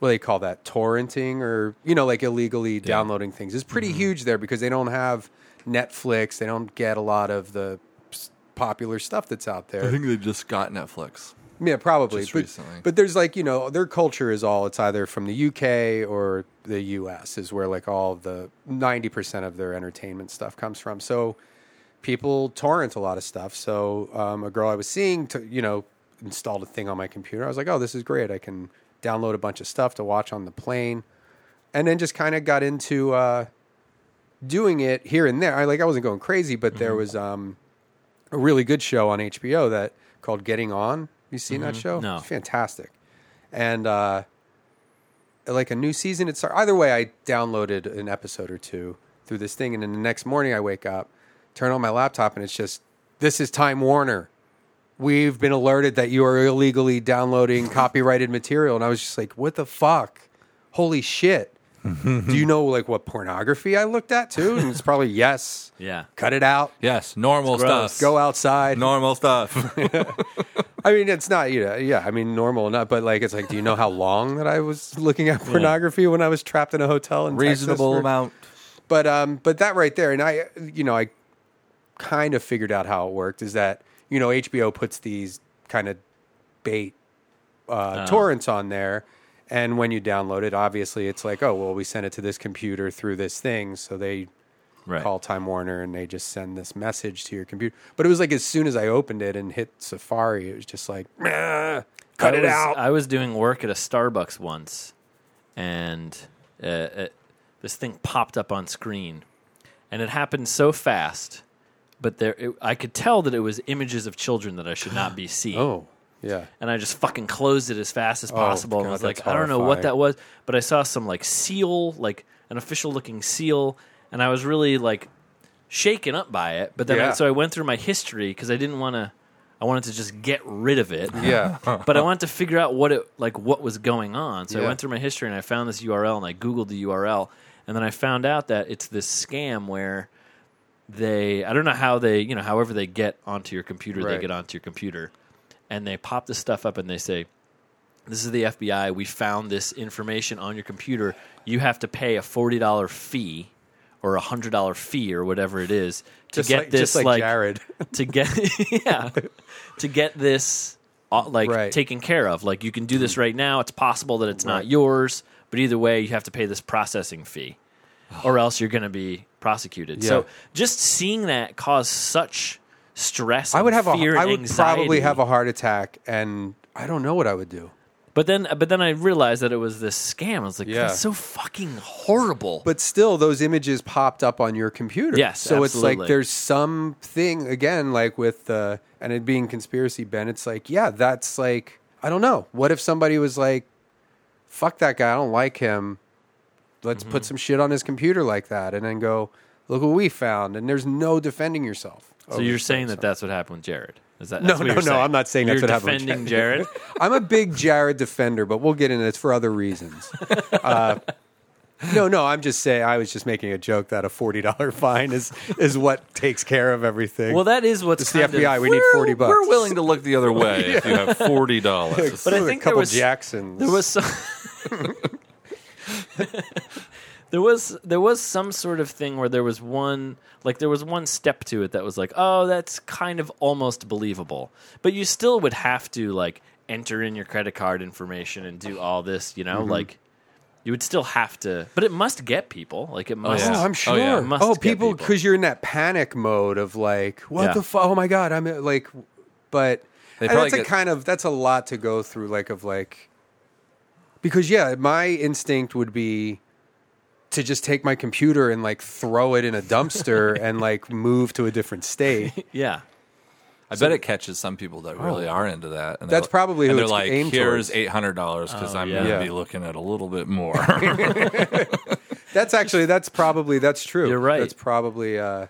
Speaker 2: what do they call that torrenting or you know like illegally downloading things is pretty huge there because they don't have Netflix. They don't get a lot of the s- popular stuff that's out there.
Speaker 3: I think they just got Netflix.
Speaker 2: Yeah, probably.
Speaker 3: Just
Speaker 2: but,
Speaker 3: recently.
Speaker 2: but there's like, you know, their culture is all it's either from the UK or the US is where like all the 90% of their entertainment stuff comes from. So people torrent a lot of stuff. So um, a girl I was seeing, to, you know, installed a thing on my computer. I was like, oh, this is great. I can download a bunch of stuff to watch on the plane. And then just kind of got into uh, doing it here and there. I like I wasn't going crazy, but there was um, a really good show on HBO that called Getting On. You seen that show?
Speaker 4: No.
Speaker 2: It's fantastic. And uh, like a new season, it's either way. I downloaded an episode or two through this thing, and then the next morning I wake up, turn on my laptop, and it's just this is Time Warner. We've been alerted that you are illegally downloading copyrighted material, and I was just like, "What the fuck? Holy shit!" Do you know like what pornography I looked at too? And it's probably yes.
Speaker 4: Yeah.
Speaker 2: Cut it out.
Speaker 3: Yes, normal
Speaker 4: Gross.
Speaker 3: stuff.
Speaker 2: Go outside.
Speaker 3: Normal stuff.
Speaker 2: I mean, it's not, you know, yeah, I mean, normal enough, but like, it's like, do you know how long that I was looking at pornography when I was trapped in a hotel in Texas
Speaker 3: Reasonable
Speaker 2: for-
Speaker 3: amount.
Speaker 2: But, um, but that right there, and I, you know, I kind of figured out how it worked is that, you know, HBO puts these kind of bait uh,
Speaker 4: Oh.
Speaker 2: torrents on there. And when you download it, obviously it's like, oh, well, we sent it to this computer through this thing. So they
Speaker 4: Right.
Speaker 2: call Time Warner and they just send this message to your computer. But it was like as soon as I opened it and hit Safari, it was just like, "Meh, cut
Speaker 4: I
Speaker 2: it
Speaker 4: was, uh,
Speaker 2: out.
Speaker 4: I was doing work at a Starbucks once, and uh, uh, this thing popped up on screen, and it happened so fast. But there, it, I could tell that it was images of children that I should not be seeing.
Speaker 2: oh, yeah.
Speaker 4: and I just fucking closed it as fast as possible. and
Speaker 2: God,
Speaker 4: I was like,
Speaker 2: that's
Speaker 4: I don't know
Speaker 2: horrifying.
Speaker 4: what that was, but I saw some like seal, like an official looking seal, and I was really like shaken up by it. But then, I,
Speaker 2: Yeah.
Speaker 4: so I went through my history because I didn't want to. I wanted to just get rid of it,
Speaker 2: Yeah.
Speaker 4: but I wanted to figure out what it like what was going on. So
Speaker 2: Yeah.
Speaker 4: I went through my history and I found this URL and I googled the URL and then I found out that it's this scam where they I don't know how they you know however they get onto your computer
Speaker 2: Right.
Speaker 4: they get onto your computer and they pop this stuff up and they say this is the FBI we found this information on your computer you have to pay a forty dollar fee or a hundred dollar fee or whatever it is to
Speaker 2: Just
Speaker 4: get
Speaker 2: like,
Speaker 4: this
Speaker 2: just like, Jared.
Speaker 4: to get yeah to get this uh, like
Speaker 2: Right. Mm.
Speaker 4: taken care of like you can do this right now it's possible that it's not yours but either way you have to pay this processing fee or else you're going to be prosecuted
Speaker 2: Yeah.
Speaker 4: so just seeing that cause such stress
Speaker 2: I would
Speaker 4: and
Speaker 2: have a,
Speaker 4: fear and
Speaker 2: I would probably
Speaker 4: anxiety.
Speaker 2: have a heart attack and I don't know what I would do.
Speaker 4: but then but then i realized that it was this scam i was like
Speaker 2: Yeah.
Speaker 4: that's so fucking horrible
Speaker 2: But still, those images popped up on your computer.
Speaker 4: Yes,
Speaker 2: So it's like
Speaker 4: absolutely.
Speaker 2: there's something again, like with uh, and it being conspiracy, Ben. It's like, yeah, that's like I don't know. What if somebody was like, "Fuck that guy, I don't like him. Let's put
Speaker 4: Mm-hmm.
Speaker 2: some shit on his computer like that," and then go, "Look what we found." And there's no defending yourself.
Speaker 4: so you're saying that that's what happened with jared is that
Speaker 2: Oh, No,
Speaker 4: that's what
Speaker 2: no,
Speaker 4: you're
Speaker 2: no,
Speaker 4: saying?
Speaker 2: I'm not saying that's what
Speaker 4: You're
Speaker 2: happened with
Speaker 4: defending
Speaker 2: Jared.
Speaker 4: jared
Speaker 2: I'm a big Jared defender, but we'll get into this for other reasons. Uh, no, no, I'm just saying. I was just making a joke that a forty dollar fine is is what takes care of everything.
Speaker 4: well that is what's
Speaker 2: it's the
Speaker 4: kind of-
Speaker 2: FBI. We need forty bucks.
Speaker 3: We're willing to look the other way if you have forty dollars.
Speaker 4: But I
Speaker 2: Ooh,
Speaker 4: think
Speaker 2: a
Speaker 4: there
Speaker 2: couple
Speaker 4: was-
Speaker 2: Jacksons.
Speaker 4: There was some. there was there was some sort of thing where there was one like there was one step to it that was like oh that's kind of almost believable but you still would have to like enter in your credit card information and do all this you know like you would still have to but it must get people like it must
Speaker 2: Oh,
Speaker 3: yeah.
Speaker 2: I'm
Speaker 3: Oh,
Speaker 2: sure.
Speaker 3: yeah.
Speaker 2: Oh,
Speaker 3: It
Speaker 4: must get
Speaker 2: people,
Speaker 4: people.
Speaker 2: because you're in that panic mode of like, what
Speaker 4: Yeah.
Speaker 2: the fuck? Oh my god, I'm like, but
Speaker 3: They
Speaker 2: and
Speaker 3: probably
Speaker 2: that's a
Speaker 3: get-
Speaker 2: kind of that's a lot to go through. Like of like, because yeah, my instinct would be to just take my computer and like throw it in a dumpster and like move to a different state.
Speaker 4: yeah
Speaker 3: I bet it catches some people that really are into that. And
Speaker 2: That's
Speaker 3: they're-
Speaker 2: probably who
Speaker 3: and they're
Speaker 2: it's
Speaker 3: like,
Speaker 2: aimed
Speaker 3: here's
Speaker 2: towards."
Speaker 3: eight hundred dollars because I'm
Speaker 4: yeah.
Speaker 3: going to
Speaker 2: Yeah.
Speaker 3: be looking at a little bit more.
Speaker 2: That's actually that's probably that's true.
Speaker 4: You're right.
Speaker 2: That's probably uh,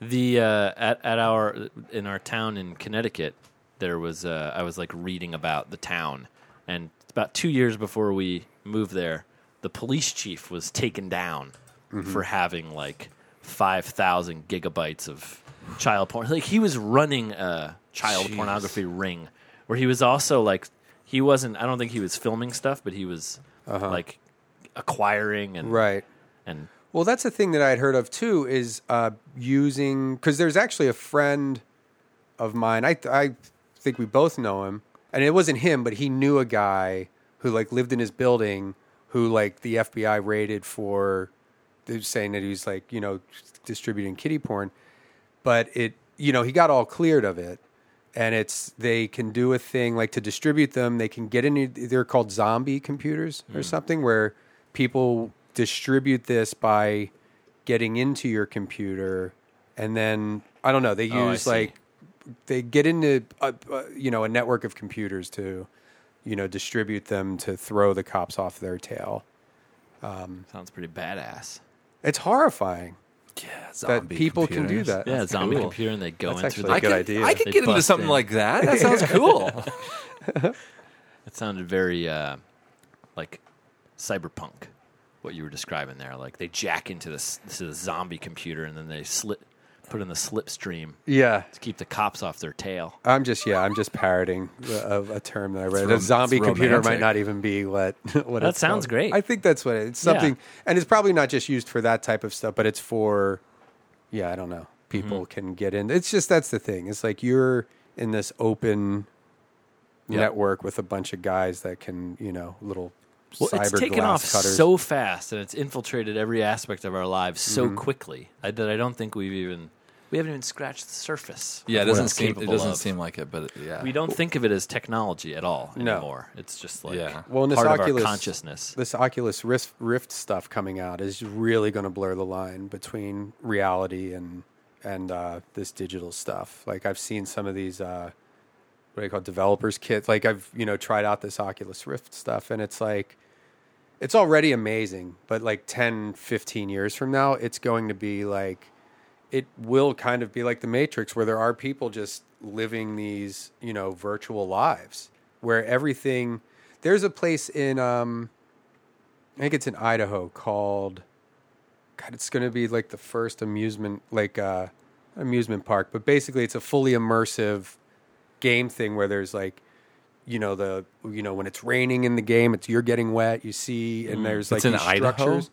Speaker 4: the uh, at at our in our town in Connecticut, there was uh, I was like reading about the town, and about two years before we moved there, the police chief was taken down for having like five thousand gigabytes of child porn. Like he was running a child pornography ring, where he was also like he wasn't. I don't think he was filming stuff, but he was like acquiring and
Speaker 2: right.
Speaker 4: and
Speaker 2: Well, that's a thing that I had heard of too is uh, using because there's actually a friend of mine. I I think we both know him, and it wasn't him, but he knew a guy who like lived in his building who like the FBI raided for they were saying that he was like you know distributing kitty porn, but it you know he got all cleared of it. And it's they can do a thing like to distribute them. They can get any. They're called zombie computers
Speaker 4: Hmm.
Speaker 2: or something where people distribute this by getting into your computer, and then I don't know. They
Speaker 4: Oh, I
Speaker 2: use
Speaker 4: see.
Speaker 2: like they get into uh, uh, you know a network of computers to you know distribute them to throw the cops off their tail.
Speaker 4: sounds pretty badass.
Speaker 2: It's horrifying
Speaker 3: yeah,
Speaker 2: that
Speaker 3: zombie
Speaker 2: people can do
Speaker 3: computers.
Speaker 2: that.
Speaker 4: Yeah,
Speaker 2: That's
Speaker 4: zombie
Speaker 2: cool.
Speaker 4: computer, and they go
Speaker 2: That's
Speaker 4: in
Speaker 2: actually a
Speaker 4: through the
Speaker 3: I
Speaker 2: good
Speaker 3: could,
Speaker 2: idea.
Speaker 3: I could
Speaker 4: They
Speaker 3: get into
Speaker 4: bust
Speaker 3: something
Speaker 4: in.
Speaker 3: like that. That sounds cool.
Speaker 4: It sounded very uh, like cyberpunk. What you were describing there, like they jack into this, this is a zombie computer and then they slit put in the slipstream
Speaker 2: Yeah.
Speaker 4: to keep the cops off their tail.
Speaker 2: I'm just yeah. I'm just parroting a, a term that I read.
Speaker 3: rom-
Speaker 2: a zombie
Speaker 3: it's
Speaker 2: computer might
Speaker 3: romantic.
Speaker 2: not even be what what
Speaker 4: That
Speaker 2: it's
Speaker 4: sounds
Speaker 2: called.
Speaker 4: great.
Speaker 2: I think that's what it, it's
Speaker 4: Yeah.
Speaker 2: something, and it's probably not just used for that type of stuff, but it's for yeah. I don't know. People
Speaker 3: Mm-hmm.
Speaker 2: can get in. It's just that's the thing. It's like you're in this open network with a bunch of guys that can you know little
Speaker 4: Well,
Speaker 2: cyber
Speaker 4: it's taken off
Speaker 2: glass cutters.
Speaker 4: so fast, and it's infiltrated every aspect of our lives so
Speaker 2: Mm-hmm.
Speaker 4: quickly I, that I don't think we've even we haven't even scratched the surface.
Speaker 3: Yeah, it
Speaker 4: of what
Speaker 3: doesn't
Speaker 4: it's
Speaker 3: seem it
Speaker 4: capable
Speaker 3: doesn't
Speaker 4: of.
Speaker 3: seem like it, but it- yeah,
Speaker 4: We don't think of it as technology at all
Speaker 2: No.
Speaker 4: anymore. It's just like
Speaker 3: Yeah.
Speaker 2: well, and this
Speaker 4: part of
Speaker 2: Oculus
Speaker 4: our consciousness.
Speaker 2: this Oculus Rift, Rift stuff coming out is really going to blur the line between reality and and uh, this digital stuff. Like I've seen some of these uh, what do you call it, developers kits. Like I've you know tried out this Oculus Rift stuff, and it's like it's already amazing, but like 10, 15 years from now, it's going to be like it will kind of be like the Matrix, where there are people just living these, you know, virtual lives where everything. There's a place in, um, I think it's in Idaho called, God, it's going to be like the first amusement, like uh, amusement park, but basically it's a fully immersive game thing where there's like, you know the you know when it's raining in the game, it's you're getting wet. You see, and there's like
Speaker 3: Mm. It's in
Speaker 2: these
Speaker 3: Idaho?
Speaker 2: structures.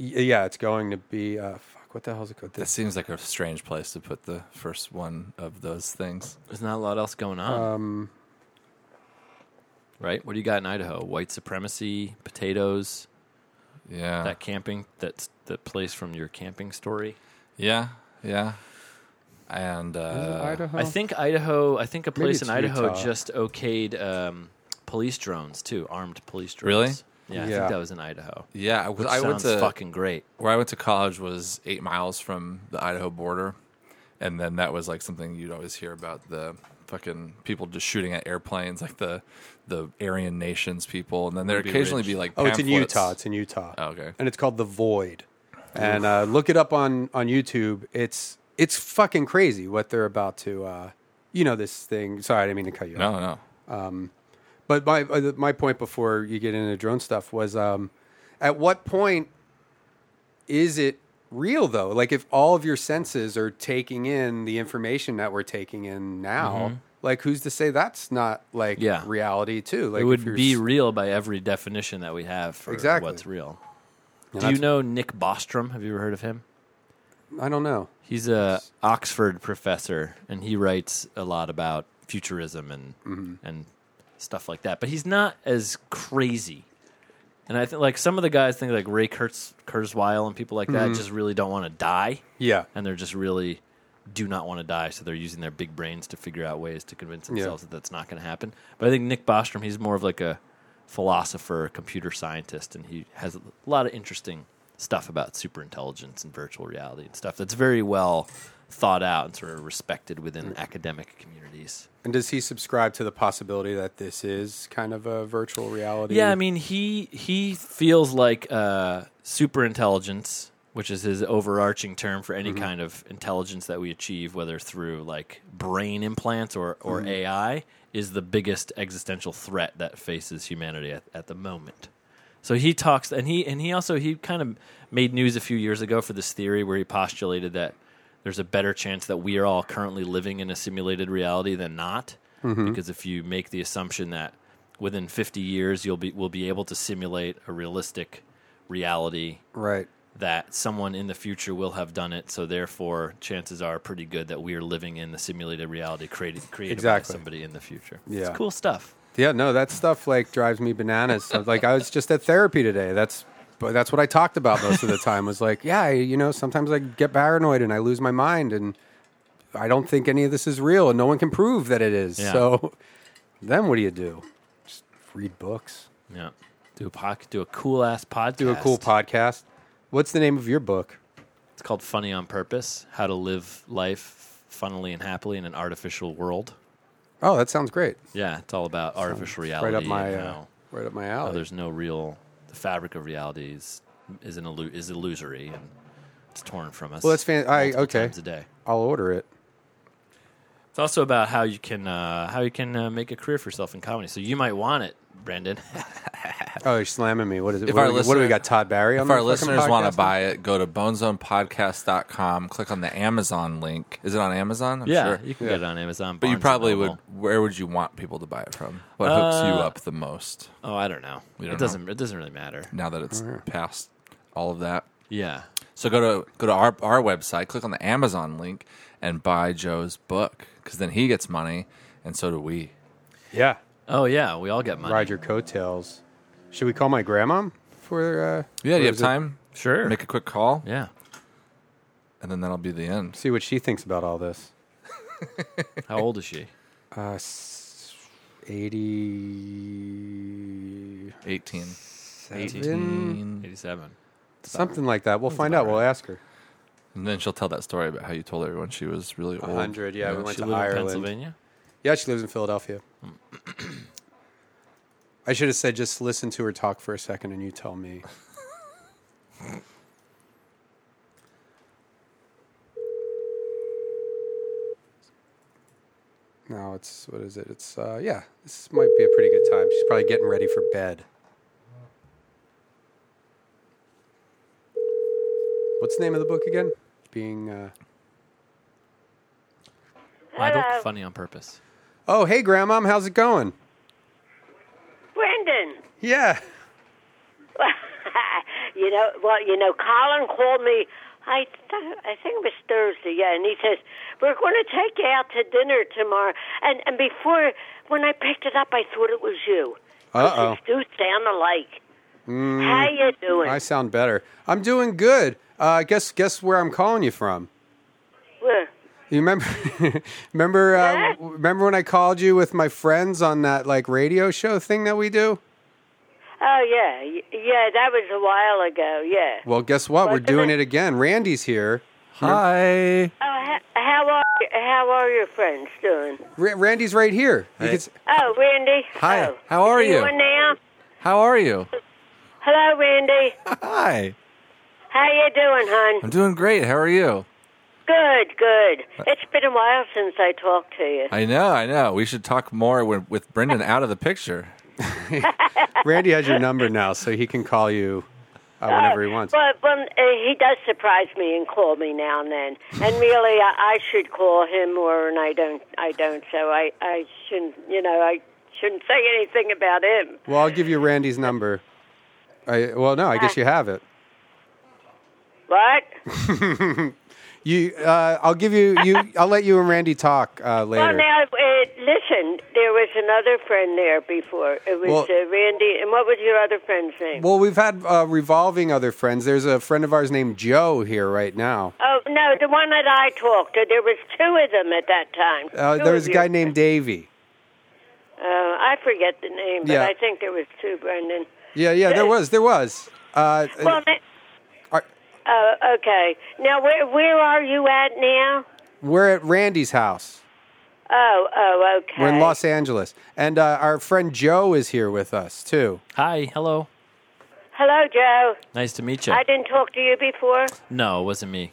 Speaker 2: Y- Yeah, it's going to be uh, fuck. What the hell's it called?
Speaker 3: that seems like a strange place to put the first one of those things.
Speaker 4: There's not a lot else going on.
Speaker 2: Um,
Speaker 4: right? What do you got in Idaho? White supremacy, potatoes,
Speaker 3: Yeah,
Speaker 4: that camping, that's the place from your camping story.
Speaker 3: yeah, yeah, and uh,
Speaker 2: Idaho.
Speaker 4: I think Idaho, I think a place in
Speaker 2: it's
Speaker 4: Idaho
Speaker 2: Utah.
Speaker 4: just okayed um, police drones too, armed police drones.
Speaker 3: Really?
Speaker 4: Yeah, I
Speaker 2: Yeah.
Speaker 4: think that was in Idaho.
Speaker 3: yeah, I, was- I
Speaker 4: Sounds
Speaker 3: went to
Speaker 4: fucking great.
Speaker 3: where I went to college was eight miles from the Idaho border, and then that was like something you'd always hear about the fucking people just shooting at airplanes, like the the Aryan Nations people, and then there would occasionally be like
Speaker 2: Oh, it's in
Speaker 3: pamphlets.
Speaker 2: Utah. It's in Utah.
Speaker 3: Oh, okay.
Speaker 2: And it's called The Void. And uh, look it up on on YouTube. It's it's fucking crazy what they're about to. Uh, you know this thing. Sorry, I didn't mean to cut you off.
Speaker 3: No, no,
Speaker 2: But my uh, my point before you get into drone stuff was, um, at what point is it real though? Like if all of your senses are taking in the information that we're taking in now,
Speaker 3: Mm-hmm.
Speaker 2: like who's to say that's not like
Speaker 4: Yeah.
Speaker 2: reality too? Like
Speaker 4: it
Speaker 2: if
Speaker 4: would
Speaker 2: you're
Speaker 4: be
Speaker 2: s-
Speaker 4: real by every definition that we have for
Speaker 2: Exactly.
Speaker 4: what's real. Do you
Speaker 2: that's-
Speaker 4: know Nick Bostrom? Have you ever heard of him?
Speaker 2: I don't know.
Speaker 4: He's a Oxford professor, and he writes a lot about futurism and and stuff like that. But he's not as crazy. And I think like some of the guys think like Ray Kurtz, Kurzweil and people like that just really don't want to die,
Speaker 2: Yeah.
Speaker 4: and they're just really do not want to die. So they're using their big brains to figure out ways to convince themselves that that's not going to happen. But I think Nick Bostrom, he's more of like a philosopher, computer scientist, and he has a lot of interesting stuff about superintelligence and virtual reality and stuff that's very well thought out and sort of respected within academic communities.
Speaker 2: And does he subscribe to the possibility that this is kind of a virtual reality?
Speaker 4: Yeah, I mean he he feels like uh, super intelligence, which is his overarching term for any kind of intelligence that we achieve, whether through like brain implants or or AI, is the biggest existential threat that faces humanity at, at the moment. So he talks, and he and he also he kind of made news a few years ago for this theory where he postulated that there's a better chance that we are all currently living in a simulated reality than not,
Speaker 2: Mm-hmm.
Speaker 4: because if you make the assumption that within 50 years you'll be will be able to simulate a realistic reality
Speaker 2: right.
Speaker 4: that someone in the future will have done it, so therefore chances are pretty good that we are living in the simulated reality created created
Speaker 2: Exactly.
Speaker 4: by somebody in the future.
Speaker 2: Yeah.
Speaker 4: It's cool stuff.
Speaker 2: Yeah, no, that stuff like drives me bananas. So, like I was just at therapy today. That's but that's what I talked about most of the time was like, yeah, I, you know, sometimes I get paranoid and I lose my mind and I don't think any of this is real and no one can prove that it is.
Speaker 4: Yeah.
Speaker 2: So then what do you do? Just read books.
Speaker 4: Yeah. Do a poc- do a cool ass podcast.
Speaker 2: Do a cool podcast. What's the name of your book?
Speaker 4: It's called Funny on Purpose: How to Live Life Funnily and Happily in an Artificial World.
Speaker 2: Oh, that sounds great.
Speaker 4: Yeah, it's all about artificial reality.
Speaker 2: Right up my
Speaker 4: and
Speaker 2: uh,
Speaker 4: how
Speaker 2: right up my
Speaker 4: how
Speaker 2: alley.
Speaker 4: there's no real. The fabric of reality is is an illu- is illusory and it's torn from us.
Speaker 2: Well, that's fan- I-
Speaker 4: multiple
Speaker 2: okay.
Speaker 4: Times a day.
Speaker 2: I'll order it.
Speaker 4: It's also about how you can uh, how you can uh, make a career for yourself in comedy. So you might want it, Brandon.
Speaker 2: Oh, you're slamming me. What is it?
Speaker 3: If
Speaker 2: what,
Speaker 3: our
Speaker 2: do we, what do we
Speaker 3: listener-
Speaker 2: got? Todd Barry on
Speaker 3: If
Speaker 2: the
Speaker 3: our
Speaker 2: fucking
Speaker 3: listeners want
Speaker 2: podcast?
Speaker 3: to buy it, go to bonezonepodcast.com, click on the Amazon link. Is it on Amazon? I'm
Speaker 4: yeah,
Speaker 3: sure.
Speaker 4: you can get it on Amazon.
Speaker 3: But you
Speaker 4: Barnes and
Speaker 3: probably would.
Speaker 4: Noble.
Speaker 3: Where would you want people to buy it from? What hooks you
Speaker 4: Uh,
Speaker 3: up the most
Speaker 4: Oh, I don't know.
Speaker 3: We
Speaker 4: it
Speaker 3: don't
Speaker 4: doesn't. It doesn't really matter.
Speaker 3: now that it's past all of that?
Speaker 4: Yeah.
Speaker 3: So go to go to our our website, click on the Amazon link, and buy Joe's book because then he gets money, and so do we.
Speaker 2: Yeah,
Speaker 4: Oh yeah, we all get money.
Speaker 2: ride your coattails. Should we call my grandma for? Uh,
Speaker 3: Yeah,
Speaker 2: or
Speaker 3: do you have
Speaker 2: is it-
Speaker 3: time?
Speaker 4: Sure.
Speaker 3: Make a quick call,
Speaker 4: yeah.
Speaker 3: and then that'll be the end.
Speaker 2: See what she thinks about all this.
Speaker 4: How old is she?
Speaker 2: Uh, s- eighty.
Speaker 3: 18.
Speaker 2: Eighteen.
Speaker 4: Eighty-seven.
Speaker 2: Something like that. We'll find out. We'll ask her.
Speaker 3: And then she'll tell that story about how you told everyone she was really old.
Speaker 2: 100, yeah, we went
Speaker 3: she
Speaker 2: to
Speaker 3: lived-
Speaker 2: Ireland.
Speaker 4: Pennsylvania.
Speaker 2: Yeah, she lives in Philadelphia. I should have said just listen to her talk for a second and you tell me. no, it's what is it? It's uh, yeah, this might be a pretty good time. She's probably getting ready for bed. What's the name of the book again? Being uh...
Speaker 4: I don't funny on purpose.
Speaker 2: Oh, hey, Grandma, how's it going?
Speaker 7: Brendan. Ah,
Speaker 2: Yeah.
Speaker 7: you know, well, you know, Colin called me. I th- I think it was Thursday, yeah, and he says we're going to take you out to dinner tomorrow. And and before when I picked it up, I thought it was you.
Speaker 2: Uh oh.
Speaker 7: Do sound alike.
Speaker 3: Mm,
Speaker 7: How you doing?
Speaker 2: I sound better. I'm doing good. Uh, guess guess where I'm calling you from.
Speaker 7: Where?
Speaker 2: You remember remember uh,
Speaker 7: What?
Speaker 2: w- remember when I called you with my friends on that like radio show thing that we do?
Speaker 7: Oh yeah, Y- yeah. That was a while ago. Yeah.
Speaker 2: Well, guess what? We're
Speaker 7: Wasn't
Speaker 2: doing
Speaker 7: it-
Speaker 2: it again. Randy's here.
Speaker 3: Hi.
Speaker 7: Oh, how, how are you- how are your friends doing?
Speaker 2: Ra- Randy's right here. You
Speaker 3: Hey.
Speaker 2: can s-
Speaker 7: Oh, Randy.
Speaker 3: Hi.
Speaker 7: Oh.
Speaker 3: How are you?
Speaker 7: doing now?
Speaker 3: How are you?
Speaker 7: Hello, Randy.
Speaker 3: Hi.
Speaker 7: How you doing, hon?
Speaker 3: I'm doing great. How are you?
Speaker 7: Good, good.
Speaker 2: Uh,
Speaker 7: It's been a while since I talked to you.
Speaker 3: I know. I know. We should talk more when, with Brendan out of the picture.
Speaker 2: Randy has your number now, so he can call you uh, whenever he wants.
Speaker 7: But when, uh, he does surprise me and call me now and then. And really, I, I should call him more, and I don't. I don't. So I, I shouldn't. You know, I shouldn't say anything about him.
Speaker 2: Well, I'll give you Randy's number. I, well, no, I guess you have it.
Speaker 7: What?
Speaker 2: You, uh, I'll give you, you. I'll let you and Randy talk uh, later.
Speaker 7: Well, now uh, listen. There was another friend there before. It was
Speaker 2: Well-
Speaker 7: uh, Randy. And what was your other friend's name?
Speaker 2: Well, we've had uh, revolving other friends. There's a friend of ours named Joe here right now.
Speaker 7: oh no, the one that I talked to. There was two of them at that time.
Speaker 2: Uh,
Speaker 7: Two
Speaker 2: there
Speaker 7: of
Speaker 2: was a
Speaker 7: you.
Speaker 2: guy named Davey.
Speaker 7: Uh, I forget the name, but
Speaker 2: Yeah.
Speaker 7: I think there was two, Brendan.
Speaker 2: Yeah, yeah, there was, there was. Uh,
Speaker 7: Well, na-
Speaker 2: are-
Speaker 7: uh, okay. Now, where where are you at now?
Speaker 2: we're at Randy's house.
Speaker 7: Oh, oh, okay.
Speaker 2: We're in Los Angeles, and uh, our friend Joe is here with us too.
Speaker 4: Hi. Hello.
Speaker 7: Hello, Joe.
Speaker 4: Nice to meet you.
Speaker 7: I didn't talk to you before.
Speaker 4: no, it wasn't me.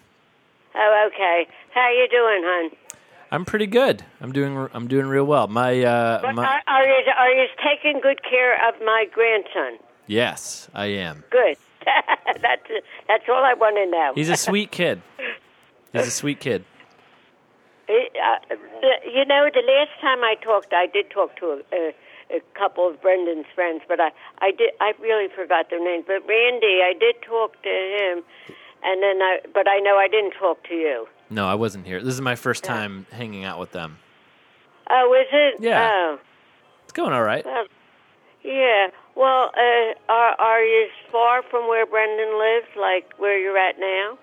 Speaker 7: Oh, okay. How you doing, hon?
Speaker 4: I'm pretty good. I'm doing. I'm doing real well. My. Uh,
Speaker 7: What-
Speaker 4: my
Speaker 7: Are, are you are you taking good care of my grandson?
Speaker 4: yes, I am.
Speaker 7: Good. that's that's all I want to know.
Speaker 4: He's a sweet kid. He's a sweet kid.
Speaker 7: Uh, you know, the last time I talked, I did talk to a, a, a couple of Brendan's friends, but I, I did, I really forgot their names. But Randy, I did talk to him, and then I, but I know I didn't talk to you.
Speaker 4: No, I wasn't here. This is my first time hanging out with them.
Speaker 7: Oh, is it?
Speaker 4: Yeah.
Speaker 7: Oh,
Speaker 4: It's going all right.
Speaker 7: yeah. Well, uh, are are you far from where Brendan lives, like where you're at now?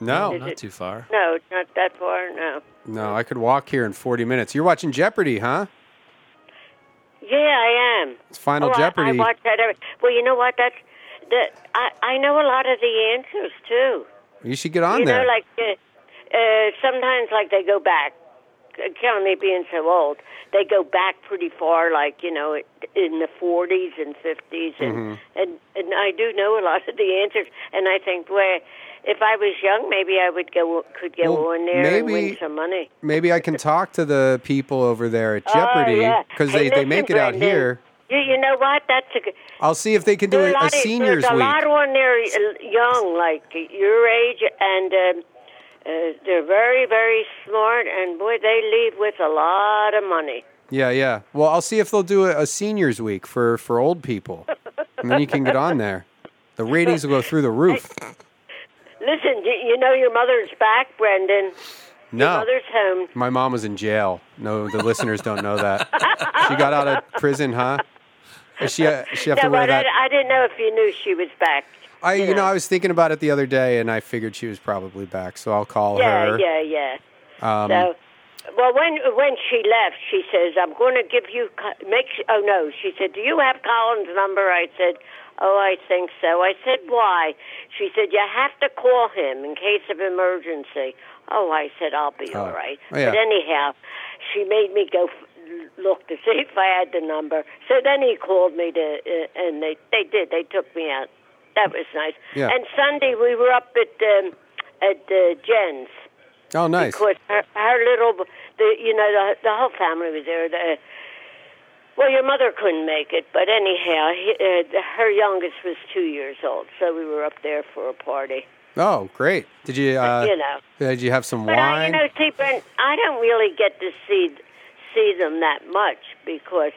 Speaker 2: No,
Speaker 4: Oh, Not too far.
Speaker 7: No, not that far. No.
Speaker 2: no, I could walk here in 40 minutes. You're watching Jeopardy, huh?
Speaker 7: Yeah, I am.
Speaker 2: It's Final
Speaker 7: Oh, I- I,
Speaker 2: Jeopardy.
Speaker 7: watch that. Every, well, you know what? That's that. I I know a lot of the answers too.
Speaker 2: you should get on
Speaker 7: you
Speaker 2: there.
Speaker 7: know, like uh, uh, sometimes, like they go back. uh, Killing me being so old. They go back pretty far, like you know, in the forties
Speaker 2: Mm-hmm.
Speaker 7: and fifties, and and and I do know a lot of the answers, and I think, well, if I was young, maybe I would go could go
Speaker 2: Well,
Speaker 7: on there and win
Speaker 2: maybe-
Speaker 7: some money.
Speaker 2: Maybe I can talk to the people over there at
Speaker 7: Oh,
Speaker 2: Jeopardy
Speaker 7: yeah.
Speaker 2: because
Speaker 7: Hey,
Speaker 2: they, they
Speaker 7: listen,
Speaker 2: make it out
Speaker 7: Brendan,
Speaker 2: here.
Speaker 7: You, you know what? That's a good.
Speaker 2: I'll see if they can do
Speaker 7: There are
Speaker 2: a, a
Speaker 7: lot of-
Speaker 2: seniors
Speaker 7: There's a
Speaker 2: week.
Speaker 7: lot on there uh, young, like your age, and um, uh, they're very, very smart, and boy, they leave with a lot of money.
Speaker 2: Yeah, yeah. Well, I'll see if they'll do a, a seniors week for for old people, and then you can get on there. The ratings will go through the roof.
Speaker 7: Listen, you, you know your mother's back, Brendan.
Speaker 2: Oh.
Speaker 7: Your
Speaker 2: No,
Speaker 7: mother's home.
Speaker 2: my mom was in jail. No, the listeners don't know that. She got out of prison, huh? Does She she have to
Speaker 7: No,
Speaker 2: wear
Speaker 7: but
Speaker 2: that.
Speaker 7: I, I didn't know if you knew she was back.
Speaker 2: I you know I was thinking about it the other day, and I figured she was probably back, so I'll call
Speaker 7: Yeah,
Speaker 2: her.
Speaker 7: yeah, yeah.
Speaker 2: Um,
Speaker 7: So, well, when when she left, she says, "I'm going to give you Co- make." Oh no, she said, "Do you have Colin's number?" I said, "Oh, I think so." I said, "Why?" She said, "You have to call him in case of emergency." Oh, I said, "I'll be all right."
Speaker 2: Oh, yeah.
Speaker 7: But anyhow, she made me go. F- Look to see if I had the number. So then he called me to, uh, and they they did. They took me out. That was nice.
Speaker 2: Yeah.
Speaker 7: And Sunday we were up at um, at uh, Jen's.
Speaker 2: Oh, nice.
Speaker 7: Because her, her little, the you know, the the whole family was there. The, well, your mother couldn't make it, but anyhow, he, uh, her youngest was two years old, so we were up there for a party.
Speaker 2: Oh, great. Did you uh,
Speaker 7: you know.
Speaker 2: Did you have some
Speaker 7: But I,
Speaker 2: wine?
Speaker 7: you know, see, Brent, I don't really get to see see them that much because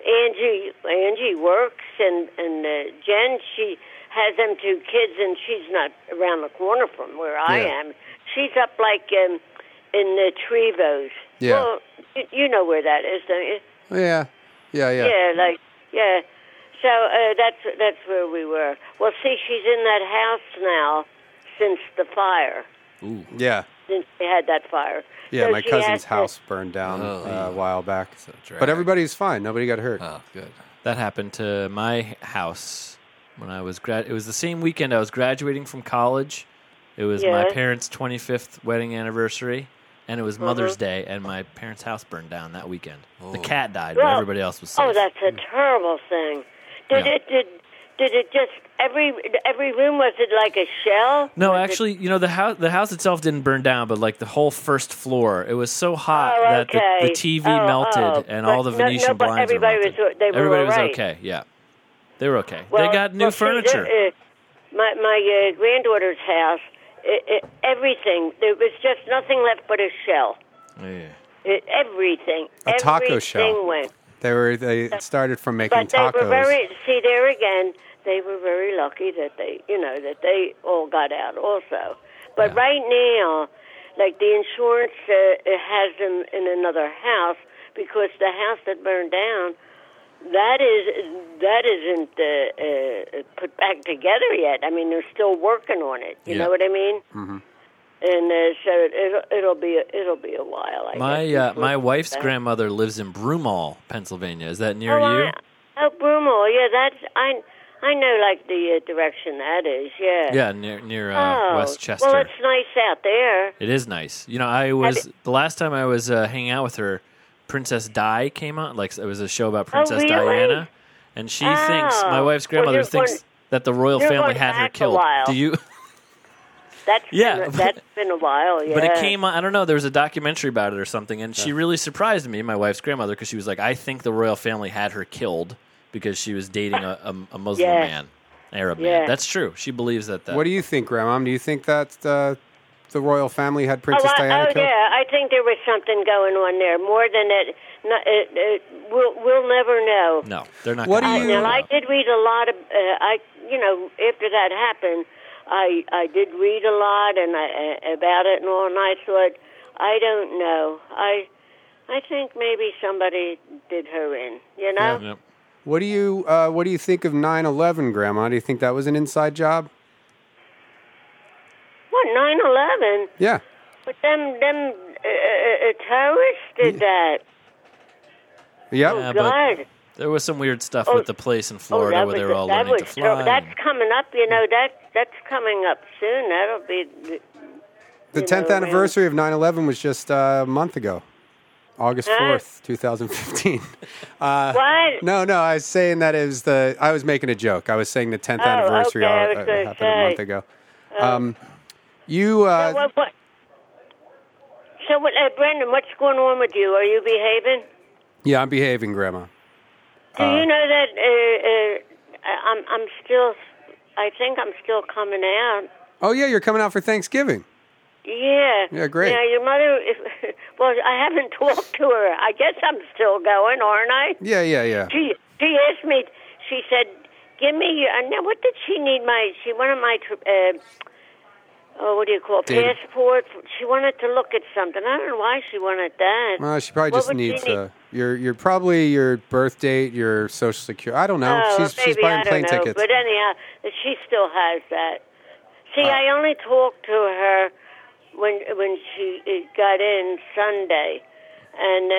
Speaker 7: Angie Angie works and and uh, Jen she has them two kids and she's not around the corner from where I
Speaker 2: Yeah.
Speaker 7: am. She's up like um, in the Trevos.
Speaker 2: Yeah.
Speaker 7: Well, you, you know where that is, don't you?
Speaker 2: Oh, yeah, yeah, yeah.
Speaker 7: Yeah, like yeah. So uh, that's that's where we were. Well, see, she's in that house now since the fire
Speaker 2: Yeah.
Speaker 7: since they had that fire.
Speaker 2: Yeah,
Speaker 7: So
Speaker 2: my
Speaker 7: she
Speaker 2: cousin's
Speaker 7: has to-
Speaker 2: house burned down
Speaker 3: Oh.
Speaker 2: uh, a while back.
Speaker 3: a drag.
Speaker 2: But everybody's fine. Nobody got hurt.
Speaker 3: Oh, good.
Speaker 4: That happened to my house when I was grad. It was the same weekend I was graduating from college. It was my
Speaker 7: Yeah.
Speaker 4: parents' 25th wedding anniversary, and it was
Speaker 7: Mm-hmm.
Speaker 4: Mother's Day, and my parents' house burned down that weekend. The cat died, but
Speaker 7: Well,
Speaker 4: everybody else was safe.
Speaker 7: Oh, that's a terrible thing. Did
Speaker 4: Yeah.
Speaker 7: it did did it just every every room was it like a shell?
Speaker 4: no,
Speaker 7: Was it-
Speaker 4: actually, you know the house the house itself didn't burn down, but like the whole first floor, it was so hot
Speaker 7: Oh,
Speaker 4: that the,
Speaker 7: okay.
Speaker 4: the TV
Speaker 7: Oh,
Speaker 4: melted
Speaker 7: oh,
Speaker 4: and
Speaker 7: but
Speaker 4: all the
Speaker 7: no-
Speaker 4: Venetian
Speaker 7: no, but
Speaker 4: blinds were
Speaker 7: everybody
Speaker 4: melted.
Speaker 7: was- they were
Speaker 4: everybody
Speaker 7: all
Speaker 4: was
Speaker 7: right.
Speaker 4: okay. Yeah, they were okay.
Speaker 7: Well,
Speaker 4: they got new
Speaker 7: well, see,
Speaker 4: furniture.
Speaker 7: the- uh, my my uh, granddaughter's house, it, it, everything there was just nothing left but a shell.
Speaker 4: yeah.
Speaker 7: It, everything,
Speaker 2: A taco
Speaker 7: everything
Speaker 2: shell.
Speaker 7: went.
Speaker 2: They were they started from making
Speaker 7: But they
Speaker 2: tacos.
Speaker 7: were very see there again. They were very lucky that they you know that they all got out also. But right now, like the insurance uh, it has them in another house because the house that burned down that is that isn't uh, uh, put back together yet. I mean they're still working on it. You
Speaker 4: Yeah.
Speaker 7: know what I mean? Mm-hmm. And uh, so it'll it'll be a, it'll be a while. I
Speaker 4: My
Speaker 7: guess,
Speaker 4: uh,
Speaker 7: before
Speaker 4: my
Speaker 7: it's
Speaker 4: wife's
Speaker 7: back.
Speaker 4: grandmother lives in Broomall, Pennsylvania. Is that near
Speaker 7: oh,
Speaker 4: you?
Speaker 7: I, oh, Broomall. Yeah, that's I. I know like the uh, direction that is. Yeah.
Speaker 4: yeah, near near uh,
Speaker 7: Oh,
Speaker 4: Westchester.
Speaker 7: Well, it's nice out there.
Speaker 4: It is nice. You know, I was the last time I was uh, hanging out with her. Princess Di came on. Like it was a show about Princess
Speaker 7: Oh, really?
Speaker 4: Diana, and she thinks my
Speaker 7: Oh.
Speaker 4: wife's
Speaker 7: Well,
Speaker 4: grandmother
Speaker 7: you're
Speaker 4: thinks
Speaker 7: going-
Speaker 4: that the royal
Speaker 7: you're
Speaker 4: family
Speaker 7: going
Speaker 4: had her
Speaker 7: back a
Speaker 4: killed.
Speaker 7: while.
Speaker 4: Do you?
Speaker 7: That's
Speaker 4: Yeah,
Speaker 7: Been,
Speaker 4: but-
Speaker 7: that's been a while. Yeah.
Speaker 4: But it came on, I don't know, there was a documentary about it or something, and she really surprised me, my wife's grandmother, because she was like, I think the royal family had her killed because she was dating a, a, a Muslim
Speaker 7: Yeah.
Speaker 4: man, Arab man.
Speaker 7: Yeah.
Speaker 4: That's true. She believes that. that
Speaker 2: what do you think, Grandma? Do you think that uh, the royal family had
Speaker 7: Oh,
Speaker 2: Princess
Speaker 7: I-
Speaker 2: Diana
Speaker 7: oh
Speaker 2: killed?
Speaker 7: yeah, I think there was something going on there more than it. No, it, it we'll we'll never know.
Speaker 4: No, they're not
Speaker 2: What
Speaker 4: gonna
Speaker 2: do
Speaker 4: let her
Speaker 2: you-
Speaker 7: Now
Speaker 4: know.
Speaker 7: I did read a lot of. Uh, I you know after that happened, I I did read a lot and I, uh, about it and all, and I thought I don't know. I I think maybe somebody did her in. You know.
Speaker 4: Yep.
Speaker 2: What do you uh, What do you think of 9-11, Grandma? Do you think that was an inside job?
Speaker 7: What nine eleven?
Speaker 2: Yeah,
Speaker 7: But them them uh, uh, uh, terrorists did that.
Speaker 2: yeah.
Speaker 4: Yeah, but-
Speaker 7: God.
Speaker 4: There was some weird stuff
Speaker 7: Oh,
Speaker 4: with the place in
Speaker 7: Oh,
Speaker 4: Florida
Speaker 7: that
Speaker 4: where they
Speaker 7: was-
Speaker 4: were all
Speaker 7: that
Speaker 4: learning to
Speaker 7: was ter-
Speaker 4: fly.
Speaker 7: That's coming up, you know. That that's coming up soon. That'll be
Speaker 2: the
Speaker 7: you
Speaker 2: tenth
Speaker 7: know,
Speaker 2: anniversary of 9-11 was just uh, a month ago, August
Speaker 7: Huh?
Speaker 2: fourth, two thousand fifteen.
Speaker 4: Uh,
Speaker 7: what?
Speaker 2: No, no, I was saying that it was the. I was making a joke. I was saying the tenth
Speaker 7: Oh,
Speaker 2: anniversary
Speaker 7: okay, Oh.
Speaker 2: all-
Speaker 7: I was
Speaker 2: uh,
Speaker 7: gonna
Speaker 2: happened a month
Speaker 7: say.
Speaker 2: ago. Um, You, uh,
Speaker 7: so what? what so what, uh, Brendan? What's going on with you? Are you behaving?
Speaker 2: yeah, I'm behaving, Grandma.
Speaker 7: Do you know that uh, uh, I- I'm I'm still I think I'm still coming out.
Speaker 2: Oh yeah, you're coming out for Thanksgiving.
Speaker 7: Yeah.
Speaker 2: Yeah, great.
Speaker 7: Now your mother. well, I haven't talked to her. I guess I'm still going, aren't I?
Speaker 2: Yeah, yeah, yeah.
Speaker 7: She she asked me. She said, "Give me your." and Now, what did she need? My she wanted my. tr- Uh, Oh, what do you call it?
Speaker 2: Data.
Speaker 7: passport? She wanted to look at something. I don't know why she wanted that.
Speaker 2: Well, she probably
Speaker 7: What
Speaker 2: just
Speaker 7: would she
Speaker 2: needs
Speaker 7: need?
Speaker 2: uh, your your probably your birth date, your social security. I don't know.
Speaker 7: Oh,
Speaker 2: she's
Speaker 7: maybe,
Speaker 2: she's buying
Speaker 7: I don't
Speaker 2: plane
Speaker 7: know.
Speaker 2: tickets.
Speaker 7: But anyhow, she still has that. See,
Speaker 2: Uh,
Speaker 7: I only talked to her when when she uh, got in Sunday, and uh,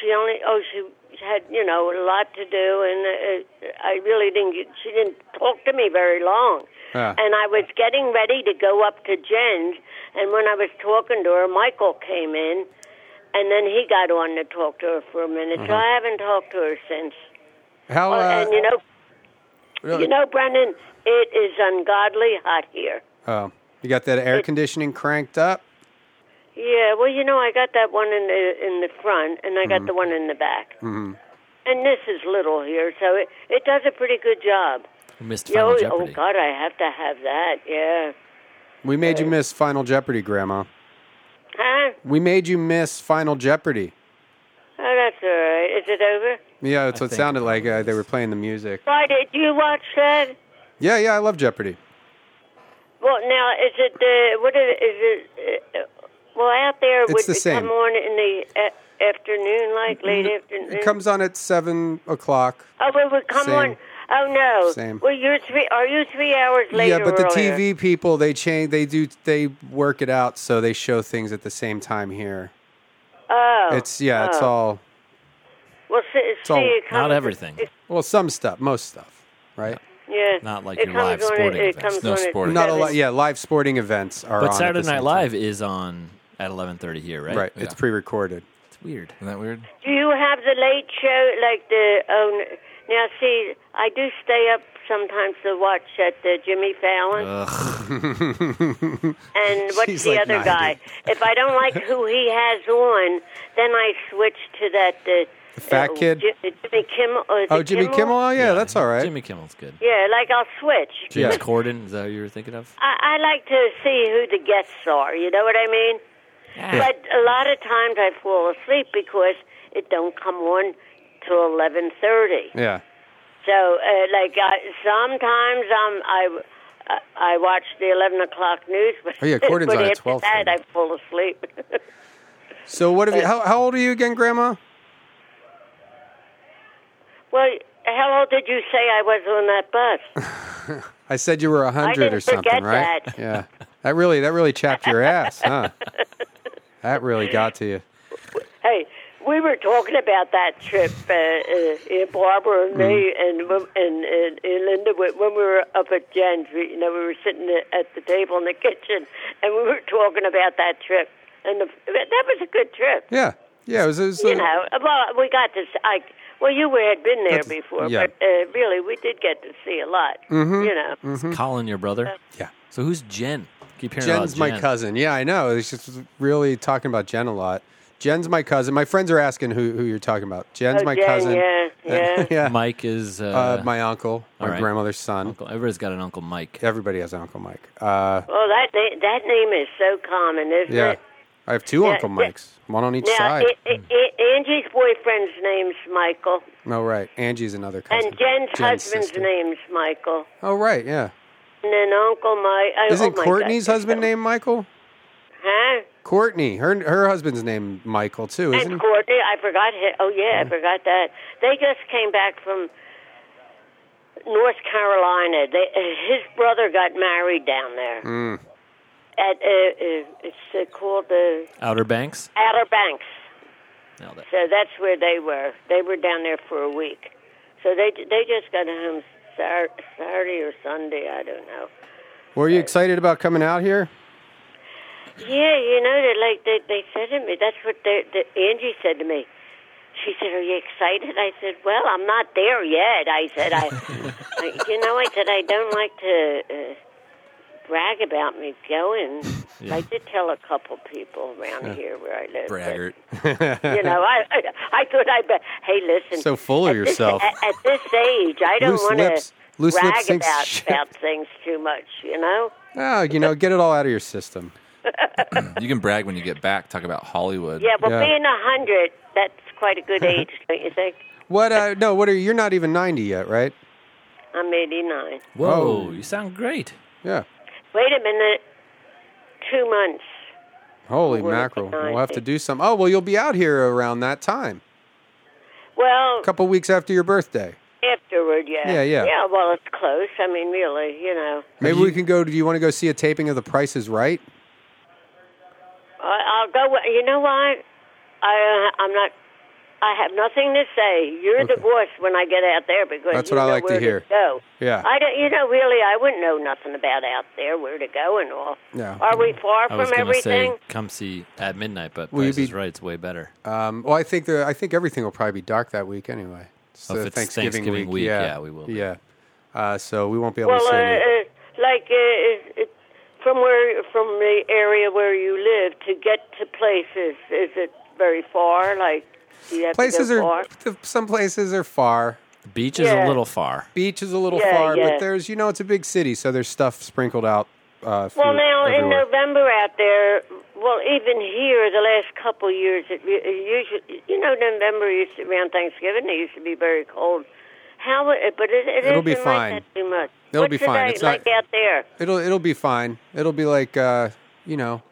Speaker 7: she only oh she had you know a lot to do, and uh, I really didn't get, she didn't talk to me very long.
Speaker 2: Ah.
Speaker 7: And I was getting ready to go up to Jen's, and when I was talking to her, Michael came in, and then he got on to talk to her for a minute.
Speaker 2: Uh-huh.
Speaker 7: So I haven't talked to her since.
Speaker 2: How?
Speaker 7: Oh,
Speaker 2: Uh,
Speaker 7: and you know,
Speaker 2: uh,
Speaker 7: you know, Brendan, it is ungodly hot here.
Speaker 2: oh, you got that air conditioning cranked up?
Speaker 7: Yeah, well, you know, I got that one in the in the front, and I got the one in the back. Mm-hmm. And this is little here, so it it does a pretty good job.
Speaker 4: We missed
Speaker 7: You
Speaker 4: Final
Speaker 7: always- oh
Speaker 4: Jeopardy.
Speaker 7: God, I have to have that. Yeah,
Speaker 2: We made you miss Final Jeopardy, Grandma.
Speaker 7: huh?
Speaker 2: We made you miss Final Jeopardy.
Speaker 7: Oh, that's all right. Is it over?
Speaker 2: Yeah, that's
Speaker 4: I
Speaker 2: what it
Speaker 4: think
Speaker 2: sounded
Speaker 4: it
Speaker 2: like. Uh, they were playing the music.
Speaker 7: Why did you watch that?
Speaker 2: Yeah, yeah, I love Jeopardy.
Speaker 7: Well, now is it uh, what is, is it? Uh, well, out there
Speaker 2: It's
Speaker 7: would
Speaker 2: the
Speaker 7: it
Speaker 2: same.
Speaker 7: come on in the a- afternoon, like late afternoon.
Speaker 2: It comes on at seven o'clock.
Speaker 7: Oh, well, we come
Speaker 2: Same.
Speaker 7: on. Oh no.
Speaker 2: Same.
Speaker 7: Well, you're three. Are you three hours later?
Speaker 2: Yeah, but the
Speaker 7: or earlier?
Speaker 2: TV people they change. They do. They work it out so they show things at the same time here.
Speaker 7: Oh,
Speaker 2: It's yeah. It's
Speaker 7: oh.
Speaker 2: all
Speaker 7: Well, see, see,
Speaker 2: all-
Speaker 7: it comes,
Speaker 4: Not everything.
Speaker 7: It,
Speaker 2: well, some stuff, most stuff, right?
Speaker 7: yeah.
Speaker 4: Not like
Speaker 7: it
Speaker 4: your
Speaker 7: comes
Speaker 4: live
Speaker 7: on at-
Speaker 4: sporting
Speaker 7: it
Speaker 4: events.
Speaker 7: comes
Speaker 3: No
Speaker 7: on at
Speaker 3: sporting
Speaker 2: Not a
Speaker 7: seven.
Speaker 2: lot. Yeah, live sporting events are.
Speaker 4: But
Speaker 2: on at
Speaker 4: Saturday
Speaker 2: the same
Speaker 4: Night
Speaker 2: time.
Speaker 4: Live is on at 11:30 here, right?
Speaker 2: right? It's
Speaker 3: Yeah.
Speaker 2: pre-recorded.
Speaker 4: It's weird.
Speaker 3: Isn't that weird?
Speaker 7: Do you have the late show like the? Oh, n- now see, I do stay up sometimes to watch at the Jimmy Fallon. and what's
Speaker 2: She's
Speaker 7: the
Speaker 2: like
Speaker 7: other
Speaker 2: 90.
Speaker 7: guy? If I don't like who he has on, then I switch to that. The,
Speaker 2: The fat
Speaker 7: uh,
Speaker 2: kid?
Speaker 7: Ji- uh, Jimmy Kimmel. uh, is
Speaker 2: Oh,
Speaker 7: it
Speaker 2: Jimmy Kimmel. Oh, yeah, that's all right.
Speaker 4: Jimmy Kimmel's good.
Speaker 7: Yeah, like I'll switch.
Speaker 4: James
Speaker 2: Yeah.
Speaker 4: Corden, is that what you were thinking of?
Speaker 7: I, I like to see who the guests are. You know what I mean? But a lot of times I fall asleep because it don't come on till eleven thirty.
Speaker 2: Yeah,
Speaker 7: So, uh, like I, sometimes I'm I. I- I watch the eleven o'clock news, but,
Speaker 2: Oh, yeah, Corden's
Speaker 7: but
Speaker 2: on at
Speaker 7: after
Speaker 2: 12
Speaker 7: that I
Speaker 2: thirty.
Speaker 7: fall asleep.
Speaker 2: So what have you? How, how old are you again, Grandma?
Speaker 7: well, how old did you say I was on that bus?
Speaker 2: I said you were hundred
Speaker 7: didn't
Speaker 2: or something,
Speaker 7: forget
Speaker 2: right?
Speaker 7: that.
Speaker 2: Yeah, that really that really chapped your ass, huh? That really got to you.
Speaker 7: hey, we were talking about that trip, uh, uh, Barbara and me,
Speaker 2: Mm-hmm.
Speaker 7: and when- and, and, and Linda, when when we were up at Jen's, we, you know, we were sitting at- at the table in the kitchen, and we were talking about that trip, and the, that was a good trip.
Speaker 2: Yeah, yeah. It was. It was
Speaker 7: you
Speaker 2: uh,
Speaker 7: know, well, we got to. s I well, you were, had been there
Speaker 2: That's-
Speaker 7: before,
Speaker 2: yeah. Mm-hmm.
Speaker 7: but uh, really, we did get to see a lot. You know,
Speaker 4: Colin, your brother.
Speaker 2: Yeah.
Speaker 4: So who's Jen? Keep hearing
Speaker 2: Jen's
Speaker 4: about
Speaker 2: my
Speaker 4: Jen.
Speaker 2: cousin. Yeah, I know. It's just really talking about Jen a lot. Jen's my cousin. My friends are asking who, who you're talking about. Jen's
Speaker 7: Oh,
Speaker 2: my
Speaker 7: Jen,
Speaker 2: cousin.
Speaker 7: yeah, yeah.
Speaker 2: yeah.
Speaker 4: Mike is uh,
Speaker 2: Uh, my uncle, my
Speaker 4: all right.
Speaker 2: grandmother's son.
Speaker 4: uncle. Everybody's got an uncle Mike.
Speaker 2: Everybody has an Uncle Mike. Uh,
Speaker 7: well, that na- that name is so common, isn't
Speaker 2: yeah.
Speaker 7: it?
Speaker 2: I have two
Speaker 7: Yeah,
Speaker 2: Uncle
Speaker 7: yeah.
Speaker 2: Mikes, one on each
Speaker 7: Now,
Speaker 2: side.
Speaker 7: it, it, it, Angie's boyfriend's name's Michael,
Speaker 2: No, Oh, right. Angie's another cousin.
Speaker 7: and Jen's, husband's
Speaker 2: sister.
Speaker 7: name's Michael,
Speaker 2: Oh, right. Yeah.
Speaker 7: and then Uncle Mike. oh,
Speaker 2: Isn't
Speaker 7: oh my
Speaker 2: Courtney's
Speaker 7: God.
Speaker 2: husband named Michael?
Speaker 7: Huh?
Speaker 2: Courtney. Her her husband's named Michael too, isn't he?
Speaker 7: and Courtney, I forgot. His, oh yeah, I forgot that. They just came back from North Carolina. They, his brother got married down there.
Speaker 2: Mm.
Speaker 7: At uh, uh, it's uh, called the
Speaker 4: Outer Banks.
Speaker 7: Outer Banks.
Speaker 4: Nailed it.
Speaker 7: So that's where they were. They were down there for a week. So they they just got home Sar- Saturday or Sunday. I don't know.
Speaker 2: Were you excited about coming out here?
Speaker 7: Yeah, you know, they like they they said to me. That's what they, the Angie said to me. She said, "Are you excited?" I said, "Well, I'm not there yet." I said, "I, I you know, I said I don't like to uh, brag about me going.
Speaker 4: Yeah.
Speaker 7: I did tell a couple people around here where I live. but,
Speaker 3: Braggart.
Speaker 7: you know, I I, I thought I would hey listen.
Speaker 2: So full of
Speaker 7: at this-
Speaker 2: yourself.
Speaker 7: at, at this age, I don't
Speaker 2: Loose
Speaker 7: want
Speaker 2: lips.
Speaker 7: to
Speaker 2: Loose lips
Speaker 7: brag
Speaker 2: sinks
Speaker 7: about,
Speaker 2: ship.
Speaker 7: about things too much. You know.
Speaker 2: Oh, you know, get it all out of your system.
Speaker 3: You can brag when you get back. Talk about Hollywood.
Speaker 7: Yeah, well,
Speaker 2: Yeah.
Speaker 7: being a hundred, that's quite a good age, don't you think?
Speaker 2: What? Uh, no, what are you? You're not even ninety yet, right?
Speaker 7: I'm 89.
Speaker 4: Whoa,
Speaker 2: Whoa.
Speaker 4: you sound great.
Speaker 2: Yeah.
Speaker 7: Wait a minute. Two months.
Speaker 2: Holy
Speaker 7: We're
Speaker 2: mackerel! We'll have to
Speaker 7: 90.
Speaker 2: do some. Oh well, you'll be out here around that time,
Speaker 7: Well,
Speaker 2: a couple weeks after your birthday.
Speaker 7: afterward, yeah.
Speaker 2: Yeah, yeah.
Speaker 7: Yeah, well, it's close. I mean, really, you know.
Speaker 2: Maybe
Speaker 4: you-
Speaker 2: we can go. Do you want to go see a taping of The Price Is Right?
Speaker 7: I, I'll go. wi- You know what? I, uh, I'm not. I have nothing to say. You're
Speaker 2: Okay.
Speaker 7: divorced when I get out there because
Speaker 2: That's
Speaker 7: you
Speaker 2: what I
Speaker 7: know
Speaker 2: like to
Speaker 7: where
Speaker 2: hear.
Speaker 7: go.
Speaker 2: Yeah.
Speaker 7: I don't. You know, really, I wouldn't know nothing about out there where to go and all.
Speaker 2: Yeah.
Speaker 7: Are we far
Speaker 4: I
Speaker 7: from
Speaker 4: was gonna
Speaker 7: everything?
Speaker 4: say come see at midnight, but
Speaker 2: Will you
Speaker 4: Price is
Speaker 2: be-
Speaker 4: right. It's way better.
Speaker 2: Um, well, I think the I think everything will probably be dark that week anyway. It's
Speaker 4: Oh, if
Speaker 2: the
Speaker 4: it's Thanksgiving week, yeah, we will be.
Speaker 2: Yeah. Uh, so we won't be able
Speaker 7: Well,
Speaker 2: to
Speaker 7: uh,
Speaker 2: see. any-
Speaker 7: uh, like uh, uh, from where from the area where you live to get to places, is it very far? Like do you have
Speaker 2: places
Speaker 7: to go
Speaker 2: are
Speaker 7: far?
Speaker 2: some places are far.
Speaker 4: The beach is a
Speaker 7: Yeah.
Speaker 4: little far.
Speaker 2: Beach is a little
Speaker 7: Yeah,
Speaker 2: far, but
Speaker 7: yeah.
Speaker 2: there's you know it's a big city, so there's stuff sprinkled out. Uh,
Speaker 7: Well,
Speaker 2: through-
Speaker 7: now in
Speaker 2: everywhere.
Speaker 7: November out there, well, even here the last couple of years, it, re- it usually you know November used to, around Thanksgiving it used to be very cold. How would it? But it, it
Speaker 2: It'll be
Speaker 7: isn't
Speaker 2: fine.
Speaker 7: Like that too much.
Speaker 2: It'll
Speaker 7: What's
Speaker 2: be
Speaker 7: it
Speaker 2: fine.
Speaker 7: Like,
Speaker 2: It's not-
Speaker 7: like out there.
Speaker 2: It'll it'll be fine. It'll be like uh, you know,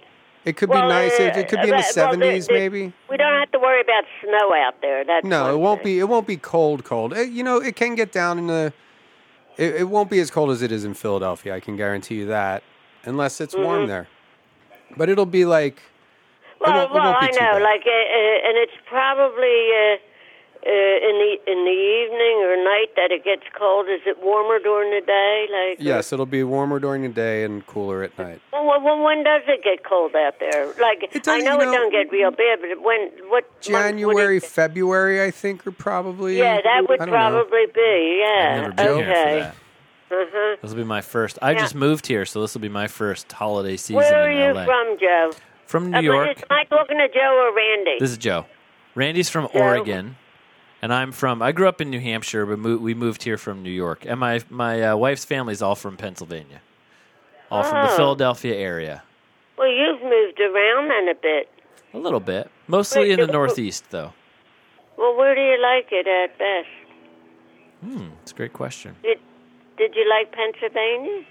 Speaker 2: it could be nice. It,
Speaker 7: uh,
Speaker 2: it could be in the seventies, maybe.
Speaker 7: We don't have to worry about snow out there. That's
Speaker 2: No,
Speaker 7: one
Speaker 2: it won't
Speaker 7: thing.
Speaker 2: be. It won't be cold, cold. It, you know, it can get down in the. It, it won't be as cold as it is in Philadelphia. I can guarantee you that, unless it's
Speaker 7: Mm-hmm.
Speaker 2: warm there. But it'll be like
Speaker 7: Well,
Speaker 2: won't- it
Speaker 7: well,
Speaker 2: won't be
Speaker 7: I
Speaker 2: too
Speaker 7: know,
Speaker 2: bad.
Speaker 7: like, uh, uh, and it's probably uh, uh, in the in the evening or night that it gets cold. Is it warmer during the day? Like,
Speaker 2: yes, it'll be warmer during the day and cooler at night.
Speaker 7: Well, well, well, when does it get cold out there? Like,
Speaker 2: It
Speaker 7: I
Speaker 2: doesn't-
Speaker 7: know
Speaker 2: you
Speaker 7: it
Speaker 2: know-
Speaker 7: don't get real bad, but when what month
Speaker 2: January,
Speaker 7: Would it,
Speaker 2: February, I think, are probably.
Speaker 7: yeah, that would
Speaker 2: I don't know.
Speaker 7: probably be. Yeah.
Speaker 4: I've never been
Speaker 7: okay.
Speaker 4: here for that.
Speaker 7: Uh-huh.
Speaker 4: This will be my first. I
Speaker 7: Yeah.
Speaker 4: just moved here, so this will be my first holiday season
Speaker 7: Where are
Speaker 4: in
Speaker 7: you
Speaker 4: LA.
Speaker 7: from, Joe?
Speaker 4: From
Speaker 7: Uh,
Speaker 4: New
Speaker 7: but
Speaker 4: York.
Speaker 7: Is, am I talking to Joe or Randy?
Speaker 4: This is Joe. Randy's from Oregon, and I'm from. I grew up in New Hampshire, but mo- we moved here from New York. And my my uh, wife's family's all from Pennsylvania, all from the
Speaker 7: Oh.
Speaker 4: Philadelphia area.
Speaker 7: well, you've moved around then a bit.
Speaker 4: A little bit, mostly in the Northeast, though.
Speaker 7: Well, where do you like it at best?
Speaker 4: Hmm, it's a great question.
Speaker 7: Did, did you like Pennsylvania?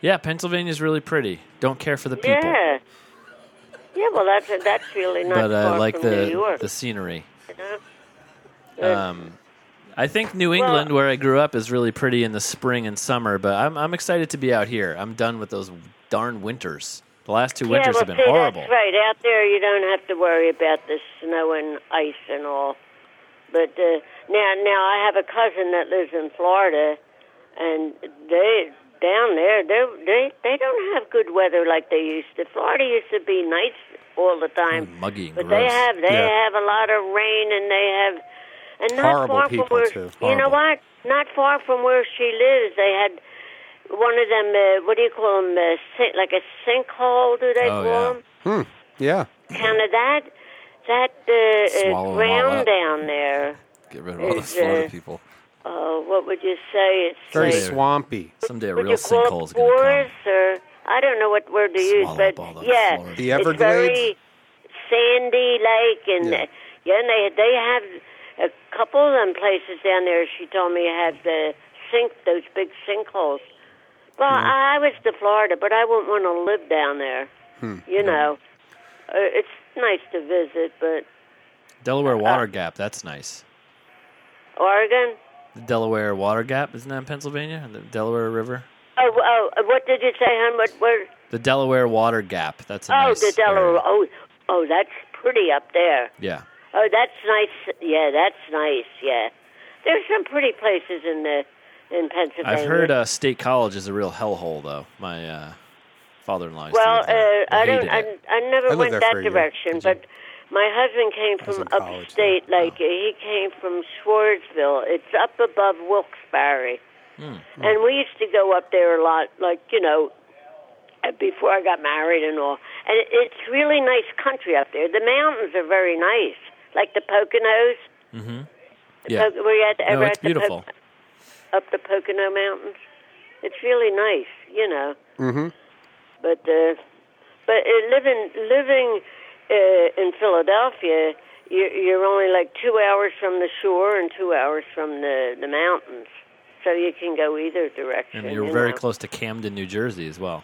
Speaker 4: Yeah, Pennsylvania's really pretty. Don't care for the people,
Speaker 7: Yeah. Yeah, well, that's that's really not
Speaker 4: but I
Speaker 7: far
Speaker 4: like
Speaker 7: from New
Speaker 4: the
Speaker 7: York. Uh-huh.
Speaker 4: the scenery.
Speaker 7: you know?
Speaker 4: Um, I think New England, where I grew up, is really pretty in the spring and summer. But I'm I'm excited to be out here. I'm done with those darn winters. The last two winters
Speaker 7: yeah, well,
Speaker 4: have been
Speaker 7: see,
Speaker 4: horrible.
Speaker 7: That's right. Out there, you don't have to worry about the snow and ice and all. But uh, now, now I have a cousin that lives in Florida, and they down there they they they don't have good weather like they used to. Florida used to be nice all the time.
Speaker 4: Mm, muggy and
Speaker 7: but
Speaker 4: gross.
Speaker 7: they have they
Speaker 2: Yeah.
Speaker 7: have a lot of rain and they have and not
Speaker 2: Horrible
Speaker 7: far
Speaker 2: people,
Speaker 7: from where
Speaker 2: too.
Speaker 7: you know
Speaker 2: Horrible.
Speaker 7: what not far from where she lives they had one of them uh, what do you call them uh, sink, like a sinkhole do they
Speaker 4: Oh,
Speaker 7: call
Speaker 4: yeah.
Speaker 7: them
Speaker 2: Yeah.
Speaker 7: kind of that that uh,
Speaker 3: Swallow 'em
Speaker 7: uh,
Speaker 3: all
Speaker 7: ground
Speaker 3: up.
Speaker 7: down there
Speaker 3: Get rid of all those
Speaker 7: Is,
Speaker 3: Florida
Speaker 7: uh,
Speaker 3: people.
Speaker 7: uh, what would you say it's
Speaker 2: Very
Speaker 7: like,
Speaker 4: Later.
Speaker 2: swampy.
Speaker 4: Someday a
Speaker 7: would
Speaker 4: real
Speaker 7: you call
Speaker 4: sinkhole
Speaker 7: it
Speaker 4: is going to
Speaker 7: forest or I don't know what word to use
Speaker 4: Swallow
Speaker 7: but
Speaker 4: up all the
Speaker 7: yeah
Speaker 4: Florida
Speaker 2: The
Speaker 7: it's very
Speaker 2: Everglades?
Speaker 7: sandy lake and
Speaker 2: Yeah.
Speaker 7: yeah. yeah and they they have a couple of them places down there she told me have the sink those big sinkholes well
Speaker 4: Hmm.
Speaker 7: I, I was to Florida but I wouldn't want to live down there
Speaker 4: Hmm.
Speaker 7: you know uh, it's nice to visit
Speaker 4: come.
Speaker 7: but Uh,
Speaker 4: Delaware Water Gap, that's nice.
Speaker 7: Oregon
Speaker 4: The Delaware Water Gap, isn't that in Pennsylvania? The Delaware River?
Speaker 7: oh oh what did you say hon what word
Speaker 4: The Delaware Water Gap, that's a
Speaker 7: oh
Speaker 4: nice
Speaker 7: the Delaware
Speaker 4: area.
Speaker 7: oh oh that's pretty up there
Speaker 4: Yeah.
Speaker 7: Oh, that's nice. Yeah, that's nice. Yeah, there's some pretty places in the in Pennsylvania.
Speaker 4: I've heard uh, State College is a real hellhole, though. My uh, father-in-law used to
Speaker 7: well,
Speaker 4: live there.
Speaker 7: uh, I
Speaker 4: hated
Speaker 7: don't. I,
Speaker 4: it.
Speaker 7: I never
Speaker 2: I lived
Speaker 7: went
Speaker 2: there
Speaker 7: that
Speaker 2: for a year.
Speaker 7: direction, but my husband came
Speaker 2: was
Speaker 7: from
Speaker 2: in college, Oh.
Speaker 7: upstate.
Speaker 2: yeah.
Speaker 7: Like he came from Schwartzville. It's up above
Speaker 2: Hmm.
Speaker 7: Wilkes-Barre, and we used to go up there a lot. Like you know, uh, before I got married and all. And it- it's really nice country up there. The mountains are very nice, like the Poconos.
Speaker 3: Yeah.
Speaker 7: Po- were you at,
Speaker 4: No,
Speaker 7: ever
Speaker 4: it's
Speaker 7: at the Poc-
Speaker 4: beautiful.
Speaker 7: up the Pocono Mountains. It's really nice, you know. hmm
Speaker 4: Mm-hmm.
Speaker 7: But uh, but uh, living living uh, in Philadelphia, you're, you're only like two hours from the shore and two hours from the the mountains, so you can go either direction.
Speaker 4: And you're
Speaker 7: you
Speaker 4: very
Speaker 7: know.
Speaker 4: close to Camden, New Jersey as well.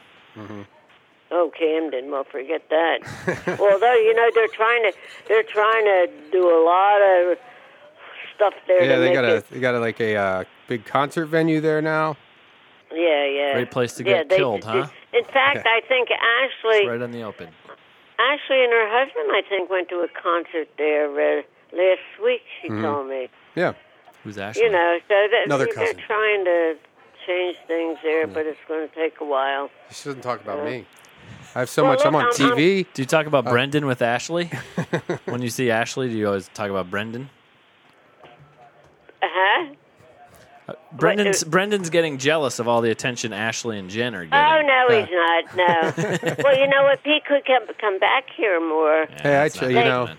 Speaker 7: Oh, Camden. Well, forget that. Although you know they're trying to they're trying to do a lot of stuff there.
Speaker 2: Yeah,
Speaker 7: to
Speaker 2: they
Speaker 7: make
Speaker 2: got a
Speaker 7: it-
Speaker 2: they got a, like a uh, big concert venue there now.
Speaker 7: yeah, yeah.
Speaker 4: Great place to
Speaker 7: yeah,
Speaker 4: get
Speaker 7: they-
Speaker 4: killed, huh?
Speaker 7: In fact, I think Ashley
Speaker 4: Right on the open.
Speaker 7: Ashley and her husband, I think, went to a concert there uh, last week. She told me,
Speaker 2: Yeah,
Speaker 4: Who's Ashley?
Speaker 7: you know, so that,
Speaker 2: Hmm. Another
Speaker 7: they're
Speaker 2: cousin. Hmm.
Speaker 7: trying to change things there, but it's going to take a while.
Speaker 2: she doesn't talk about me. I have so
Speaker 7: Well,
Speaker 2: much. I'm
Speaker 7: look, um,
Speaker 2: on
Speaker 7: I'm- I'm-
Speaker 2: TV.
Speaker 4: Do you talk about
Speaker 2: Uh,
Speaker 4: Brendan with Ashley? when you see Ashley, do you always talk about Brendan?
Speaker 7: Uh huh.
Speaker 4: Brendan's
Speaker 7: uh,
Speaker 4: Brendan's getting jealous of all the attention Ashley and Jen are getting.
Speaker 7: Oh no,
Speaker 2: Uh.
Speaker 7: he's not. No. well, you know what? Pete could come come back here more.
Speaker 4: Yeah,
Speaker 2: Hey, I
Speaker 4: that's
Speaker 2: tr-
Speaker 4: not
Speaker 2: you
Speaker 4: bad,
Speaker 2: know,
Speaker 4: man.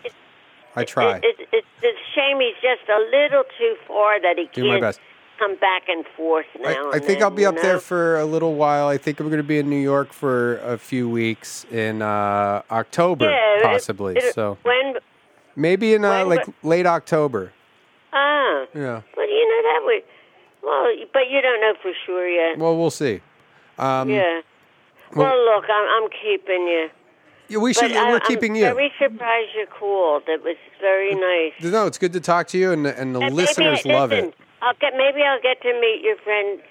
Speaker 2: I try.
Speaker 7: It, it, it's it's a shame he's just a little too far that he
Speaker 2: Do
Speaker 7: can't
Speaker 2: my best.
Speaker 7: come back and forth now.
Speaker 2: I, I
Speaker 7: and
Speaker 2: think
Speaker 7: then,
Speaker 2: I'll be
Speaker 7: you
Speaker 2: up there
Speaker 7: know?
Speaker 2: for a little while. I think I'm going to be in New York for a few weeks in uh, October,
Speaker 7: Yeah, it-
Speaker 2: possibly.
Speaker 7: it-
Speaker 2: so
Speaker 7: when?
Speaker 2: maybe in uh,
Speaker 7: when-
Speaker 2: like late October.
Speaker 7: Ah.
Speaker 2: Yeah.
Speaker 7: Well, you know that would. Well, but you don't know for sure yet.
Speaker 2: Well, we'll see. Um,
Speaker 7: yeah. Well, look, I'm, I'm keeping you.
Speaker 2: yeah, we should.
Speaker 7: But uh, um, I,
Speaker 2: we're
Speaker 7: am
Speaker 2: keeping you.
Speaker 7: very surprised you called. It was very nice.
Speaker 2: No, it's good to talk to you, and and the
Speaker 7: And maybe-
Speaker 2: listeners love
Speaker 7: listen,
Speaker 2: it.
Speaker 7: I'll get maybe I'll get to meet your friends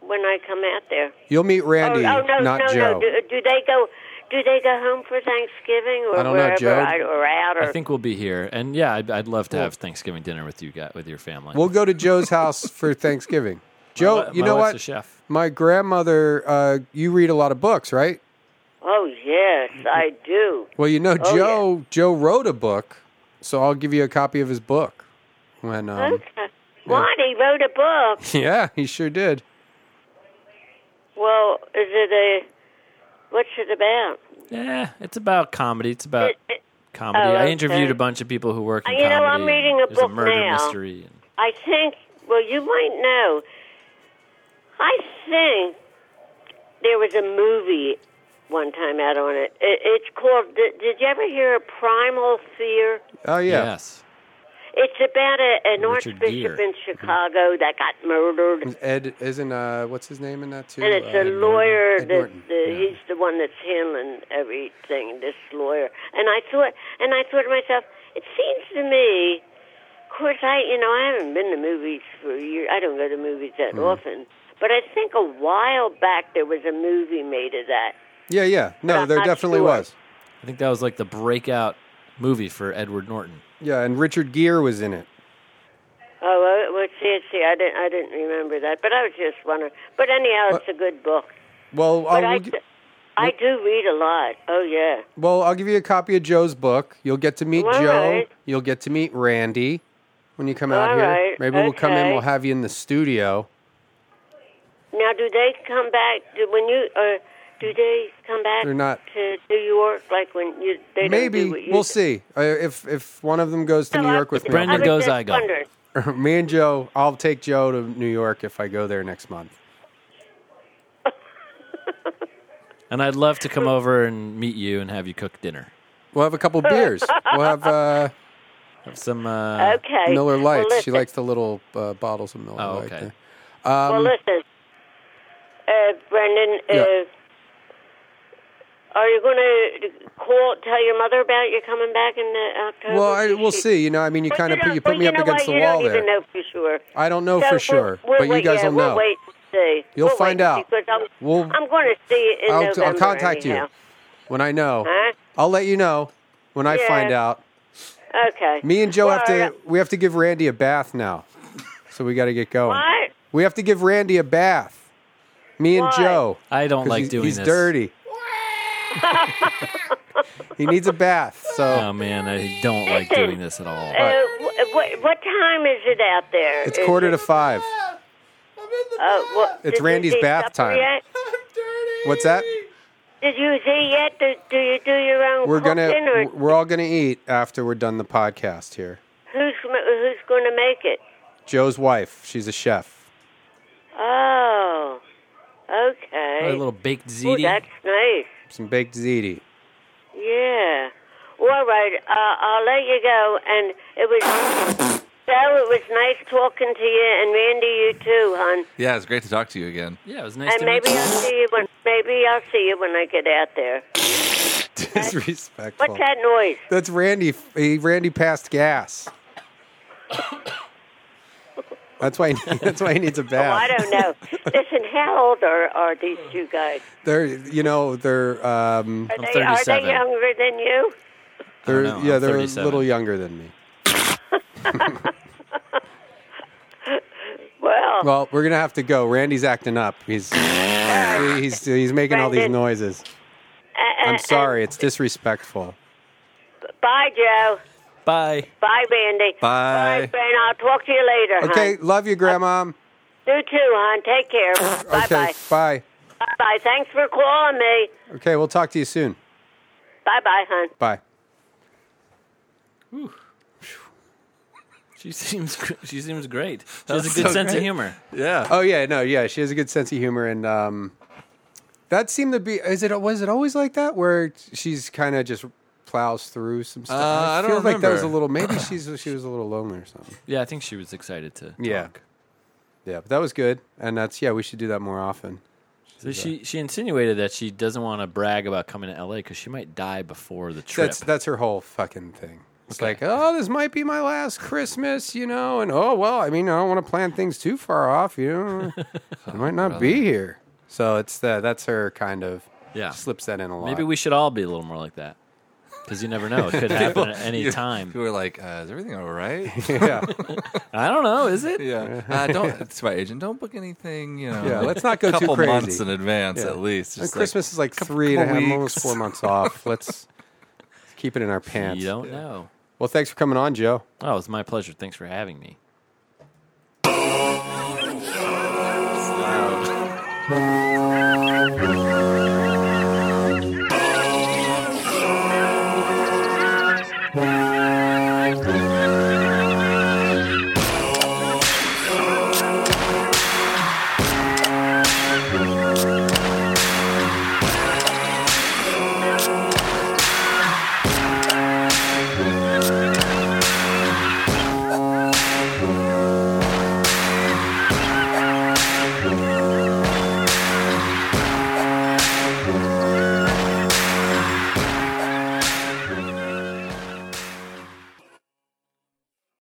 Speaker 7: when I come out there.
Speaker 2: You'll meet
Speaker 7: Oh,
Speaker 2: Randy,
Speaker 7: oh no,
Speaker 2: not
Speaker 7: no,
Speaker 2: Joe.
Speaker 7: no. Do, do they go? Do they go home for Thanksgiving or
Speaker 2: I don't know,
Speaker 7: wherever
Speaker 2: Joe.
Speaker 7: I, or out or?
Speaker 4: I think we'll be here, and yeah, I'd, I'd love to have Thanksgiving dinner with you guys, with your family.
Speaker 2: We'll go to Joe's house for Thanksgiving.
Speaker 4: My
Speaker 2: Joe,
Speaker 4: wi-
Speaker 2: you
Speaker 4: my
Speaker 2: know
Speaker 4: wife's
Speaker 2: what?
Speaker 4: A chef.
Speaker 2: My grandmother. Uh, you read a lot of books, right?
Speaker 7: oh yes, I do.
Speaker 2: Well, you know,
Speaker 7: Oh,
Speaker 2: Joe. Joe wrote a book, so I'll give you a copy of his book. When um,
Speaker 7: Okay. What he wrote a book.
Speaker 2: yeah, he sure did.
Speaker 7: Well, is it a? What's it about?
Speaker 4: Yeah, it's about comedy. It's about
Speaker 7: It- it-
Speaker 4: comedy.
Speaker 7: oh,
Speaker 4: I interviewed
Speaker 7: okay. Uh,
Speaker 4: a bunch of people who work in
Speaker 7: You know,
Speaker 4: comedy.
Speaker 7: I'm reading a
Speaker 4: There's
Speaker 7: book
Speaker 4: a murder
Speaker 7: now.
Speaker 4: mystery. and-
Speaker 7: I think. Well, you might know. I think there was a movie one time out on it. it it's called. Did, did you ever hear of Primal Fear?
Speaker 2: Oh yeah.
Speaker 4: Yes.
Speaker 7: It's about a, an
Speaker 4: Richard
Speaker 7: archbishop
Speaker 4: Gere. Mm-hmm.
Speaker 7: in Chicago that got murdered, and
Speaker 2: Ed isn't uh, what's his name in that too?
Speaker 7: it's
Speaker 2: Uh,
Speaker 7: a lawyer
Speaker 2: Ed
Speaker 7: that
Speaker 2: Norton,
Speaker 7: the, he's the one that's handling everything. This lawyer, and I thought, and I thought to myself, it seems to me. Of course, I you know I haven't been to movies for years. I don't go to movies that
Speaker 2: Mm.
Speaker 7: often, but I think a while back there was a movie made of that.
Speaker 2: yeah, yeah.
Speaker 7: But
Speaker 2: No,
Speaker 7: I'm
Speaker 2: there
Speaker 7: not
Speaker 2: definitely
Speaker 7: sure.
Speaker 2: was.
Speaker 4: I think that was like the breakout movie for Edward Norton.
Speaker 2: Yeah, and Richard Gere was in it.
Speaker 7: Oh, well, well, see, see, I didn't, I didn't remember that, but I was just wondering. But anyhow,
Speaker 2: Uh,
Speaker 7: it's a good book.
Speaker 2: Well, I'll,
Speaker 7: But I,
Speaker 2: gi-
Speaker 7: d- I do read a lot. Oh yeah.
Speaker 2: well, I'll give you a copy of Joe's book. You'll get to meet
Speaker 7: All
Speaker 2: Joe.
Speaker 7: right.
Speaker 2: You'll get to meet Randy when you come out
Speaker 7: All
Speaker 2: here.
Speaker 7: right,
Speaker 2: Maybe we'll come in.
Speaker 7: okay.
Speaker 2: We'll have you in the studio.
Speaker 7: Now, do they come back do, when you? Uh, do they come back?
Speaker 2: They're not-
Speaker 7: to New York, like when you. They
Speaker 2: Maybe
Speaker 7: don't do what you
Speaker 2: we'll
Speaker 7: do.
Speaker 2: see Uh, if if one of them goes to
Speaker 7: So
Speaker 2: New
Speaker 7: I
Speaker 2: York
Speaker 7: was-
Speaker 2: with me.
Speaker 4: Brandon
Speaker 7: I was
Speaker 4: goes,
Speaker 7: just
Speaker 4: I go.
Speaker 7: wondering.
Speaker 2: I'll- me and Joe, I'll take Joe to New York if I go there next month.
Speaker 4: And I'd love to come over and meet you and have you cook dinner.
Speaker 2: We'll have a couple beers. We'll have uh,
Speaker 4: Have some. Uh,
Speaker 7: Okay.
Speaker 2: Miller Lights.
Speaker 7: Well,
Speaker 2: she
Speaker 7: listen-
Speaker 2: likes the little uh, bottles of Miller
Speaker 4: Oh,
Speaker 2: Lite
Speaker 4: okay.
Speaker 2: there.
Speaker 7: well, listen, uh, Brendan.
Speaker 2: Yeah.
Speaker 7: Uh, are you going to call? Tell your mother about you coming back in the October?
Speaker 2: Well, I,
Speaker 7: She-
Speaker 2: we'll see. You know, I mean, you
Speaker 7: Well,
Speaker 2: kind of
Speaker 7: you
Speaker 2: put,
Speaker 7: know-
Speaker 2: you put
Speaker 7: well,
Speaker 2: me
Speaker 7: you
Speaker 2: up
Speaker 7: know
Speaker 2: against
Speaker 7: what?
Speaker 2: the wall
Speaker 7: You don't
Speaker 2: there.
Speaker 7: even know for sure.
Speaker 2: I don't know
Speaker 7: So
Speaker 2: for
Speaker 7: we'll-
Speaker 2: sure,
Speaker 7: we'll
Speaker 2: but you
Speaker 7: wait-
Speaker 2: guys
Speaker 7: yeah,
Speaker 2: will
Speaker 7: we'll
Speaker 2: know.
Speaker 7: wait and see.
Speaker 2: You'll
Speaker 7: We'll wait
Speaker 2: find
Speaker 7: and
Speaker 2: out.
Speaker 7: see, 'cause I'm,
Speaker 2: We'll-
Speaker 7: I'm going to see it in
Speaker 2: I'll,
Speaker 7: November.
Speaker 2: I'll contact
Speaker 7: anyhow.
Speaker 2: you when I know.
Speaker 7: Huh?
Speaker 2: I'll let you know when I
Speaker 7: Yeah.
Speaker 2: find out.
Speaker 7: Okay.
Speaker 2: Me and Joe have
Speaker 7: Well,
Speaker 2: to. We have to give Randy a bath now, so we got to get going.
Speaker 7: What?
Speaker 2: We have to give Randy a bath. Me and
Speaker 7: Why?
Speaker 2: Joe.
Speaker 4: I don't
Speaker 2: 'Cause
Speaker 4: like
Speaker 2: he's,
Speaker 4: doing
Speaker 2: he's
Speaker 4: this.
Speaker 2: dirty. he needs a bath. So
Speaker 4: Oh man, I don't like doing this at all.
Speaker 7: Uh, wh- what, what time is it out there?
Speaker 2: it's
Speaker 7: Is
Speaker 2: quarter
Speaker 7: it-
Speaker 2: to five.
Speaker 7: Uh, what,
Speaker 2: It's
Speaker 7: did you
Speaker 2: Randy's
Speaker 7: see
Speaker 2: bath
Speaker 7: supper
Speaker 2: time.
Speaker 7: yet?
Speaker 2: What's that?
Speaker 7: Did you see yet? Do, do you do your own
Speaker 2: We're
Speaker 7: cooking,
Speaker 2: gonna
Speaker 7: or
Speaker 2: we're all gonna eat after we're done the podcast here.
Speaker 7: who's who's going to make it?
Speaker 2: Joe's wife, she's a chef.
Speaker 7: Oh, okay.
Speaker 4: A little baked
Speaker 7: Ooh,
Speaker 4: ziti.
Speaker 7: that's nice.
Speaker 2: Some baked ziti.
Speaker 7: Yeah. All right. Uh, I'll let you go. And it was so. It was nice talking to you, and Randy, you too, hon.
Speaker 3: Yeah, it's great to talk to you again.
Speaker 4: yeah, it was nice to
Speaker 7: and maybe
Speaker 4: meet you.
Speaker 7: I'll see you when maybe I'll see you when I get out there.
Speaker 2: Disrespectful.
Speaker 7: What's that noise?
Speaker 2: That's Randy. He Randy passed gas. That's why. That's why he needs a
Speaker 7: Oh, I
Speaker 2: bath.
Speaker 7: don't know. Listen, how old are, are these two guys?
Speaker 2: They're, you know, they're, um,
Speaker 7: Are
Speaker 4: I'm
Speaker 7: they are they
Speaker 4: 37.
Speaker 7: younger than you?
Speaker 2: they're,
Speaker 4: know,
Speaker 2: yeah,
Speaker 4: I'm
Speaker 2: they're a
Speaker 4: 37.
Speaker 2: little younger than me.
Speaker 7: Well,
Speaker 2: Well, we're gonna have to go. Randy's acting up. He's, he's, he's making all these
Speaker 7: Brandon.
Speaker 2: noises.
Speaker 7: a- a-
Speaker 2: I'm sorry. It's disrespectful.
Speaker 7: and- uh, bye, Joe.
Speaker 4: Bye.
Speaker 7: Bye, Randy.
Speaker 3: Bye.
Speaker 7: Bye, Ben. I'll talk to you later.
Speaker 2: Okay,
Speaker 7: Hon.
Speaker 2: love you, Grandma.
Speaker 7: You too, hon. Take care. bye,
Speaker 2: Okay,
Speaker 7: bye.
Speaker 2: bye.
Speaker 7: Bye, bye. Thanks for calling me.
Speaker 2: Okay, we'll talk to you soon.
Speaker 7: Bye, bye, hon.
Speaker 2: Bye.
Speaker 4: She seems gr- she seems great. She has a good sense of humor.
Speaker 3: Yeah.
Speaker 2: Oh yeah, no, yeah, she has a good sense of humor, and um, that seemed to be. Is it was it always like that where she's kind of just plows through some stuff?
Speaker 3: Uh, I don't
Speaker 2: feel like that was a
Speaker 3: remember.
Speaker 2: little. Maybe she's she was a little lonely or something.
Speaker 4: Yeah, I think she was excited to.
Speaker 2: Yeah, yeah, but that was good, and that's yeah, we should do that more often.
Speaker 4: So she she insinuated that she doesn't want to brag about coming to L.A. because she might die before the trip.
Speaker 2: That's that's her whole fucking thing. It's like, oh, this might be my last Christmas, you know, and oh well, I mean, I don't want to plan things too far off, you know. I might not be here, so it's the, that's her kind of
Speaker 4: Yeah.
Speaker 2: slips that in a lot.
Speaker 4: Maybe we should all be a little more like that because you never know; it could happen at any time.
Speaker 3: People were like, uh, "Is everything all right?"
Speaker 2: yeah.
Speaker 4: I don't know. Is it?
Speaker 3: yeah. Uh, don't. It's my agent. Don't book anything. You know.
Speaker 2: Yeah,
Speaker 3: like
Speaker 2: let's not go
Speaker 3: a
Speaker 2: too
Speaker 3: couple
Speaker 2: crazy.
Speaker 3: months in advance
Speaker 2: Yeah.
Speaker 3: at least.
Speaker 2: And
Speaker 3: Just
Speaker 2: Christmas is like
Speaker 3: couple-
Speaker 2: three and a
Speaker 3: couple
Speaker 2: half, almost
Speaker 3: weeks.
Speaker 2: four months off. Let's keep it in our pants.
Speaker 4: You don't know.
Speaker 2: Well, thanks for coming on, Joe.
Speaker 4: Oh, it's my pleasure. Thanks for having me.